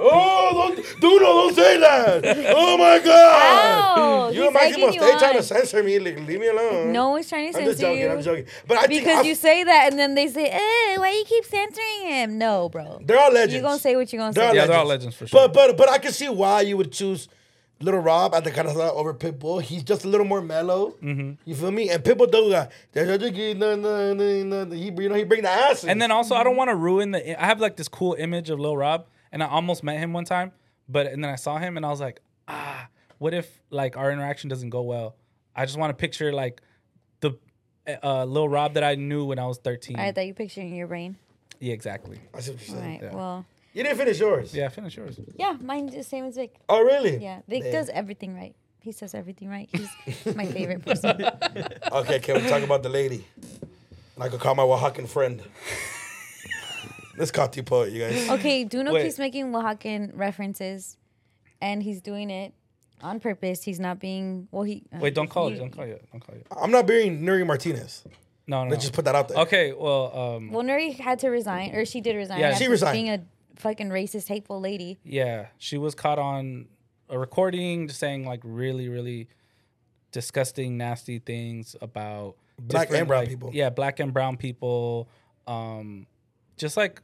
E: oh, don't, dude, don't say that. Oh my God.
F: Ow,
E: You're
F: Oh, he's
E: Maximo.
F: egging you
E: They trying
F: on.
E: to censor me. Like, leave me alone.
F: No one's trying to
E: I'm
F: censor
E: just joking.
F: you.
E: I'm joking. But I think
F: Because
E: I've-
F: you say that, and then they say, "Eh, why you keep censoring him?" No, bro.
E: they're all legends.
F: You gonna say what you gonna
E: They're all,
F: say?
D: Yeah,
E: legends.
D: they're all legends for sure.
E: But but but I can see why you would choose Little Rob at the Carasada over Pitbull. He's just a little more mellow.
D: Mm-hmm.
E: You feel me? And Pitbull do that. He you know he bring the ass.
D: And then also, I don't want to ruin the. I have like this cool image of Lil Rob, and I almost met him one time, but and then I saw him, and I was like, ah, what if like our interaction doesn't go well? I just want to picture like the uh, Lil Rob that I knew when I was thirteen.
F: All right, that you picturing your brain.
D: yeah, exactly.
E: I see what you're
F: All
E: saying.
F: right,
D: Yeah.
F: well,
E: You didn't finish yours.
D: Yeah, finish yours.
F: yeah, mine's the same as Vic.
E: Oh really?
F: Yeah, Vic
E: Yeah.
F: does everything right. He says everything right. He's my favorite person.
E: Okay, can we talk about the lady? And I could call my Oaxacan friend. Let's call Tipo, you guys.
F: Okay, Duno
D: Wait.
F: keeps making Oaxacan references, and he's doing it on purpose. He's not being well. He uh,
D: Wait, don't call it.
F: you-
D: Don't call it. Don't call it.
E: I'm not bearing Nuri Martinez.
D: No, no.
E: Let's
D: no.
E: just put that out there.
D: Okay, well, um,
F: Well, Nuri had to resign, or she did resign.
D: Yeah,
E: she
F: after
E: resigned.
F: Being a fucking racist, hateful lady.
D: yeah, she was caught on a recording just saying like really, really disgusting, nasty things about
E: Black
D: different,
E: and brown
D: like-
E: people.
D: Yeah, black and brown people. Um, just like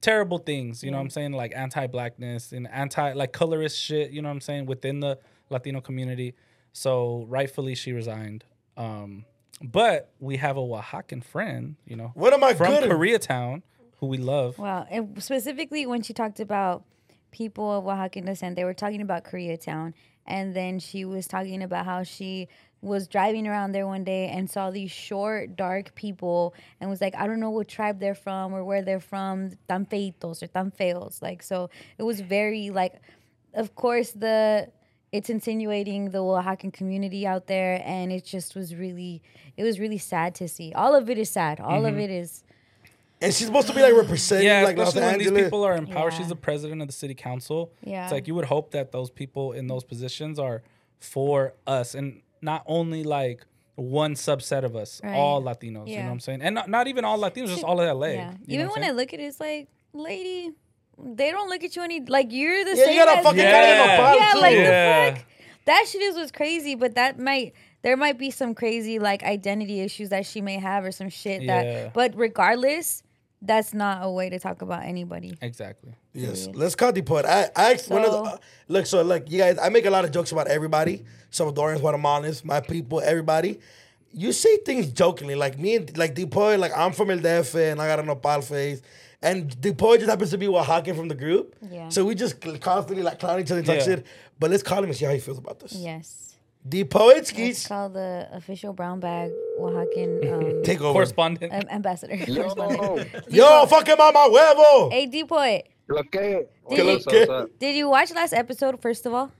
D: terrible things, you know what I'm saying? Like anti blackness and anti, like colorist shit, you know what I'm saying? Within the Latino community. So rightfully, she resigned. Um, but we have a Oaxacan friend, you know,
E: What am I
D: from
E: good?
D: Koreatown who we love.
F: Wow, and specifically when she talked about people of Oaxacan descent, they were talking about Koreatown, and then she was talking about how she was driving around there one day and saw these short, dark people, and was like, I don't know what tribe they're from or where they're from, tan feitos or tan feos, like so. It was very like, of course the. It's insinuating the Oaxacan community out there, and it just was really, it was really sad to see. All of it is sad. All of it is
E: And she's supposed to be like representing
D: yeah,
E: like Los
D: especially when
E: Angeles.
D: these people are in power. She's the president of the city council.
E: Yeah.
D: It's like you would hope that those people in those positions are for us and not only like one subset of us,
F: Right.
D: all Latinos. You know
F: Yeah.
D: what I'm saying? And not, not even all Latinos, just all of LA.
F: Yeah.
D: You
F: Even
D: know what
F: when
D: I'm
F: I look at it, it's like, lady, they don't look at you any like you're the
E: Yeah, you
F: same.
E: gotta
F: as
E: fucking
F: them.
E: cut him a pile,
F: Yeah,
E: too.
F: like
D: Yeah.
F: the fuck. That shit is what's crazy, but that might there might be some crazy like identity issues that she may have or some shit
E: Yeah.
F: that. But regardless, that's not a way to talk about anybody.
E: *laughs*
D: Exactly.
E: Yes, let's cut the pod. I, I asked one of the,
F: So-
E: uh, look. So look, you guys, I make a lot of jokes about everybody. Salvadorians, Guatemalans, my people, everybody. You say things jokingly, like me and like Depoy. Like I'm from El DF, and I got a nopal face. And Depoy just happens to be Oaxacan from the group.
F: Yeah.
E: So we just cl- constantly like clown each other and talk
D: Yeah.
E: shit. But let's call him and see how he feels about this.
F: Yes.
E: Depoyski,
F: It's called the official brown bag
D: *laughs*
F: Oaxacan um,
E: take over.
D: Correspondent.
F: am-
D: *laughs*
F: ambassador. correspondent.
E: Yo, fucking mama huevo.
F: Hey, D Poet,
H: Okay,
F: Did
H: what's
F: you,
H: up, what's up?
F: did you watch last episode? First of all,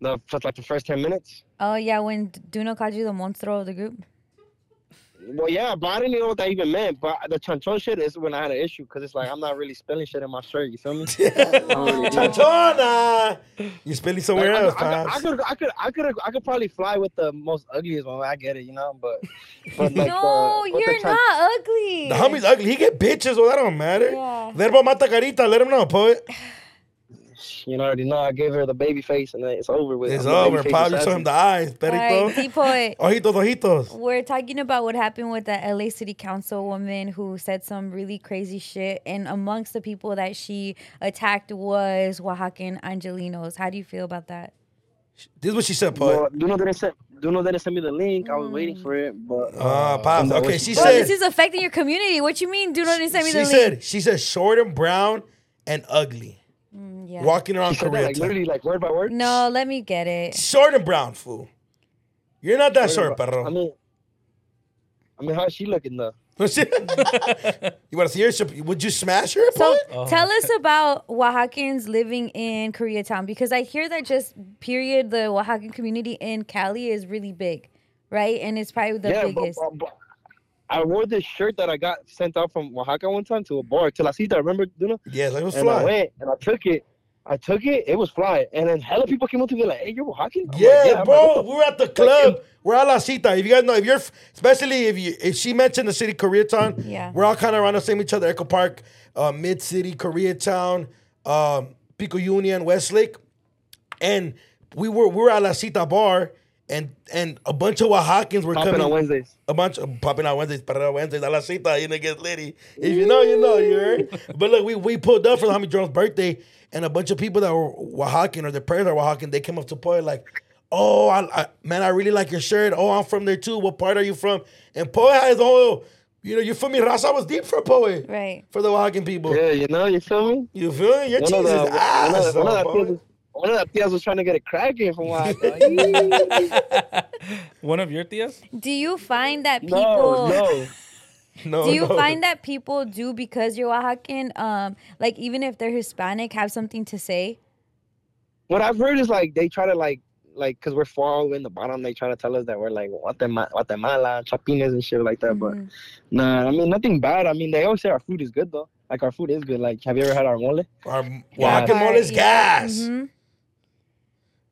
H: The, for like the first 10 minutes?
F: oh yeah, when Duno called you the monstro of the group.
H: Well, yeah, but I didn't even know what that even meant. But the chanchon shit is when I had an issue because it's like I'm not really spelling shit in my shirt. You feel
F: *laughs*
H: me?
E: Tachona. You spilling somewhere
H: Like,
E: else,
H: I, I,
E: Pops.
H: could, I could, I could, I could, I could probably fly with the most ugliest one. I get it, you know, but,
F: *laughs*
H: but like
F: No,
H: the, with the
F: you're
H: chan-
F: not ugly.
E: The homie's ugly. He get bitches, so that don't matter.
F: Yeah.
E: Verbo mata carita. Let him know, poet.
H: You know, already know. I gave her the baby face, and then it's over with.
E: It's
H: I'm a baby
E: over,
H: face
E: Pop. You show him
H: assassin.
E: the eyes,
F: All right,
E: perrito. *laughs*
F: Depoy,
E: Ojitos, ojitos.
F: we're talking about what happened with the LA City Council woman who said some really crazy shit, and amongst the people that she attacked was Oaxacan Angelinos. How do you feel about that?
E: This is what she said,
H: Well,
E: poet.
H: Duno didn't send, Duno didn't send me the link. I was waiting for it, but uh,
E: Ah, Pops.
H: Duno, what
E: Okay, she
H: she-
F: Bro,
E: said.
F: this is affecting your community. What you mean? Do not send me
E: She
F: the
E: said. She said short and brown and ugly.
F: link. Mm, Yeah.
E: Walking
H: she
E: around
H: said that,
E: Korea.
H: like literally, like word
E: *laughs*
H: by word.
F: No, let me get it.
E: Short and brown, fool. You're not that
H: Word
E: short,
H: by- I
E: perro.
H: mean, I mean, how's she looking though?
E: *laughs* you want to see her? She- Would you smash her,
F: So
E: poet?
F: tell us about Oaxacans living in Koreatown because I hear that just period the Oaxacan community in Cali is really big, right? And it's probably the
H: yeah, but-
F: biggest.
H: but- but I wore this shirt that I got sent out from Oaxaca one time to a bar, till I see that. Remember, Duno?
E: Yeah, like, it was
H: and I
E: fly.
H: went and I took it. I took it. It was fly. And then hella people came up to me like, "Hey, you're Oaxacan?" I'm
E: Yeah,
H: like, I'm like,
E: bro,
H: "What the
E: we were at the club. We're at La Cita. If you guys know, if you're, f- especially if you, if she mentioned the city Koreatown,
F: Yeah.
E: we're all kind of around the same each other. Echo Park, uh, Mid City, Koreatown, um, Pico Union, Westlake, and we were we were at La Cita bar, and and a bunch of Oaxacans were
H: Popping
E: coming
H: on Wednesdays.
E: a bunch of popping out Wednesdays, Parada Wednesdays, a la cita, you niggas litty. If you know, you know, you heard. But look, we, we pulled up for the homie Jones' birthday, and a bunch of people that were Oaxacan or their parents are Oaxacan, they came up to Poy like, oh, I, I, man, I really like your shirt. Oh, I'm from there too. What part are you from? And Poy has all, you know, you feel me? Raza was deep for Poy,
F: right.
E: for the Oaxacan people.
H: Yeah, you know, you feel me?
E: You feel me? Your cheese
H: One of
E: is
H: the one
E: ass.
H: of the- one of the
E: Poy.
H: tias- one of the tias was trying to get a crack in from Oaxaca.
D: saying? One of your tias?
F: Do you find that people
H: no, no.
E: No,
H: *laughs*
F: Do you
E: no.
F: find that people do because you're Oaxacan, um, like even if they're Hispanic, have something to say?
H: What I've heard is like they try to like like because we're far all the way in the bottom, they try to tell us that we're like Guatemala, Guatemala, Chapines and shit like that.
F: Mm-hmm.
H: But nah, I mean nothing bad. I mean they always say our food is good though. Like our food is good. Like have you ever had our mole?
E: Our Oaxacan mole is gas.
F: Mm-hmm.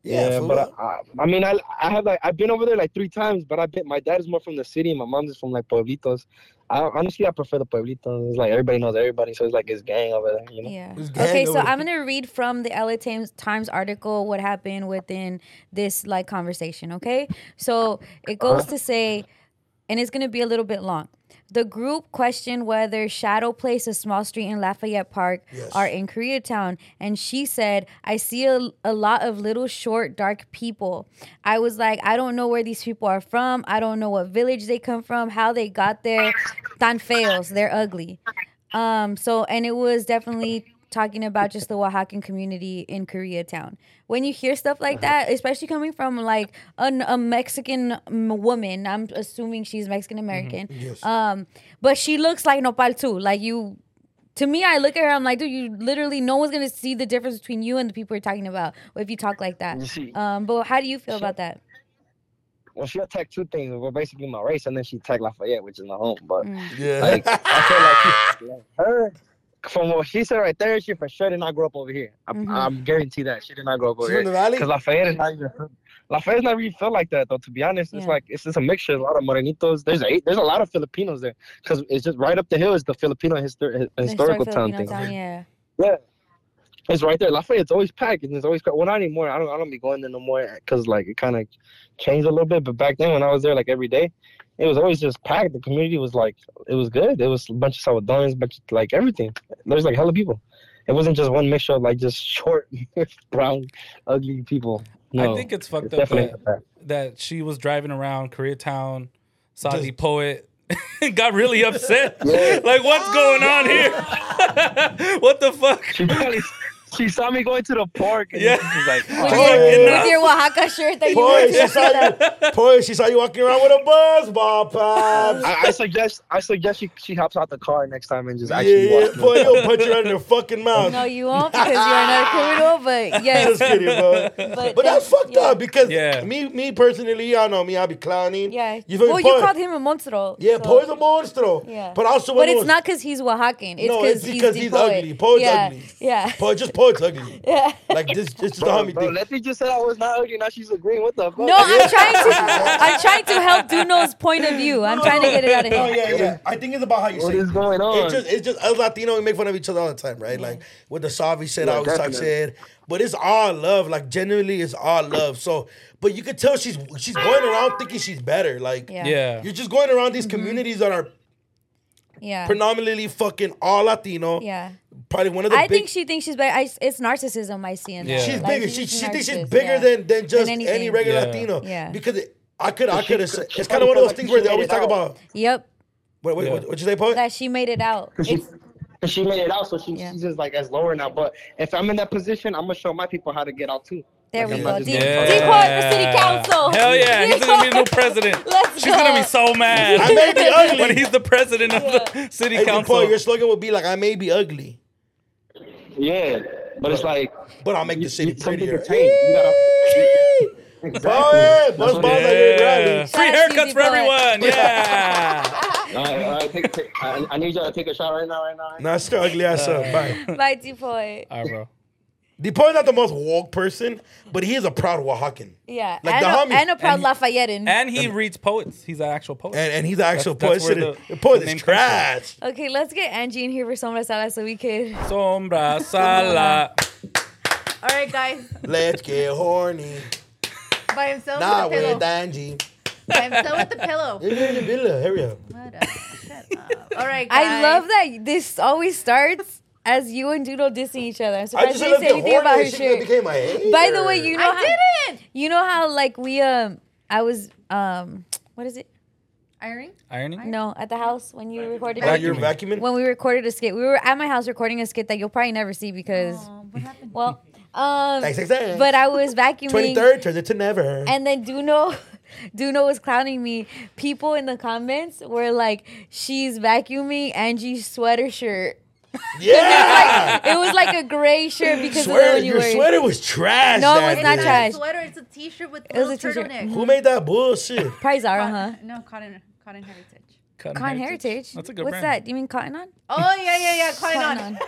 E: Yeah, fool.
H: but I, I, I mean, I, I have like I've been over there like three times, but I been my dad is more from the city, and my mom's is from like pueblitos. I honestly I prefer the pueblitos. It's like everybody knows everybody, so it's like it's gang over there, you know.
F: Yeah.
E: It's gang
F: Okay, so
E: over
F: I'm gonna read from the LA Times, Times article what happened within this like conversation. Okay, so it goes to say, and it's gonna be a little bit long. The group questioned whether Shadow Place, a small street in Lafayette Park, are in Koreatown, and she said, "I see a, a lot of little, short, dark people." I was like, "I don't know where these people are from. I don't know what village they come from, how they got there. Tan feos, they're ugly." Um, so and it was definitely talking about just the Oaxacan community in Koreatown. When you hear stuff like that, especially coming from like an, a Mexican m- woman, I'm assuming she's Mexican American.
E: Yes.
F: Um, but she looks like Nopal too. Like you to me, I look at her, I'm like, dude, you literally no one's gonna see the difference between you and the people you're talking about if you talk like that.
H: see.
F: Um, but how do you feel about that?
H: well, she attacked two things. Well, basically my race, and then she attacked Lafayette, which is my home. But
E: Mm. Yeah.
H: like,
E: *laughs*
H: I feel like, like *laughs* her, from what she said right there, she for sure did not grow up over here. I,
E: Mhm.
H: I'm guarantee that she did not grow up over
E: She
H: here.
E: from the valley?
H: Because Lafayette is not even. Lafayette's not really feel like that though. To be honest, it's
E: Yeah.
H: like it's just a mixture. A lot of Morenitos. There's a there's a lot of Filipinos there because it's just right up the hill is the Filipino histor- historical town
F: Filipino
H: thing.
F: town, yeah.
H: Yeah. It's right there. Lafayette's always packed and it's always packed. Well, not anymore. I don't. I don't be going there no more because like it kind of changed a little bit. But back then, when I was there, like every day, it was always just packed. The community was like, it was good. It was a bunch of Salvadorans, bunch of, like everything. There's like hella people. It wasn't just one mixture of like just short, *laughs* brown, ugly people. No,
D: I think it's fucked up
H: definitely
D: that,
H: not that.
D: that she was driving around Koreatown, saw the poet, *laughs* and got really upset. *laughs* Like, what's going on here? what the fuck? She *laughs*
H: probably she saw me going to the park. And
D: yeah,
H: she's like, "Oh."
D: like
F: With your Oaxaca shirt that you
E: Boy,
F: wore.
E: she saw you. Boy, she saw you walking around with a buzz ball pops.
H: I, I suggest I suggest she, she hops out the car next time and just
E: Yeah,
H: actually
E: yeah,
H: walks.
E: boy, you'll punch her in the fucking mouth.
F: No, you won't because you're not a criminal,
E: *laughs*
F: but yes.
E: Just kidding, bro. But, that's fucked up because me, me personally, y'all know me. I be clowning.
F: Yeah.
E: You feel me?
F: well, you
E: Poe-
F: called him a monstro.
E: Yeah,
F: so-
E: Poe's a monstro.
F: Yeah.
E: But also,
F: but
E: when
F: it's
E: it was-
F: not because he's Oaxacan. It's
E: No,
F: because
E: it's because
F: he's,
E: he's
F: the poet.
E: ugly. Poet's
F: yeah.
E: ugly.
F: Yeah.
E: Poe, just Poe's ugly.
F: Yeah.
E: Like this, it's just a
H: Bro,
E: homie
H: bro,
E: thing.
H: Letty just said I was not ugly. Now she's agreeing. What the fuck?
F: No, I'm trying to. I'm trying to help Duno's point of view. I'm trying to get it out of him.
E: No, yeah, yeah. I think it's about how you
H: What
E: say
H: is going on?
E: It's just, it's just us Latino, we make fun of each other all the time, right? Like with the Savi shit,
H: Yeah,
E: I always talk
H: definitely.
E: shit. But it's all love. Like genuinely, it's all love. So, but you could tell she's she's going around thinking she's better. Like,
F: Yeah.
D: Yeah.
E: you're just going around these communities that are
F: Yeah.
E: predominantly fucking all Latino.
F: Yeah.
E: Probably one of the
F: I
E: big.
F: think she thinks she's better. I, it's narcissism I see in
E: Yeah.
F: that.
E: She's
F: Like,
E: bigger.
F: he's
E: She,
F: a
E: she thinks she's
F: narcissist,
E: bigger
F: yeah.
E: than than just any
F: anything.
E: regular
F: Yeah.
E: Latino.
F: Yeah.
E: Because it, I could I
H: She
E: could have.
H: could- she
E: It's kind of
H: probably
E: one of
H: felt
E: those
H: like
E: things
H: she
E: where they
H: made
E: always
H: it
E: talk
H: out.
E: about.
F: Yep.
E: Wait, wait,
D: Yeah.
E: what, what you say, Poet?
F: That she made it out.
H: Cause she,
F: It's-
H: cause she made it out, so she, she's just like as lower now. But if I'm in that position, I'm gonna show my people how to get out too.
F: There
H: Like,
F: we
H: I'm
F: go.
H: not just
F: D-
H: gonna-
F: Deport for city council.
D: Hell yeah, he's gonna
F: *laughs*
D: be the new president.
F: Let's
D: She's gonna
F: go.
D: be so mad.
E: I may be
D: *laughs*
E: ugly.
D: when he's the president of the city
E: Hey,
D: council.
E: Poe, your slogan would be like, "I may be ugly,
H: Yeah, but it's like,
E: but I'll make the city
H: something
E: prettier."
H: to change. You gotta,
E: Poe, buzz balls like you're
D: yeah.
E: grinding.
D: Free haircuts for
E: *laughs*
D: everyone. Yeah.
F: *laughs*
H: All right, all right, take, take, I, I need y'all to take a shot right now, right now. Right now.
E: Nah, still ugly ass
D: Uh,
E: up. Bye.
F: By default.
D: All right, bro.
E: The Poe's not the most woke person, but he is a proud Oaxacan.
F: Yeah.
E: Like
F: and,
E: the
F: a,
E: homie.
F: and a proud
D: And he-
F: Lafayetan.
D: And he reads poets. He's an actual poet.
E: And, and he's an actual
D: That's-
E: poet.
D: that's where
E: Shit,
D: the-
E: The poet
D: the name comes
E: is
D: from.
E: trash.
F: okay, let's get Angie in here for Sombra Sala so we could. *laughs*
D: Sombra Sala.
G: All right, guys.
E: Let's get horny.
G: By himself
E: Nah,
G: with the
E: with
G: pillow.
E: Angie.
G: By himself with the pillow.
E: Hurry up.
G: All right, guys.
F: I love that this always starts as you and Doodle dissing each other. I'm
E: I
F: surprised
E: just
F: you
E: left
F: didn't say
E: the
F: anything about
E: horny
F: her
E: and she
F: shirt.
E: became my hater.
F: By the way, you know how,
G: I didn't.
F: you know how like we um I was um what is it?
G: Ironing?
D: Ironing?
F: No, at the house when you recorded
E: Like you're vacuuming?
F: when we recorded a skit. We were at my house recording a skit that you'll probably never see because well um
E: Thanks, thanks, thanks.
F: but I was vacuuming
E: 23rd turns into never.
F: *laughs* and then Duno, Duno was clowning me. People in the comments were like, "She's vacuuming Angie's sweater shirt." *laughs*
E: yeah!
F: It was like a gray shirt because of the
E: Sweater,
F: one you
E: your
F: were.
E: sweater was trash.
F: No, it
E: that
F: was not
E: day.
F: trash.
G: a sweater. It's a t-shirt with
F: It was
G: little
F: a t-shirt.
G: turtleneck.
E: Who made that bullshit?
F: Probably Zara,
G: Cotton-
F: huh?
G: No, cotton, cotton heritage.
F: *laughs*
D: Cotton
F: Cotton Heritage.
D: That's a good
F: What's
D: brand.
F: that? You mean Cotton On?
G: Oh yeah, yeah, yeah. Cotton, on.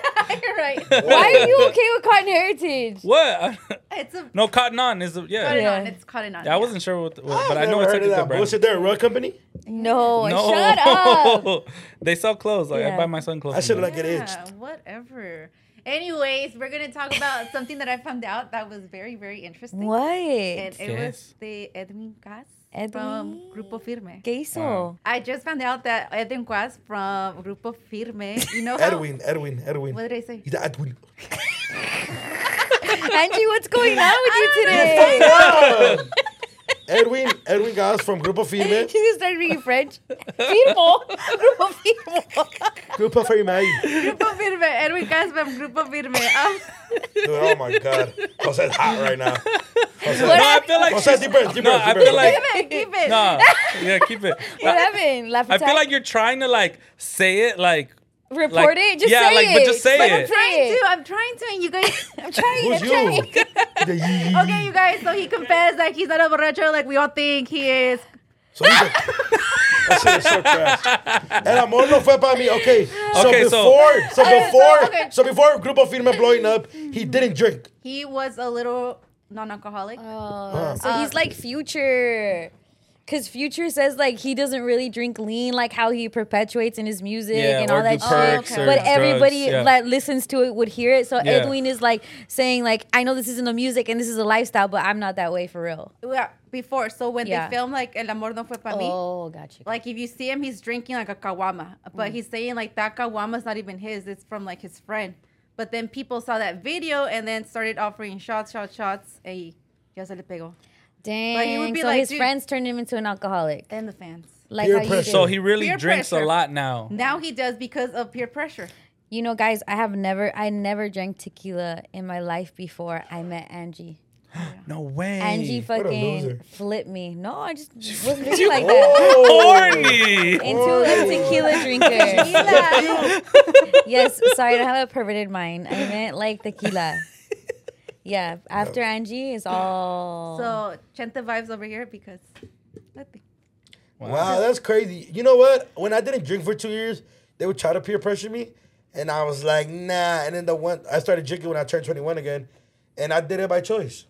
G: *laughs* You're right.
F: Why are you okay with
G: *laughs*
F: Cotton Heritage?
D: *laughs* What? *laughs*
G: It's a
D: no, Cotton On is a, yeah.
G: cotton
D: yeah.
G: on. It's cotton on.
D: I wasn't sure what, the, what
E: I've
D: but I know
E: never
D: it's like
E: heard
D: a
E: of
D: good
E: that
D: brand.
E: bullshit. They're a rug company?
F: No,
D: No.
F: shut up.
D: *laughs* they sell clothes. Like
F: Yeah.
D: I buy my son clothes.
E: I should
D: from
E: have like
D: there.
E: it itched.
G: Yeah, whatever. Anyways, we're gonna talk about *laughs* something that I found out that was very, very interesting.
F: What?
G: And it was the Edwin Cas from Grupo Firme.
F: ¿Qué hizo?
G: I just found out that Edwin Cas from Grupo Firme. You know how-
E: Edwin, Edwin, Edwin.
G: What did I say?
E: *laughs* He's an Edwin.
F: *laughs* Angie,
G: *laughs*
F: what's going on with you
E: Fuck
F: today?
E: yeah! *laughs* Edwin, Edwin Gas from Grupo
G: *laughs*
E: Firme.
F: She's gonna start reading French. Firmo. Grupo Firmo.
E: Grupo Firme.
G: Grupo Firme. Edwin Cas from Grupo Firme. Um,
E: Dude, oh my God. Jose's hot
G: *laughs*
E: right now. Jose,
D: No, I feel like
E: Jose,
D: she's-
E: deep breath, deep
D: No,
E: breath,
D: I
E: deep
D: feel
E: breath.
D: like
G: keep it, keep it.
D: no. Yeah, keep it.
F: *laughs* What happened? Laugh
D: I feel
F: attack?
D: like you're trying to like say it like
F: Report
D: Like,
F: it. Just
D: yeah,
F: say
D: like,
F: it.
D: but just say
G: But I'm
D: it.
G: trying to. I'm trying to, and you guys. I'm trying. I'm trying. okay, you guys. So he confessed like he's not a borracho, like we all think he is.
E: That shit is so trash. El amor no fue para mí. Okay. So
D: Okay, so-
E: before, so,
G: Okay, so,
E: before, so,
G: okay.
E: before Grupo Firme blowing up, he didn't drink.
G: He was a little non-alcoholic.
F: Oh, so he's
G: Um,
F: like Future. Cause Future says like he doesn't really drink lean, like how he perpetuates in his music
G: Yeah,
F: and
G: or
F: all that
G: do
F: shit.
G: perks or
F: But
G: drugs,
F: everybody
G: yeah.
F: that listens to it would hear it. So
G: Yeah.
F: Edwin is like saying like, I know this isn't a music and this is a lifestyle, but I'm not that way for real.
G: Yeah, before. So when
F: Yeah.
G: they film like El Amor No Fue Pa' Mi.
F: Oh, gotcha.
G: Like if you see him, he's drinking like a kawama. But
F: Mm.
G: he's saying like that kawama's not even his. It's from like his friend. But then people saw that video and then started offering shots, shots, shots. Hey, ya se le pegó.
F: Dang.
G: But he would be
F: so
G: like,
F: his
G: dude-
F: friends turned him into an alcoholic.
G: And the fans.
F: Like
D: Peer
F: how you
D: pressure.
F: did.
D: So he really Peer drinks a pressure. lot now.
G: Now he does because of peer pressure.
F: You know, guys, I have never, I never drank tequila in my life before I met Angie.
D: No way.
F: Angie fucking flipped me. No, I just wasn't drinking
D: you Oh,
F: like that.
D: horny.
F: *laughs* Into a
D: *laughs*
F: tequila drinker.
E: *laughs*
F: yes, sorry, I don't have a perverted mind. I meant like
D: *laughs*
F: tequila. Yeah, after Angie is all.
G: So Chente vibes over here because nothing.
E: Wow. that's crazy. You know what? When I didn't drink for two years, they would try to peer pressure me, and I was like, nah. And then the one I started drinking when I turned 21 again, and I did it by choice.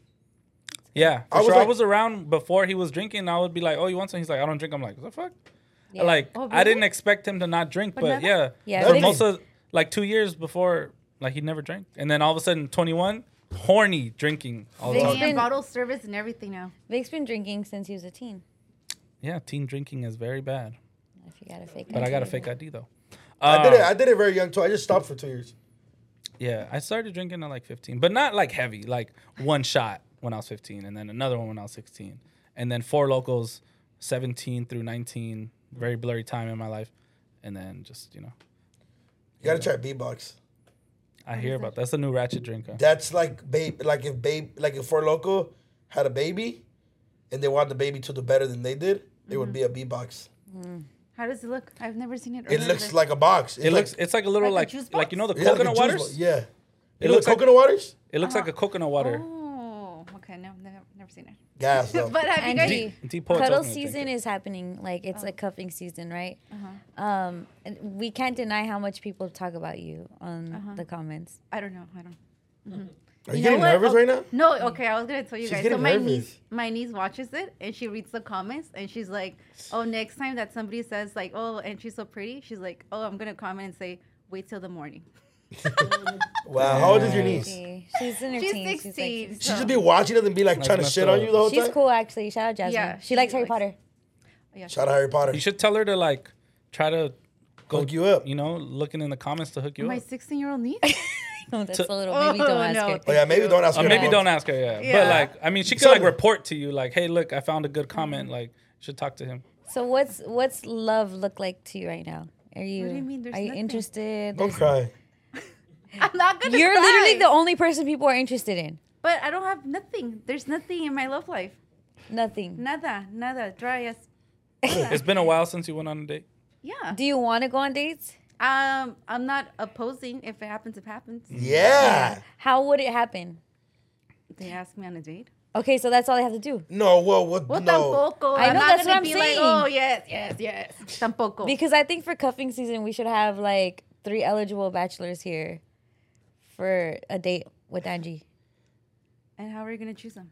D: Yeah, for
E: I was
D: sure. I
E: like-
D: was around before he was drinking. and I would be like, "Oh, you want some?" He's like, "I don't drink." I'm like, "What the fuck?"
F: Yeah.
D: Like,
F: Oh,
D: I
F: really?
D: didn't expect him to not drink,
F: But
D: but,
F: never?
D: yeah,
F: Yeah,
D: for
F: really?
D: most of like two years before, like he never drank, and then all of a sudden, 21, horny drinking all the
G: Vicks and
D: time.
G: bottle service and everything now.
F: Vic's been drinking since he was a teen.
D: Yeah, teen drinking is very bad,
F: If you got a fake
D: but I got a
F: ID.
D: fake ID though.
E: I did it.
D: Um,
E: I did it very young too. I just stopped for two years.
D: Yeah, I started drinking at like 15, but not like heavy, like one shot when I was 15, and then another one when I was 16, and then four locals, 17 through 19, very blurry time in my life, and then just you know,
E: You gotta try beatbox.
D: I hear about that's a new ratchet drinker.
E: That's like babe, like if babe, like if Four Loco had a baby, and they want the baby to do better than they did, it would be a beatbox.
G: How does it look? I've never seen it. or
E: It
G: heard of
E: looks like a box.
D: It, looks, it's like a little
G: Like
D: like
G: a
D: like,
G: juice
D: you know the
E: Yeah, like a
D: coconut
E: juice
D: waters.
E: box.
D: It
E: Yeah. It looks
D: looks like-
E: coconut waters.
D: It looks like a coconut water.
G: Oh, okay. No, never, never seen it.
E: Gas though.
G: *laughs* But have you
F: And
G: guys-
F: D-
D: D- Poet
F: cuddle
D: tells me to drink
F: season is happening. Like it's
G: Oh.
F: a cuffing season, right?
G: Uh-huh.
F: Um, and we can't deny how much people talk about you on
G: Uh-huh.
F: the comments.
G: I don't know. I don't. Mhm.
E: Are you
G: know
E: getting
G: what?
E: nervous
G: Oh,
E: right now?
G: No, okay, I was gonna tell you
E: Mm. She's
G: guys. So
E: getting
G: my
E: nervous.
G: niece, my niece watches it and she reads the comments and she's like, "Oh, next time that somebody says like, oh, and she's so pretty," she's like, "Oh, I'm gonna comment and say, wait till the
E: *laughs*
G: morning."
E: Wow. How old is your niece?
F: She's in her
G: She's
F: teens.
G: 16.
E: She just be watching it and be like
D: That's
E: trying to
D: messed
E: shit on
D: up.
E: you the whole
F: She's
E: time.
F: cool, actually. Shout out Jasmine.
G: Yeah,
F: she likes Harry Potter.
E: Shout out Harry Potter.
D: You should tell her to like try to go,
E: Hook you up.
D: You know, looking in the comments to hook you
G: my
D: up.
G: 16 year old niece. *laughs*
F: No, *laughs* that's
D: To-
F: a little. Maybe don't
G: Oh,
F: ask
G: no.
F: her.
E: Oh yeah, maybe don't ask.
D: Uh,
E: her
D: maybe
E: about-
D: don't ask her, yeah. But
G: Yeah.
D: like, I mean, she could like report to you, like, "Hey, look, I found a good comment. Like, you should talk to him."
F: So what's what's love look like to you right now? Are you
G: you mean? There's
F: are you
G: nothing.
F: interested?
E: Don't
F: There's-
E: cry.
G: I'm not gonna.
F: You're
G: cry,
F: literally the only person people are interested in.
G: But I don't have nothing. There's nothing in my love life.
F: Nothing.
G: Nada, nada, dry as.
D: It's been a while since you went on a date.
G: Yeah.
F: Do you want to go on dates?
G: Um, I'm not opposing if it happens. It happens.
E: Yeah.
F: How would it happen?
G: They ask me on a date.
F: Okay, so that's all I have to do.
E: No. Well, what?
G: Well,
E: no.
G: tampoco.
F: I
G: I'm
F: know,
G: not
F: that's
G: gonna
F: what I'm
G: be
F: saying.
G: like, oh yes, yes, yes. Tampoco.
F: Because I think for cuffing season, we should have like three eligible bachelors here for a date with Angie.
G: and how are you gonna choose them?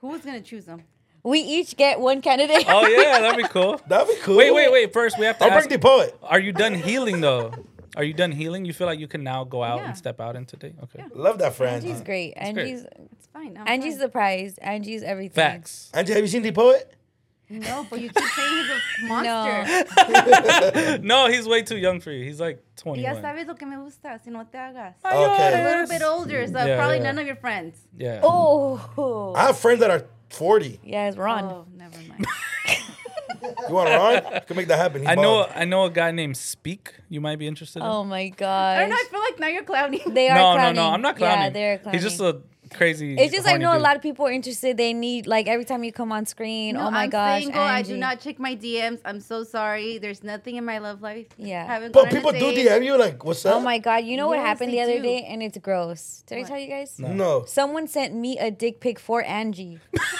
G: Who's gonna choose them?
F: We each get one candidate.
D: Oh yeah, that'd be cool.
E: That'd be cool.
D: Wait, wait, wait. First, we have to
E: I'll
D: ask.
E: bring the poet.
D: Are you done healing though? Are you done healing? You feel like you can now go out
G: Yeah.
D: and step out into date? Okay.
E: Love that friend.
F: *laughs* Angie's great.
D: great.
F: Angie's
G: It's fine. I'm
F: Angie's the prize. Angie's everything.
D: Facts.
E: Angie, have you seen the poet?
G: fine. no, but you keep saying *laughs* he's a monster.
D: *laughs* no, he's way too young for you. He's like 21.
G: Ya sabes lo que me gusta, si no te hagas.
F: Oh,
E: Okay.
G: A little bit older, so
D: Yeah,
G: probably
D: yeah.
G: none of your friends.
D: Yeah.
F: Oh.
E: I have friends that are 40.
F: Yes, Ron.
G: Oh, never *laughs* mind.
E: You want
F: *laughs*
E: Ron? You can make that happen. He's
D: I know.
E: bald.
D: I know a guy named Speak. You might be interested.
F: Oh, my
G: I don't
F: god.
G: know. I feel like now you're clowning. *laughs*
F: They
D: in.
F: are
D: No, no,
F: clowning.
D: no. I'm not clowning.
F: Yeah, they're clowning.
D: He's just a crazy.
F: It's just I
D: horny
F: know a
D: dude.
F: lot of people are interested. They need like every time you come on screen.
G: No,
F: oh my
G: I'm
F: gosh,
G: single. I do
F: Angie."
G: not check my DMs. I'm so sorry. There's nothing in my love life.
F: Yeah.
G: Haven't gone
E: But
G: on a
E: people do
G: date.
E: DM you like, "What's up?"
F: Oh my god, you know what
G: Yes,
F: happened
G: they
F: the other
G: do.
F: day, and it's gross. Did I tell you guys?
E: No. No.
F: Someone sent me a dick pic for
D: *laughs*
F: Angie.
G: Oh my-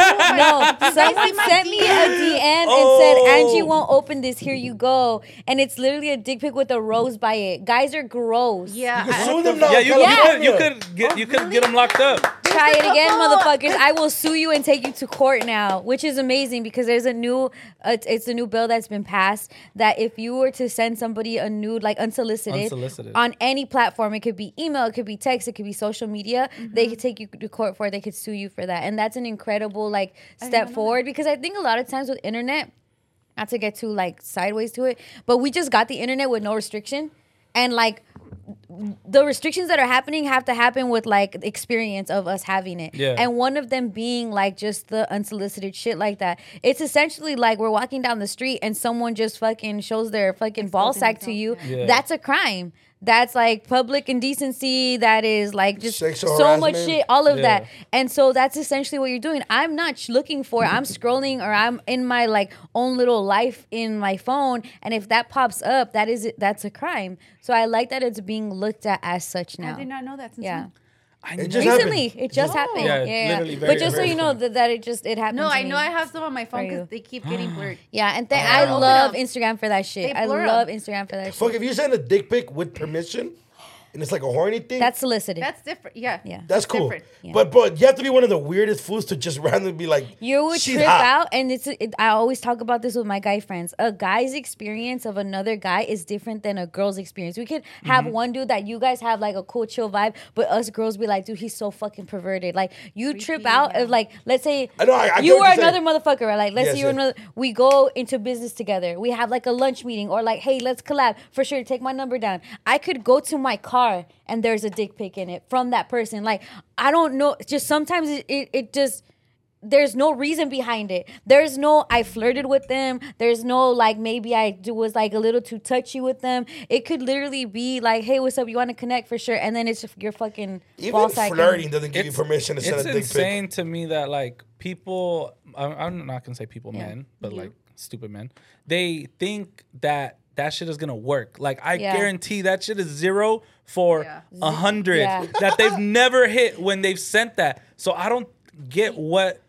F: *laughs* no,
G: Did they
F: someone
G: see my
F: sent me a
G: DM?
F: DM and
G: Oh.
F: said Angie won't open this. Here you go, and it's literally a dick pic with a rose by it. Guys are gross.
G: Yeah,
E: You can I- sue them now,
D: Yeah, you,
F: Yeah.
D: you could you could get you could get them locked up.
F: Try it again,
G: couple-
F: motherfuckers. I will sue you and take you to court now, which is amazing because there's a new, uh, it's a new bill that's been passed that if you were to send somebody a nude, like unsolicited,
D: Unsolicited.
F: on any platform, it could be email, it could be text, it could be social media, they could take you to court for it, they could sue you for that. And that's an incredible, like, step forward because I think a lot of times with internet, not to get too like sideways to it, but we just got the internet with no restriction. And like the restrictions that are happening have to happen with like the experience of us having it.
G: Yeah.
F: And one of them being like just the unsolicited shit like that. It's essentially like we're walking down the street and someone just fucking shows their fucking ball sack to you.
G: yeah. Yeah.
F: That's a crime. That's like public indecency. That is like just
E: Sexual
F: so much
E: harassment.
F: shit, all of
E: Yeah.
F: that. And so that's essentially what you're doing. I'm not sh- looking for it. I'm scrolling or I'm in my like own little life in my phone. And if that pops up, that is that's a crime. So I like that it's being looked at as such now.
G: I did not know that. Since
F: Yeah.
E: It just
F: Recently,
E: happened.
F: it just happened.
E: Yeah,
F: Yeah, yeah.
E: literally very-
F: but just so
E: very
F: you know that, that it just it happened.
G: No,
F: to
G: I
F: me.
G: know I have some on my phone
F: For you.
G: because they keep *gasps* getting blurred.
F: Yeah, and th-
G: Oh,
F: I
G: wow.
F: love
G: Open
F: Instagram for that shit.
G: They
F: I
G: blur 'em.
F: love Instagram for that
E: Fuck,
F: shit.
E: if you send a dick pic with permission, and it's like a horny thing,
F: That's solicited.
G: That's different. Yeah.
F: Yeah.
E: that's cool.
G: different.
F: Yeah.
E: But bro, you have to be one of the weirdest fools to just *laughs* randomly be like,
F: You would
E: "She's
F: trip
E: hot."
F: out, and it's. It, I always talk about this with my guy friends. A guy's experience of another guy is different than a girl's experience. We could have
E: Mm-hmm.
G: Mhm.
F: one dude that you guys have like a cool chill vibe, but us girls be like, dude, he's so fucking perverted. Like you trip out of like, let's say
E: I know, I- I get
F: you
E: what
F: are
E: you're
F: another
E: saying.
F: motherfucker. Right? Like let's
E: Yes,
F: say you're
E: yes.
F: another. We go into business together. We have like a lunch meeting, or like, hey, let's collab for sure. Take my number down. I could go to my car and there's a dick pic in it from that person. Like I don't know. Just sometimes it it, it just there's no reason behind it. There's no I flirted with them. There's no like maybe I do- was like a little too touchy with them. It could literally be like, hey, what's up? You want to connect for sure? And then it's just your fucking ball
E: Even
F: sack.
E: flirting doesn't give you permission to send
D: It's
E: a dick pic.
D: insane to me that like people, I'm, I'm not gonna say people,
F: Yeah.
D: men, but
F: You.
D: like stupid men, they think that that shit is gonna work. Like I
F: Yeah.
D: guarantee that shit is zero for a hundred
F: Yeah.
D: *laughs* that they've never hit when they've sent that. So I don't get what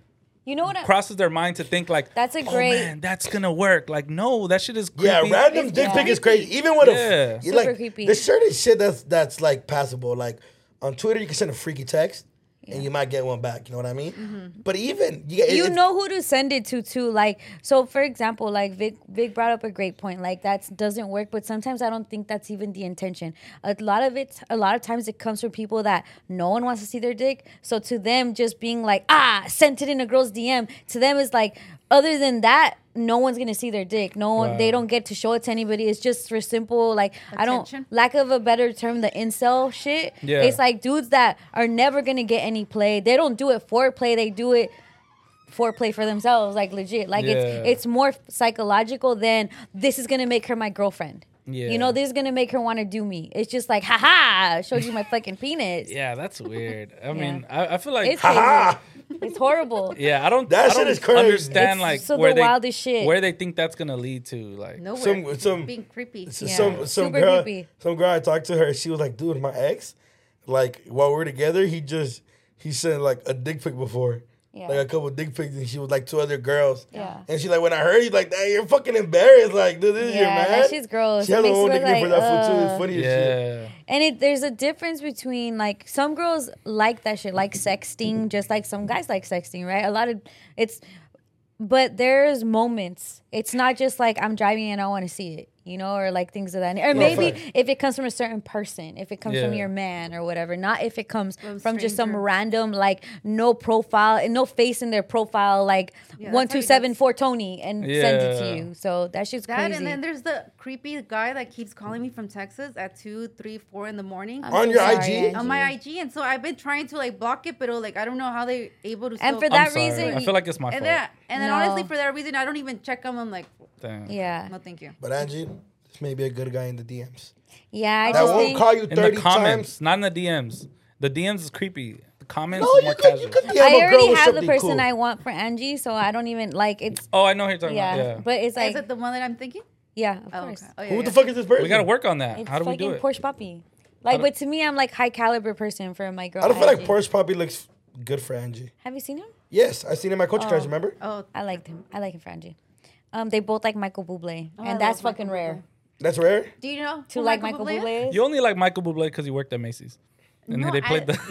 F: You know what? I,
D: crosses their mind to think like
F: That's a
D: "Oh,
F: great-
D: man, that's gonna work. Like no, that shit is creepy.
E: Yeah, random dick pic is crazy. Even with
D: Yeah.
E: a you
F: Super
E: like
F: creepy.
E: there's certain shit that's that's like passable. Like on Twitter, you can send a freaky text and you might get one back. You know what I mean? But even you,
F: Mm-hmm. you
E: *laughs*
F: know who to send it to too. Like so, for example, like Vic, Vic brought up a great point. Like that doesn't work, but sometimes I don't think that's even the intention. A lot of it, a lot of times, it comes from people that no one wants to see their dick. So to them, just being like, ah, sent it in a girl's DM. To them, is like, other than that. No one's gonna see their dick. No one,
G: Wow.
F: they don't get to show it to anybody. It's just for simple, like I
G: Attention?
F: don't lack of a better term, the incel shit.
G: Yeah.
F: It's like dudes that are never gonna get any play. They don't do it for play. They do it foreplay for themselves, like legit. Like it's
D: Yeah.
F: it's more psychological than this is gonna make her my girlfriend.
D: Yeah.
F: You know, this is gonna make her want to do me. It's just like, haha, I showed you my fucking penis.
D: Yeah, that's weird. I
F: Yeah.
D: mean, I, I feel like
F: It's crazy. it's horrible.
D: Yeah, I don't.
E: That
D: I
E: shit
D: don't
E: is crazy.
D: Understand
F: It's
D: like
F: so
D: where
F: the
D: they
F: wildest shit.
D: where they think that's gonna lead to. Like
G: Nowhere.
E: Some- some-
G: being creepy.
E: S- some some
F: Super
E: girl
F: creepy.
E: some girl I talked to her. She was like, "Dude, my ex, like while we were together, he just he sent like a dick pic before."
F: Yeah.
E: Like a couple dick pics, and she was like two other girls.
F: Yeah.
E: And she like when I heard you like that, you're fucking embarrassed. Like, dude, this is your
F: Yeah,
E: man.
F: that shit's gross.
E: She
F: It
E: had her
F: makes
E: own
F: you
E: dick
F: look
E: pic for
F: like,
E: that fool too. It's
F: uh,
E: funny as shit.
D: yeah,
F: And it there's a difference between like some girls like that shit, like sexting, just like some guys like sexting, right? A lot of it's, but there's moments. It's not just like I'm driving and I want to see it, you know, or like things of that. Or
G: Yeah,
F: maybe
G: facts.
F: if it comes from a certain person, if it comes from
G: Yeah.
F: your man or whatever, not if it comes from, just some
G: stranger.
F: random like no profile and no face in their profile, like
G: Yeah,
F: one
G: that's how
F: two
G: you
F: seven four Tony and send it
D: Yeah.
F: to you. So that shit's
G: That
F: crazy.
G: and then there's the creepy guy that keeps calling me from Texas at two, three, four in the morning.
E: I'm On so your sorry, IG? Angie.
G: On my IG, and so I've been trying to like block it, but oh, like I don't know how they're able to.
F: And
G: still-
F: for I'm that sorry. reason-
D: I feel like it's my
G: and
D: fault.
G: Then, and then
F: No.
G: honestly, for that reason, I don't even check them. I'm like,
D: Damn.
F: yeah,
G: no, thank you.
E: But Angie, this may be a good guy in the DMs.
F: yeah. I
E: that
F: just
E: won't
F: think-
E: call you
D: in the
E: 30
D: comments,
E: times.
D: not in the DMs. The DMs is creepy. The comments.
E: No,
D: more
E: you could-
D: casual.
E: you could DM
F: I already have the person I want for Angie, so I don't even like it's.
D: Oh, I know who you're talking
F: yeah,
D: about. Yeah.
F: but it's like
G: is it the one that I'm thinking? Oh,
F: yeah, of course.
G: yeah, Who the yeah.
E: fuck is this person?
D: We gotta work on that.
F: It's
D: How do we
F: Oh, fucking
D: do it?
F: Porsche Poppy.
D: How
F: Like,
D: do-
F: but to me, I'm like high caliber person for my girl.
E: I don't feel like
F: Angie.
E: Porsche Poppy looks good for Angie.
F: Have you seen him?
E: Yes, I seen him at Coach Crash. Remember?
G: Oh,
F: I liked him. I like him for Angie. Um, they both like Michael Bublé,
G: Oh, I
F: and that's
G: love
F: fucking rare.
E: That's rare.
G: Do you know
F: To
G: who
F: like Michael Bublé
D: You only like Michael Bublé because he worked at Macy's, and
G: No,
D: they played
F: *laughs*
G: I-
D: the. *laughs*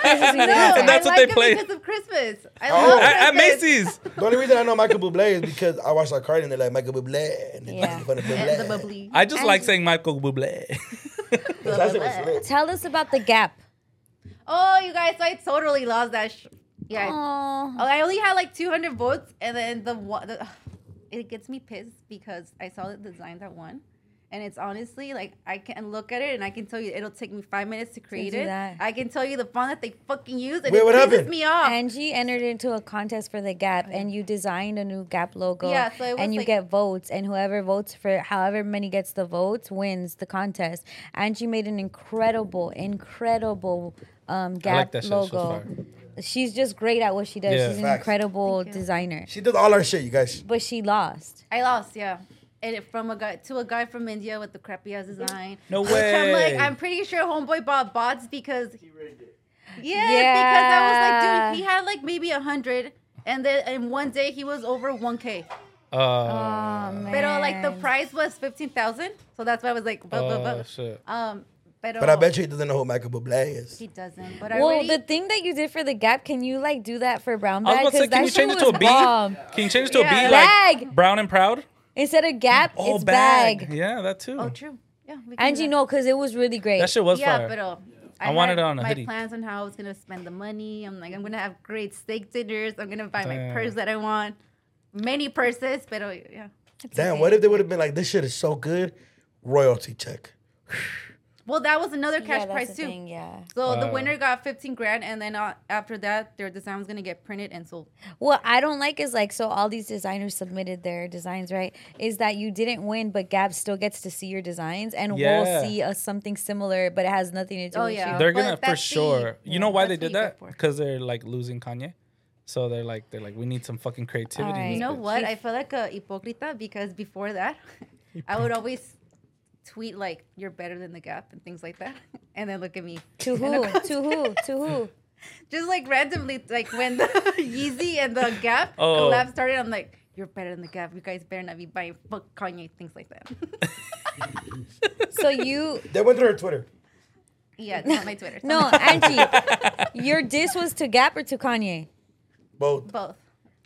E: *laughs*
G: no,
D: and that's
G: I like
D: what they
G: him
D: played.
G: because of Christmas. I
E: Oh.
G: love
E: At- at
G: Christmas.
D: Macy's.
E: The only reason I know Michael Bublé is because I watched that card and they're like Michael Bublé. And *laughs*
F: Yeah.
E: yeah. Bublé.
G: And the bubbly.
D: I just like saying Michael Bublé. *laughs*
E: That's it, it's lit.
F: Tell us about the gap.
G: Oh, you guys, I totally lost that. Sh- yeah.
F: Aw.
G: Oh, I only had like 200 votes, and then the one, the, *sighs* it gets me pissed because I saw the design that won, and it's honestly like I can look at it and I can tell you it'll take me five minutes to create
F: do
G: it.
F: that.
G: I can tell you the font that they fucking use, and
E: Wait,
G: it
E: what
G: pisses
E: happened?
G: me *laughs* off.
F: Angie entered into a contest for the Gap, and you designed a new Gap logo.
G: Yeah, so it was
F: and you
G: like-
F: get votes, and whoever votes for however many gets the votes wins the contest. Angie made an incredible, incredible um, Gap
D: that shit. Shit's
F: logo. She's just great at what she does.
D: Yeah.
F: She's an
E: Facts.
F: incredible designer,
E: She does all our shit, you guys.
F: but she lost.
G: I lost, yeah. And it from a guy to a guy from India with the crappy ass design.
D: No
G: Which I'm
D: way.
G: like, I'm pretty sure homeboy bought bots because Yeah, because I was like,
F: Yeah.
G: dude, he had like maybe a hundred, and then in one day he was over one k.
D: Uh,
G: But like the prize was fifteen thousand, so that's why I was like, buh, buh, buh.
D: oh, shit.
G: um, pero,
E: But I bet you he doesn't know who Michael Bublé is.
G: he doesn't. But I
F: Well,
G: already,
F: the thing that you did for the Gap, can you like do that for Brown
D: I
F: Bag?
D: was about to say,
F: 'Cause
D: can
F: that
D: you
F: shit
D: change it to a
F: was
D: B?
F: bomb.
D: Can you change it to
G: Yeah.
D: a B like
F: Bag.
D: brown and proud?
F: Instead of Gap,
D: Oh,
F: it's
D: bag.
F: bag.
D: Yeah, that too.
G: oh, true, yeah. we can do
F: Angie,
G: that.
F: no, because it was really great.
D: That shit was
G: yeah,
D: fire.
G: but
D: I wanted it on a
G: my
D: hoodie.
G: plans on how I was gonna spend the money. I'm like, I'm gonna have great steak dinners. I'm gonna buy
D: Damn.
G: my purse that I want, many purses. But yeah,
E: Damn, what if they would have been like, this shit is so good? Royalty check.
G: well, that was another
F: Yeah,
G: cash
F: that's
G: prize
F: the
G: too.
F: thing, yeah.
G: So the
D: Uh.
G: winner got 15 grand, and then uh, after that, their design was gonna get printed and sold.
F: What I don't like is like so all these designers submitted their designs, right? Is that you didn't win, but Gab still gets to see your designs, and
D: Yeah.
F: we'll see a, something similar, but it has nothing to do
G: Oh,
F: with
G: yeah.
F: you.
D: They're
G: But
D: gonna for
G: that's the-
D: sure. You know why
G: that's
D: they
G: what
D: did
G: you go
D: that?
G: for.
D: Because they're like losing Kanye, so they're like they're like we need some fucking creativity. in
F: Alright.
D: this
G: You know
D: bitch.
G: what? I feel like a hypocrita because before
D: *laughs*
G: that, I would always tweet like "You're better than the Gap" and things like that, *laughs* and then look at me.
F: To
G: And of *laughs*
F: who?
G: course-
F: to who? To who?
G: Just like randomly, like when the *laughs* Yeezy and the Gap
D: *laughs* Oh.
G: collab started, I'm like, "You're better than the Gap. You guys better not be buying fuck Kanye things like that." *laughs*
F: So you?
E: They went through her Twitter.
G: yeah, it's not my Twitter. it's
F: No,
G: on my-
F: Angie, your diss was to Gap or to Kanye?
E: Both.
G: both.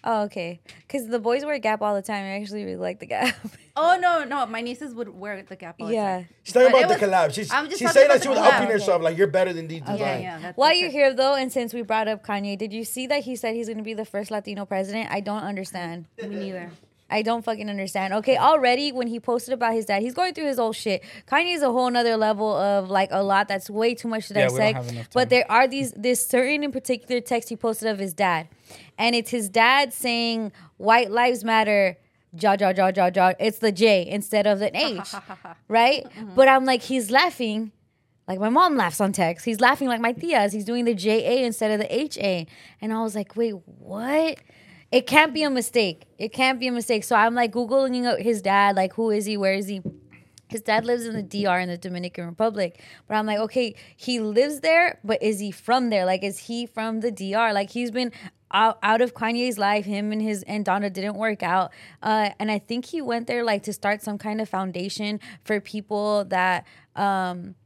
F: Oh, okay. Because the boys wear Gap all the time. I actually really like the Gap.
G: Oh no, no, my nieces would wear the Gap. All The
F: yeah.
G: time.
E: She's talking
G: But
E: about
G: it
E: the
G: was-
E: collab. She's,
G: I'm just
E: she's
G: talking
E: saying
G: about
E: that she
G: the
E: was
G: collab.
E: upping herself, like, you're better than these designs.
G: Yeah, yeah. that's-
F: While
G: that's
F: you're
G: it.
F: here though, and since we brought up Kanye, did you see that he said he's gonna be the first Latino president? I don't understand.
G: me neither.
F: I don't fucking understand. Okay, already when he posted about his dad, he's going through his old shit. Kanye's a whole nother level of like a lot that's way too much to
D: Yeah, we don't
F: dissect.
D: have enough time.
F: but there are these this certain in particular text he posted of his dad. And it's his dad saying white lives matter. Ja ja ja ja ja. It's the J instead of an H, right? But I'm like, he's laughing, like my mom laughs on text. He's laughing like my tias. He's doing the J A instead of the H A, and I was like, wait, what? It can't be a mistake. It can't be a mistake. So I'm like googling out his dad, like who is he? Where is he? His dad lives in the DR in the Dominican Republic. But I'm like, okay, he lives there, but is he from there? Like, is he from the DR? Like, he's been out, out of Kanye's life. Him and his and Donna didn't work out. Uh, and I think he went there like to start some kind of foundation for people that um,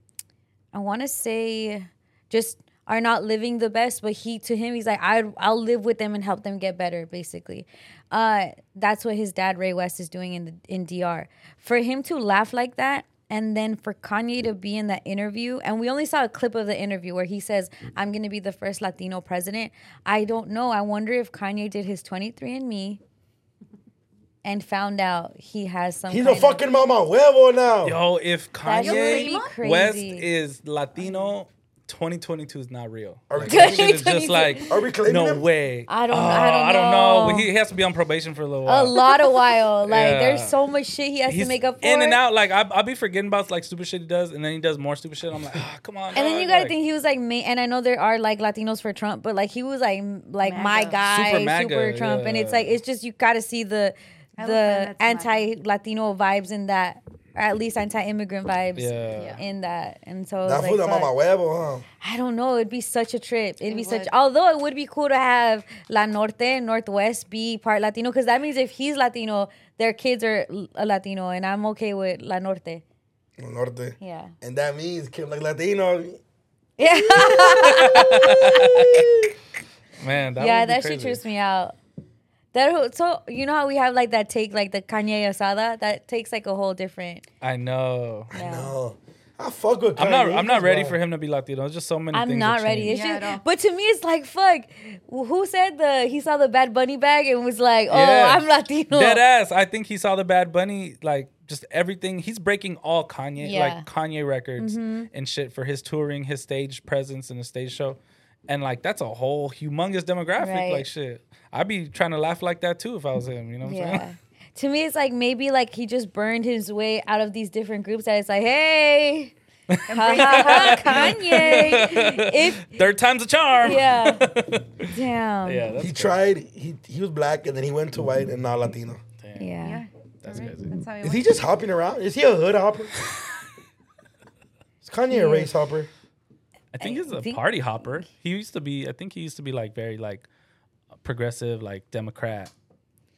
F: I want to say just are not living the best. But he to him, he's like, I I'll live with them and help them get better, basically. Uh, that's what his dad Ray West is doing in the in DR. For him to laugh like that. And then for Kanye to be in that interview, and we only saw a clip of the interview where he says, I'm gonna be the first Latino president. I don't know. I wonder if Kanye did his 23andMe and found out he has some.
E: He's a
F: kind of-
E: fucking mama huevo now.
D: Yo, if
F: That shit would be
D: Kanye West
F: crazy.
D: is Latino, 2022 is not real. *laughs*
E: Are we
D: Like, that
E: claiming
D: shit is
E: him?
D: just like,
E: Are we claiming
D: no
E: him?
D: way.
F: I don't-
D: Oh,
F: I don't
D: know.
F: know.
D: But he has to be on probation for a little
F: A
D: while.
F: lot of while. Like
D: Yeah.
F: there's so much shit he has
D: He's
F: to make up for.
D: in and out. Like I, I'll be forgetting about like stupid shit he does, and then he does more stupid shit. I'm like, ah, come on.
F: And then
D: dog,
F: you gotta
D: like-
F: think he was like me, and I know there are like Latinos for Trump, but like he was like m- like my guy,
D: Super
F: super,
D: MAGA,
F: Trump, and it's
D: yeah.
F: like it's just you gotta see the
G: I love
F: the
G: that that's
F: anti-Latino vibes in that, or at least anti-immigrant vibes
E: Yeah. Yeah.
F: in that, and so
E: That
F: like,
E: food on
F: fuck.
E: my huevo, huh?
F: I don't know. It'd be such a trip. It'd be such.
G: would.
F: Although it would be cool to have La Norte, Northwest, be part Latino, because that means if he's Latino, their kids are l- a Latino, and I'm okay with La Norte.
E: El Norte.
F: Yeah.
E: And that means Kim like Latino.
F: *laughs* Yeah.
D: man, that
F: yeah,
D: would be
F: that shit
D: crazy.
F: trips me out. That whole, so you know how we have like that take like the Kanye asada that takes like a whole different.
D: I know.
F: I
E: know. Oh, I fuck with.
D: I'm not.
E: Kanye,
D: I'm not
E: he's
D: ready
E: wild.
D: for him to be Latino. There's just so many.
F: I'm
D: things
F: not
D: that
F: ready.
D: change.
F: It's just- but to me, it's like fuck. Who said the he saw the Bad Bunny bag and was like, oh,
D: Yeah.
F: I'm *laughs* Latino.
D: Dead ass. I think he saw the Bad Bunny, like just everything. He's breaking all Kanye,
F: Yeah.
D: like Kanye records
F: Mhm.
D: and shit for his touring, his stage presence, and the stage show. And like that's a whole humongous demographic.
F: Right.
D: Like shit, I'd be trying to laugh like that too if I was him. You know what I'm
F: Yeah.
D: saying? *laughs*
F: to me, it's like maybe like he just burned his way out of these different groups. That it's like, hey, ha, ha, ha,
D: *laughs*
F: Kanye. If
D: Third time's a charm. *laughs*
F: yeah, damn.
D: Yeah, that's
E: he tried. He he was black and then he went to white and now Latino.
F: Yeah.
D: That's crazy.
G: That's how
E: Is he just hopping around? Is he a
D: *laughs*
E: hood hopper? Is Kanye a
D: Yeah.
E: race hopper?
D: I think he's a
E: think-
D: party hopper. He used to be. I think he used to be like very like progressive, like Democrat,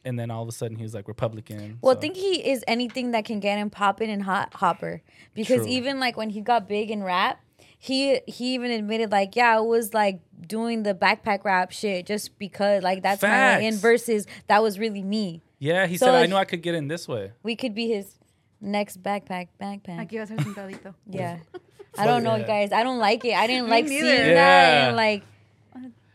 D: and then all of a sudden he was like Republican.
F: Well,
D: so-
F: I think he is anything that can get him popping and hot hopper. Because
D: True.
F: even like when he got big in rap, he he even admitted like, yeah, I was like doing the backpack rap shit just because like that's my way in
D: Facts.
F: versus that was really me.
D: Yeah, he
F: So,
D: said I
F: like,
D: knew I could get in this way.
F: We could be his next backpack backpack.
G: Aquí vas a ser sentadito.
F: Yeah. *laughs* I don't know,
D: Yeah.
F: guys. I don't like it. I
G: *laughs*
F: didn't
G: Me
F: like
G: neither.
F: seeing that. I
D: Yeah.
F: didn't like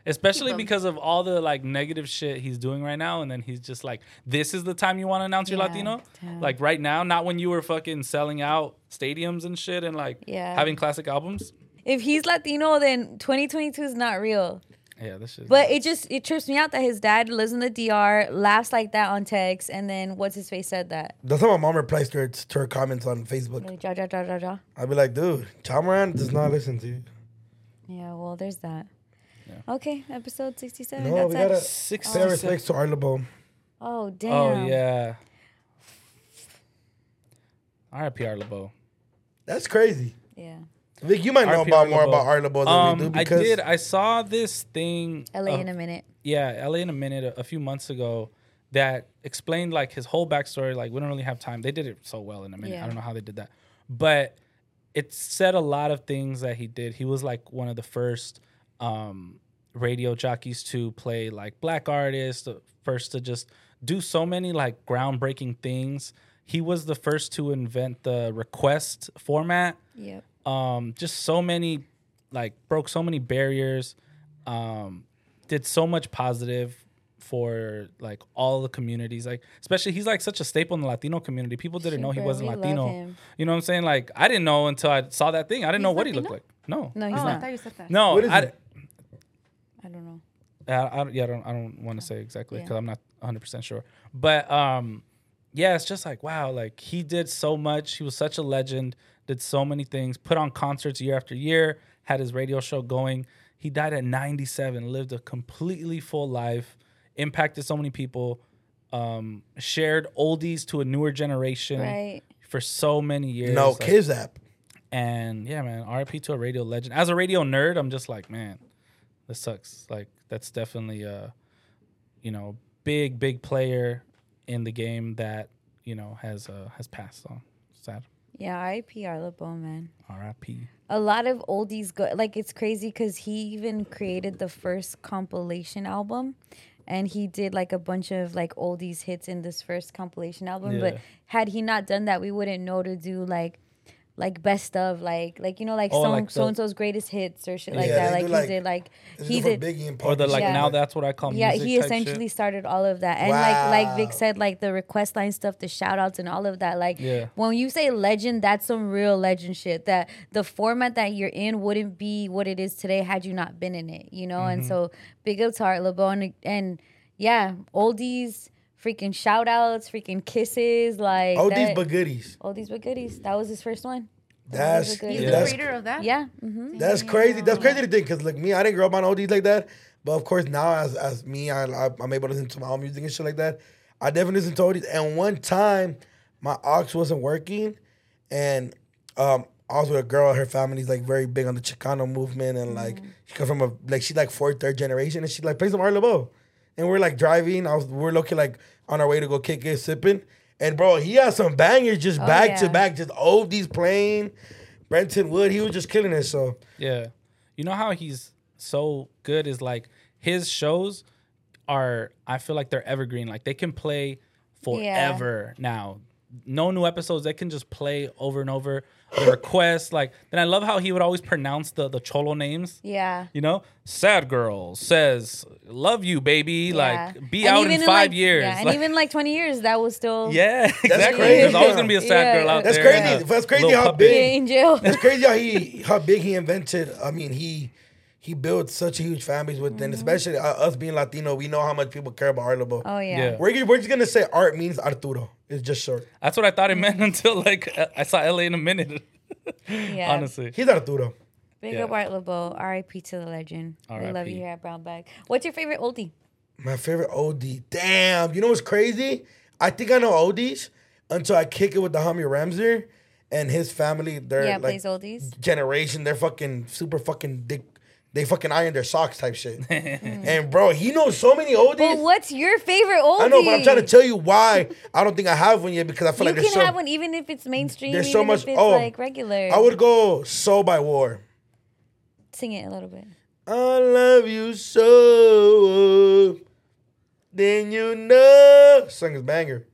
D: Especially
F: Keep 'em.
D: because of all the like negative shit he's doing right now, and then he's just like, "This is the time you want to announce you're
F: Yeah,
D: Latino,
F: damn.
D: like right now, not when you were fucking selling out stadiums and shit, and like
F: Yeah.
D: having classic albums."
F: if he's Latino, then 2022 is not real.
D: Yeah, this shit.
F: But it just it trips me out that his dad lives in the DR, laughs like that on text, and then what's his face said that.
E: That's how my mom replies to her, to her comments on Facebook.
F: Like, ja, ja, ja, ja, ja.
E: I'd be like, dude, Chamaran does not listen to you.
D: Oh,
F: Yeah, well, there's that. Okay, episode 67.
E: No,
F: that's
E: we
F: it.
E: gotta pay
F: Oh.
E: our respects to Arlo Bohm.
F: Oh, damn.
D: Oh yeah. R.I.P. Arlebo.
E: That's crazy.
F: Yeah.
E: Vic, you might know
D: R.I.P.
E: about more
D: Arlo Bo.
E: about Arlo Bohm than we do
D: Um, I
E: because
D: did. I saw this thing.
F: LA
D: uh,
F: in a
E: Oh.
F: minute.
D: yeah, LA in a minute a, a few months ago that explained like his whole backstory. Like we don't really have time. They did it so well in a minute.
F: Yeah.
D: I don't know how they did that, but it said a lot of things that he did. He was like one of the first um, radio jockeys to play like black artists. The first to just do so many like groundbreaking things. He was the first to invent the request format
F: Yep.
D: um just so many like broke so many barriers um did so much positive for like all the communities like especially he's like such a staple in the latino community people didn't know he
F: Super,
D: wasn't
F: we love
D: latino
F: him.
D: you know what i'm saying like i didn't know until i saw that thing i didn't know what he looked like no
F: No, he's
G: oh, I
F: not.
G: thought you said that.
D: no
F: What is
D: I,
F: it? I don't know.
D: I, I don't- yeah, I don't, I don't want to say exactly
F: Yeah.
D: because I'm not 100 percent sure. But um, yeah, it's just like wow, like he did so much. He was such a legend. Did so many things. Put on concerts year after year. Had his radio show going. He died at 97. Lived a completely full life. Impacted so many people. Um, shared oldies to a newer generation
F: Right.
D: for so many years.
E: no
D: like-
E: kids app.
D: and yeah, man, RIP to a radio legend. As a radio nerd, I'm just like, man, this sucks. Like that's definitely a, you know, big big player in the game that you know has uh, has passed on. Sad.
F: Yeah, R.I.P. Arlo Bone, man.
D: RIP.
F: A lot of oldies go like it's crazy because he even created the first compilation album, and he did like a bunch of like oldies hits in this first compilation album. But
G: Yeah.
F: had he not done that, we wouldn't know to do like like best of like like you know like
D: Oh,
F: so
D: like the-
F: so and so's greatest hits or shit like
D: Yeah,
F: that.
D: they
F: Like
D: do
F: he
D: like-
F: did like
D: they
F: he
D: do for
F: did
D: Biggie and Or the, Pac like, and shit. now that's what I call
F: Yeah,
D: music
F: he
D: type
F: essentially started all of that. And like like Vic said, like the request line stuff, the shout outs and all of that. Like
N: Yeah.
F: when you say legend, that's some real legend shit. That the format that you're in wouldn't be what it is today had you not been in it, you know? And
D: Mm-hmm.
N: Mhm.
F: so big up to Art LeBeau and, and yeah, oldies, freaking shout outs, freaking kisses, like
E: Oldies
F: that-
E: but goodies.
F: Oldies but goodies. That was his first one.
E: That's-
F: Oldies but
E: He's the
F: goodies.
E: creator
G: of that?
F: Yeah. mhm.
E: That's crazy. That's crazy to think because like me, I didn't grow up on oldies like that. But of course, now as as me, I, I I'm able to listen to my own music and shit like that. I definitely listen to oldies. And one time, my aux wasn't working, and um, I was with a girl. Her family's like very big on the Chicano movement, and like
D: Mm-hmm.
E: she come from a like she like fourth, third generation, and she like plays some Art LeBeau. And we're like driving. I was we're looking like on our way to go kick it, sipping. And bro, he had some bangers just
D: Oh,
E: back to
D: yeah.
E: back, just oldies playing. Brenton Wood, he was just killing it. So
D: Yeah. You know how he's so good is like his shows are I feel like they're evergreen. Like they can play
N: Yeah.
D: forever now. No new episodes. They can just play over and over. The requests, like then I love how he would always pronounce the the cholo names.
F: Yeah.
D: You know, sad girl says, "Love you, baby."
F: Yeah.
D: Like, be
F: And
D: out
F: even
D: in five
F: like-
D: years.
F: Yeah, and
D: Like-
F: even like 20 years, that was still.
D: *laughs* Yeah, exactly. There's always gonna be a sad girl out
E: That's
D: there.
E: crazy.
D: and a
E: That's crazy
D: little
E: how
D: puppet.
E: big.
F: in
E: *laughs*
F: jail. *laughs*
E: That's crazy how he how big he invented. I mean, he he built such a huge families with,
F: Mm-hmm.
E: and especially uh, us being Latino, we know how much people care about Art LeBeau.
F: Oh, yeah.
D: Yeah.
E: We're, ju- we're just gonna say art means Arturo. It's just short.
D: That's what I thought it *laughs* meant until like I saw LA in a minute.
F: Yeah.
D: Honestly,
E: he's Arturo.
F: Big
D: Yeah.
F: up Art LeBeau. R.I.P. to the legend. We love you
E: R.I.P..
F: here at Brown Bag. What's your favorite oldie?
E: My favorite OD. Damn, you know what's crazy? I think I know ODs until I kick it with the homie Ramsey and his family. They're
F: yeah,
E: like
F: plays oldies.
E: generation. They're fucking super fucking dick. They fucking iron their socks type
F: *laughs*
E: shit. and bro, he knows so many oldies.
F: But what's your favorite oldie?
E: I know, but I'm trying to tell you why I don't think I have one yet because I feel
F: you
E: like there's
F: can
E: so.
F: have one even if it's mainstream.
E: there's
F: even
E: so much-
F: If it's
E: oh,
F: like regular.
E: I would go "So" by War.
F: sing it a little bit.
E: I love you so, then you know. Song is banger.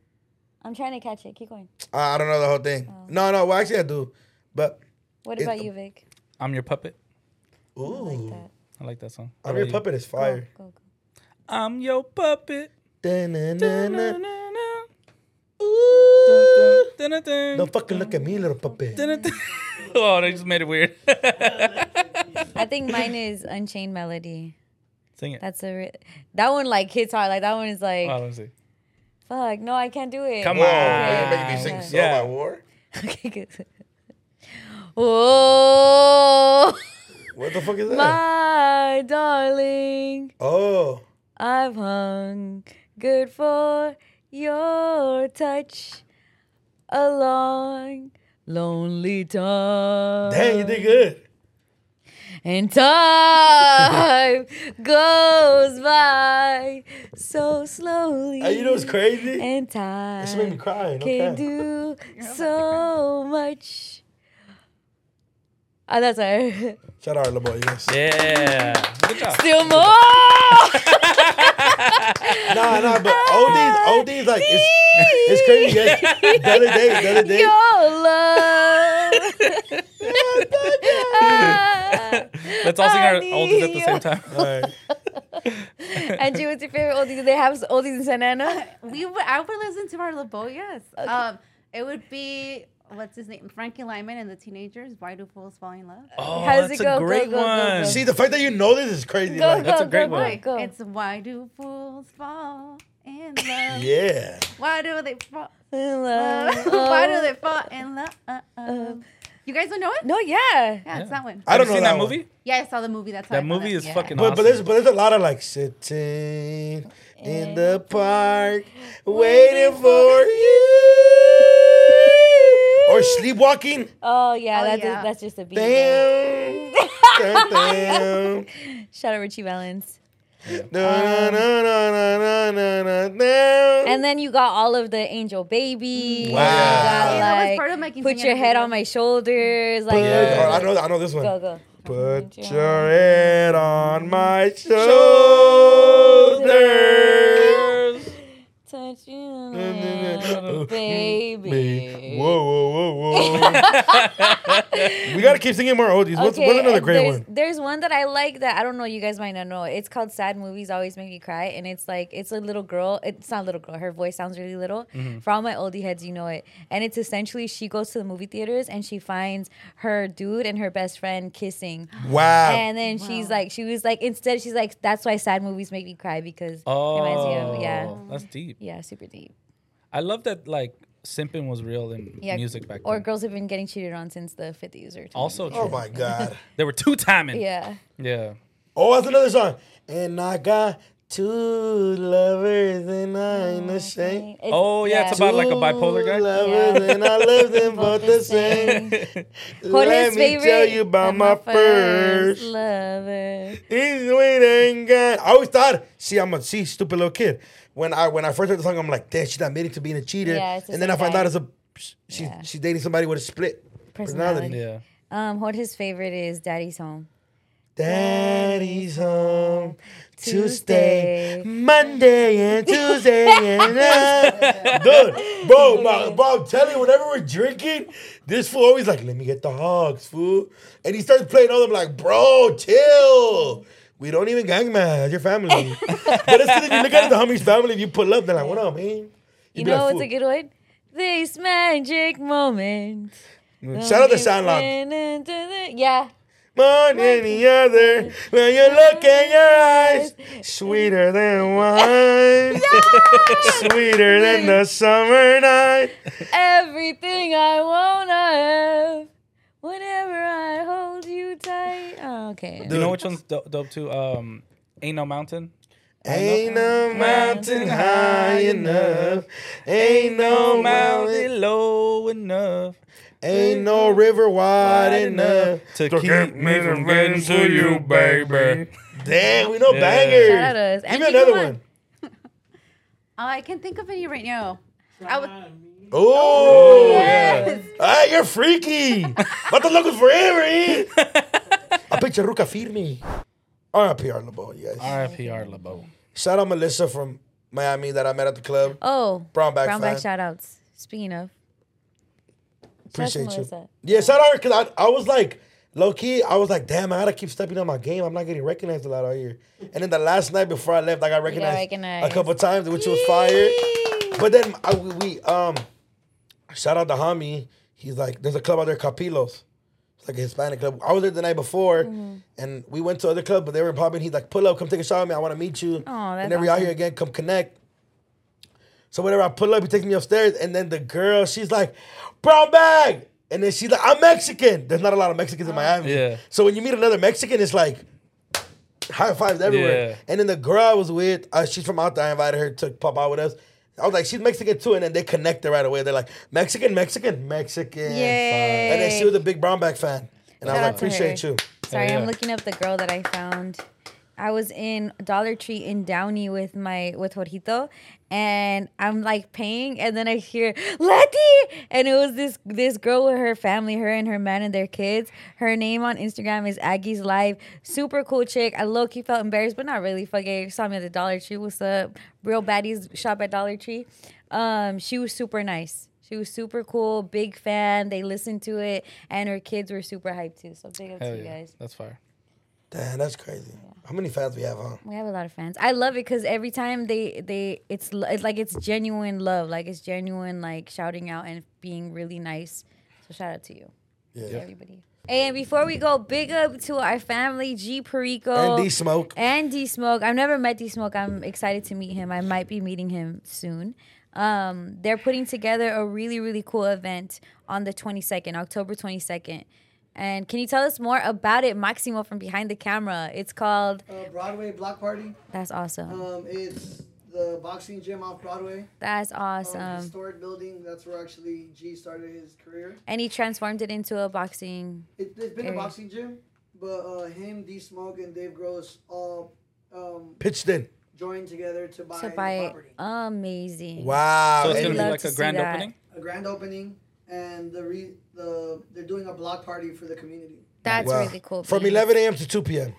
F: I'm trying to catch it. Keep going.
E: I, I don't know the whole thing.
F: Oh.
E: No, no. Well, actually, I do, but
F: What
E: It-
F: about you, Vic?
D: I'm your puppet.
E: Ooh, I like
F: that,
D: song.
E: I'm your puppet is fire.
D: I'm your *laughs* puppet.
E: Da-na-na-na.
D: Oh,
E: Don't fucking look at me, little puppet.
D: oh, they just made it weird. *laughs*
F: I think mine is Unchained Melody.
D: Sing it.
F: That's a re- that one like hits hard. Like that one is like
D: Oh, let me see.
F: fuck. No, I can't do it.
D: Come
F: Okay,
D: on.
F: okay,
D: Make me sing
F: okay.
D: So Yeah. by
E: War?
F: Okay, good. Oh.
E: What the fuck is that?
F: My darling,
E: Oh,
F: I've hung good for your touch a long, lonely time.
E: Dang, you did good.
F: And time goes by so slowly.
E: Hey, you know what's crazy?
F: And time
E: made me cry, no
F: can
E: cap.
F: do so much. Oh, that's all.
E: shout out, LeBoy. Yes.
D: Yeah. Good job.
F: Still more.
E: nah, nah, but
F: Ah,
E: oldies, oldies, like it's, it's crazy.
F: *laughs*
E: Yes. The other day, the other day,
F: Your love.
D: Let's all sing our
F: Honey,
D: oldies at the same time.
F: Angie, what's your favorite oldie? Do they have oldies in Santa *laughs* Ana?
G: we would I would listen to our LeBeau, yes. Um it would be what's his name? Frankie Lyman and the teenagers, Why Do Fools Fall in Love?
E: Oh,
F: How's it that's a go? Go,
G: great go, go, one. go.
E: See, the fact that you know this is crazy.
F: Go,
E: like,
F: go, That's a great go,
G: Why? It's Why Do Fools Fall in Love?
E: Yeah.
G: Why do they fall
F: *laughs* in Uh,
G: love? *laughs* Why do they fall in love? Uh, um, You guys don't know it?
F: No, yeah.
G: Yeah, it's that one.
E: I don't know that, movie.
G: Yeah, I saw the movie. That's how I
D: That
G: found
D: movie
G: it.
D: is
G: Yeah.
D: fucking
E: But, but
D: awesome.
E: there's but there's a lot of like sitting in the park waiting for you or
F: *laughs*
E: sleepwalking.
F: Oh yeah, that's
E: yeah.
F: that's just a beat.
E: Damn. Dun, dun.
F: Shout out Richie Valens.
E: Dun, dun, dun, dun, dun, dun, dun, dun.
F: And then you got all of the Angel Baby.
E: Wow.
F: You got,
E: Yeah,
G: that was
F: like,
G: part of my
F: put your
G: quinceañera
F: head
G: video.
F: on my shoulders. Like
E: Yeah. Oh, I know- I know this one.
F: Go go.
E: Put your head on my shoulders.
F: Touch you.
E: Dun, dun, dun.
F: Oh, baby.
E: Whoa, whoa, whoa, *laughs* whoa. we gotta keep singing more oldies. What's, what's another great
F: there's,
E: one?
F: There's one that I like that I don't know. You guys might not know. It's called "Sad Movies Always Make Me Cry," and it's like it's a little girl. It's not a little girl. Her voice sounds really little.
N: Mhm.
F: For all my oldie heads, you know it. And it's essentially she goes to the movie theaters and she finds her dude and her best friend kissing.
E: Wow.
F: And then she's like, she was like, instead she's like, that's why sad movies make me cry because it reminds me
D: Oh,
F: of yeah,
D: that's deep.
F: yeah, super deep.
D: I love that like simping was real in
F: Yeah,
D: music back
F: Or
D: then.
F: girls have been getting cheated on since the fifties or 20s.
D: Also,
E: Oh my God.
D: they were two timing.
F: Yeah.
D: yeah.
E: Oh, that's another song. And I got two lovers and I'm ashamed.
D: Oh, yeah, it's about like a bipolar guy?
E: Two lovers and I love them *laughs* both the same. *laughs*
F: What
E: Let
F: is
E: me tell
F: favorite?
E: you about my first.
F: lover.
E: This way ain't got. I always thought, see, I'm a see, stupid little kid. When I when I first heard the song, I'm like, damn, she's not admitting to being a cheater.
F: Yeah, it's the
E: and then I
F: same
E: find
F: guy.
E: out it's a she's she's dating somebody with a split personality.
F: Personality. Yeah. Um, what his favorite is Daddy's Home.
E: Daddy's home Tuesday, Monday, and Tuesday, and uh, dude, bro, my, bro, I'm telling you, whenever we're drinking, this fool always like, let me get the hogs, fool, and he starts playing all them like, bro, chill. We don't even gang match your family, but it's good if you look at the homies' family. If you pull up, they're like, "What up, man?" You,
F: You
E: be like,
F: know what's
E: "Fool."
F: a good one? This magic moment.
E: Mm, shout out to Soundlock.
F: Yeah.
E: more than the other. When you look in your eyes, sweeter than wine, sweeter than the summer night.
F: Everything I wanna have. Whenever I hold you tight. Oh, okay.
D: You know which one's dope, dope too? Um, Ain't No Mountain.
E: Ain't no mountain high enough. Ain't no mountain
D: low enough.
E: Ain't no river wide enough
D: to keep me from getting to you, baby.
E: Damn, we know
D: Yeah.
E: bangers.
D: Shout out
F: to us.
E: Give me
F: Angie,
E: another
F: come on.
E: one.
G: Oh, I can't think of any right now. I would,
E: Oh, Ay, you're freaky. What the loco forever, eh? A pinche ruca firme. R.I.P. Art LeBeau, you guys.
D: R.I.P. Art LeBeau.
E: Shout out Melissa from Miami that I met at the club.
F: Oh.
E: Brownback fan.
F: Brownback shout outs. Speaking of. Shout out to
E: Appreciate you.
F: Melissa.
E: Yeah, shout out because I, I was like, low key, I was like, damn, I gotta keep stepping up my game. I'm not getting recognized a lot out here. And then the last night before I left, I got recognized,
F: recognized.
E: a couple times, which was fire. But then I, we, we um, shout out the homie. He's like, there's a club out there, Capilos. It's like a Hispanic club. I was there the night before,
F: Mm-hmm.
E: and we went to other club, but they were popping. He's like, pull up, come take a shot with me. I want to meet you.
F: Aw, that's
E: Whenever y'all
F: awesome.
E: here again, come connect. So whenever I pull up, he takes me upstairs, and then the girl, she's like, brown bag. And then she's like, I'm Mexican. There's not a lot of Mexicans in Miami.
D: Uh-huh. Yeah.
E: So when you meet another Mexican, it's like high fives everywhere.
D: Yeah.
E: And then the girl I was with, uh, she's from out there. I invited her to pop out with us. I was like, she's Mexican too. And then they connected right away. They're like, Mexican, Mexican, Mexican.
F: Yay.
E: And then she was a big brownback fan. And I was
F: Shout
E: like,
F: out to her.
E: appreciate you.
F: Sorry, I'm looking up the girl that I found. I was in Dollar Tree in Downey with my with Jorgito, and I'm like paying, and then I hear Letty, and it was this this girl with her family, her and her man and their kids. Her name on Instagram is Aggie's Live. Super cool chick. I low key felt embarrassed, but not really. Fucking saw me at the Dollar Tree. What's up? Real baddies shop at Dollar Tree. Um, she was super nice. She was super cool, big fan. They listened to it, and her kids were super hyped too. So big up
D: Hell
F: to you
D: yeah.
F: guys.
D: That's fire.
E: Damn, that's crazy. How many fans we have, huh?
F: We have a lot of fans. I love it because every time they they it's, lo- it's like it's genuine love, like it's genuine like shouting out and being really nice. So shout out to you,
E: Yeah.
F: To everybody. And before we go, big up to our family, G Perico
E: And D Smoke.
F: and D Smoke. I've never met D Smoke. I'm excited to meet him. I might be meeting him soon. Um, they're putting together a really really cool event on the 22nd, October 22nd. And can you tell us more about it, Maximo, from behind the camera? It's called.
M: Uh, Broadway block party.
F: That's awesome.
M: Um, it's the boxing gym off Broadway.
F: That's
M: Um,
F: awesome.
M: historic building. That's where actually G started his career.
F: and he transformed it into a boxing.
M: It, it's been a
F: area.
M: boxing gym, but uh, him, D Smoke, and Dave Gross all um,
E: Pitched in.
M: joined together to buy,
F: to
M: the
F: buy it.
M: property.
F: Amazing.
E: Wow.
D: So it's
E: and-
D: gonna be like a grand opening.
M: A grand opening, and the re- the they're doing a block party for the community.
F: That's
E: Wow.
F: really cool.
E: From
F: Beans.
E: 11 a.m. to 2 p.m.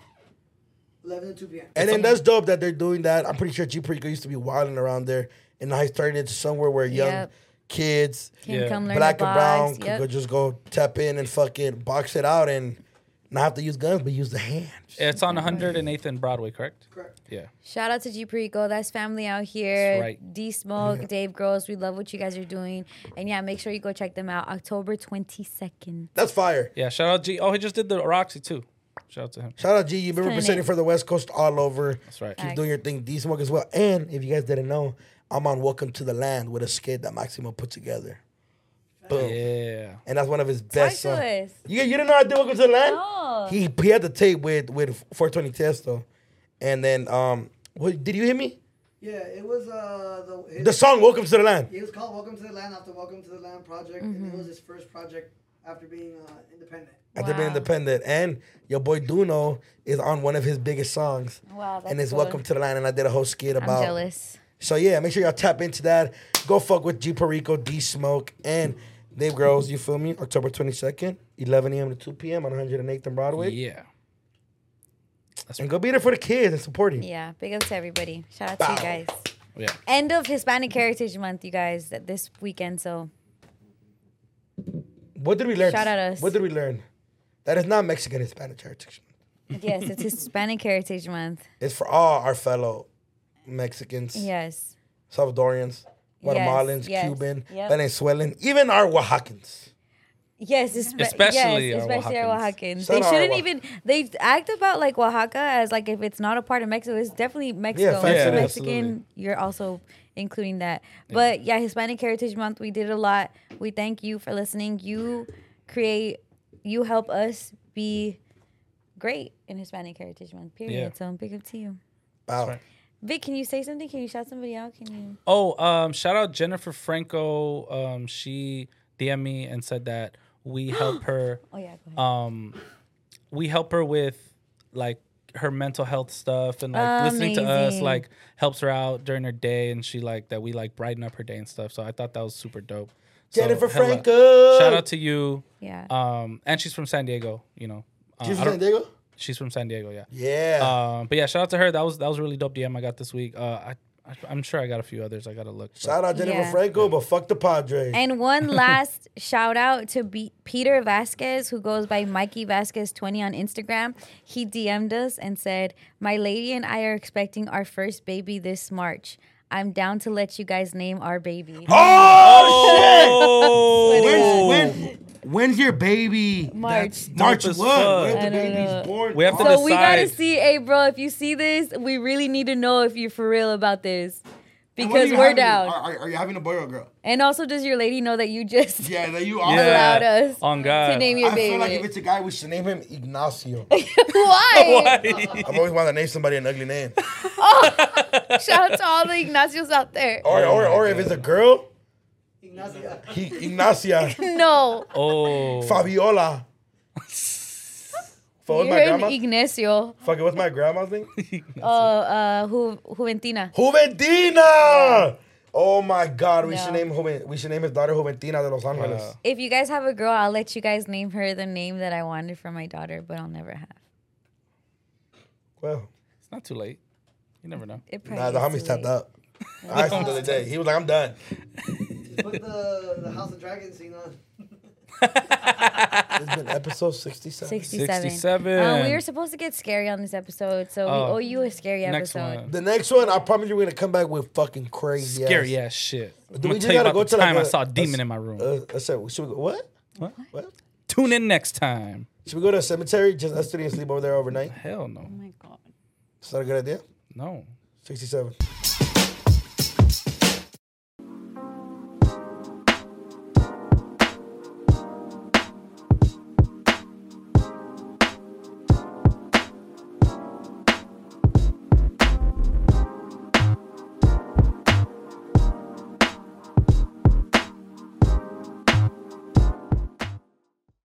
M: 11 to 2 p.m.
E: And then that's dope that they're doing that. I'm pretty sure G Perico used to be wilding around there, and now he's turning it to somewhere where young
F: Yep.
E: kids,
F: Can Yeah. come learn
E: black
F: to
E: and brown,
F: box,
E: could
F: yep.
E: go, just go tap in and fucking box it out and not have to use guns, but use the hand.
D: It's on 108th and Broadway, correct? Correct. Yeah.
F: Shout out to G Perico. That's family out here.
D: That's right.
F: D Smoke,
D: Yeah.
F: Dave Gross. We love what you guys are doing. And yeah, make sure you go check them out. October 22nd.
E: That's fire.
D: Yeah. Shout out G. Oh, he just did the Roxy too. Shout out to him.
E: Shout out G, you've been
F: Kinda
E: representing
F: neat.
E: for the West Coast all over. That's
D: right.
E: Keep doing your thing, D Smoke as well. And if you guys didn't know, I'm on Welcome to the Land with a skit that Maximo put together. Boom.
D: Yeah.
E: And that's one of his best
F: Talk to
E: songs.
F: us.
E: You, you didn't know I did Welcome to the Land?
F: No.
E: He he had the tape with with 420 Testo, and then um, what did you hear me?
M: Yeah, it was uh the
E: The song Welcome to the Land.
M: It was called Welcome to the Land after Welcome to the Land project,
F: Mm-hmm.
M: and it was his first project after being uh, independent.
E: After being independent, and your boy Duno is on one of his biggest songs.
F: Wow, that's
E: and it's
F: cool.
E: Welcome to the Land, and I did a whole skit
F: I'm
E: about.
F: jealous.
E: So yeah, make sure y'all tap into that. Go fuck with G Perico, D Smoke, and Dave Grows. You feel me? October 22nd, 11 a.m. to 2 p.m. on 108th and Broadway.
D: Yeah.
E: and go be there for the kids and support him.
F: Yeah. Big up to everybody. Shout out to
E: Bow.
F: you guys.
D: Yeah.
F: End of Hispanic Heritage Month, you guys, th- this weekend. So
E: What did we learn?
F: Shout out us.
E: What did we learn? That is not Mexican Hispanic heritage. *laughs*
F: yes, it's Hispanic Heritage Month.
E: It's for all our fellow Mexicans,
F: Yes.
E: Salvadorians,
F: Yes,
E: Guatemalans,
F: yes,
E: Cuban,
F: yep.
E: Venezuelan, even our Oaxacans.
F: Yes, espe-
E: Especially
F: yes,
E: our
F: especially our
E: Oaxacans.
F: Oaxacans.
E: Shout
F: They
E: out our
F: shouldn't
E: Oax-
F: even they act about like Oaxaca as like if it's not a part of Mexico, it's definitely Mexico.
E: facts
F: It's
E: it is.
F: Mexican, you're also including that. But yeah, Hispanic Heritage Month, we did a lot. We thank you for listening. You create you help us be great in Hispanic Heritage Month. Period.
D: Yeah.
F: So big up to you.
E: Wow.
F: Vic, can you say something? Can you shout somebody out? Can you
D: Oh, um, shout out Jennifer Franco. Um, she DM me and said that we
F: *gasps*
D: help her.
F: Oh, yeah, go ahead.
D: Um, we help her with like her mental health stuff and like listening to us
F: Amazing.
D: like helps her out during her day and she like that we like brighten up her day and stuff. So I thought that was super dope. So,
E: Jennifer
D: hella-
E: Franco!
D: Shout out to you.
F: Yeah.
D: Um, and she's from San Diego. You know. Uh,
E: She's
D: I
E: from
D: don't-
E: San Diego?
D: She's from San Diego. Yeah.
E: Yeah.
D: Um, but yeah, shout out to her. That was that was a really dope DM I got this week. Uh, I, I I'm sure I got a few others. I gotta look. but- *laughs*
E: Shout out Jennifer
F: Yeah.
E: Franco, but fuck the Padres.
F: And
E: *laughs*
F: one last shout out to B- Peter Vasquez, who goes by Mikey Vasquez20 on Instagram. He DM'd us and said, My lady and I are expecting our first baby this March. I'm down to let you guys name
E: *gasps*
F: our baby.
E: Oh,
F: shit!
E: When's, when, when's your baby?
F: March.
E: March
D: dope as
E: what?
D: fuck. I
E: What if the baby's born?
D: We have to
F: So we gotta
D: decide.
F: see, hey bro, if you see this, we really need to know if you're for real about this.
E: And what are
F: Because
E: you
F: we're
E: having?
F: down.
E: Are, are- are you having a boy or a girl?
F: And also does your lady know that you just
E: Yeah, that you
F: are. *laughs* allowed us
D: On God.
F: to name your
E: I
F: baby.
E: feel like if it's a guy, we should name him Ignacio. *laughs*
F: Why?
E: I've always wanted to name somebody an ugly name.
F: Shout out to all the Ignacios
E: *laughs*
F: out there.
E: Or or, or if it's a girl,
M: Ignacia.
E: he, Ignacia.
F: No.
D: *laughs* Oh.
E: Fabiola. Fuck, what's Oh my
F: You're an
E: grandma?
F: Ignacio.
E: Fuck it, what's my grandma's name?
F: Oh, uh, Ju- Juventina.
E: Juventina! Oh my God, we
F: No.
E: should name Juven, we should name his daughter Juventina de Los Angeles.
F: If you guys have a girl, I'll let you guys name her the name that I wanted for my daughter, but I'll never have.
E: Well,
D: it's not too late. You never know.
F: It
E: nah, the homies tapped out. I asked him the other day. He was like, "I'm done."
M: Put the, the House of Dragons scene on.
E: It's been episode sixty-seven.
F: 67.
D: 67.
F: Uh, we were supposed to get scary on this episode, so
E: Oh.
F: we owe you a scary episode.
E: The next one, I promise you, we're gonna come back with fucking crazy,
D: Scary
E: ass.
D: ass shit.
E: Do
D: I'm
E: we
D: gonna
E: just
D: tell you
E: gotta
D: about
E: go
D: the
E: to, like,
D: time I
E: a-
D: saw
E: a
D: a demon
E: s-
D: in my room.
E: Uh, I said, should we go? What?
D: What?
E: What?
D: Tune in next time.
E: Should we go to a cemetery? Just us three and sleep over there overnight?
D: Hell no. Oh
E: my god. Is that a good idea?
D: No.
E: Sixty-seven.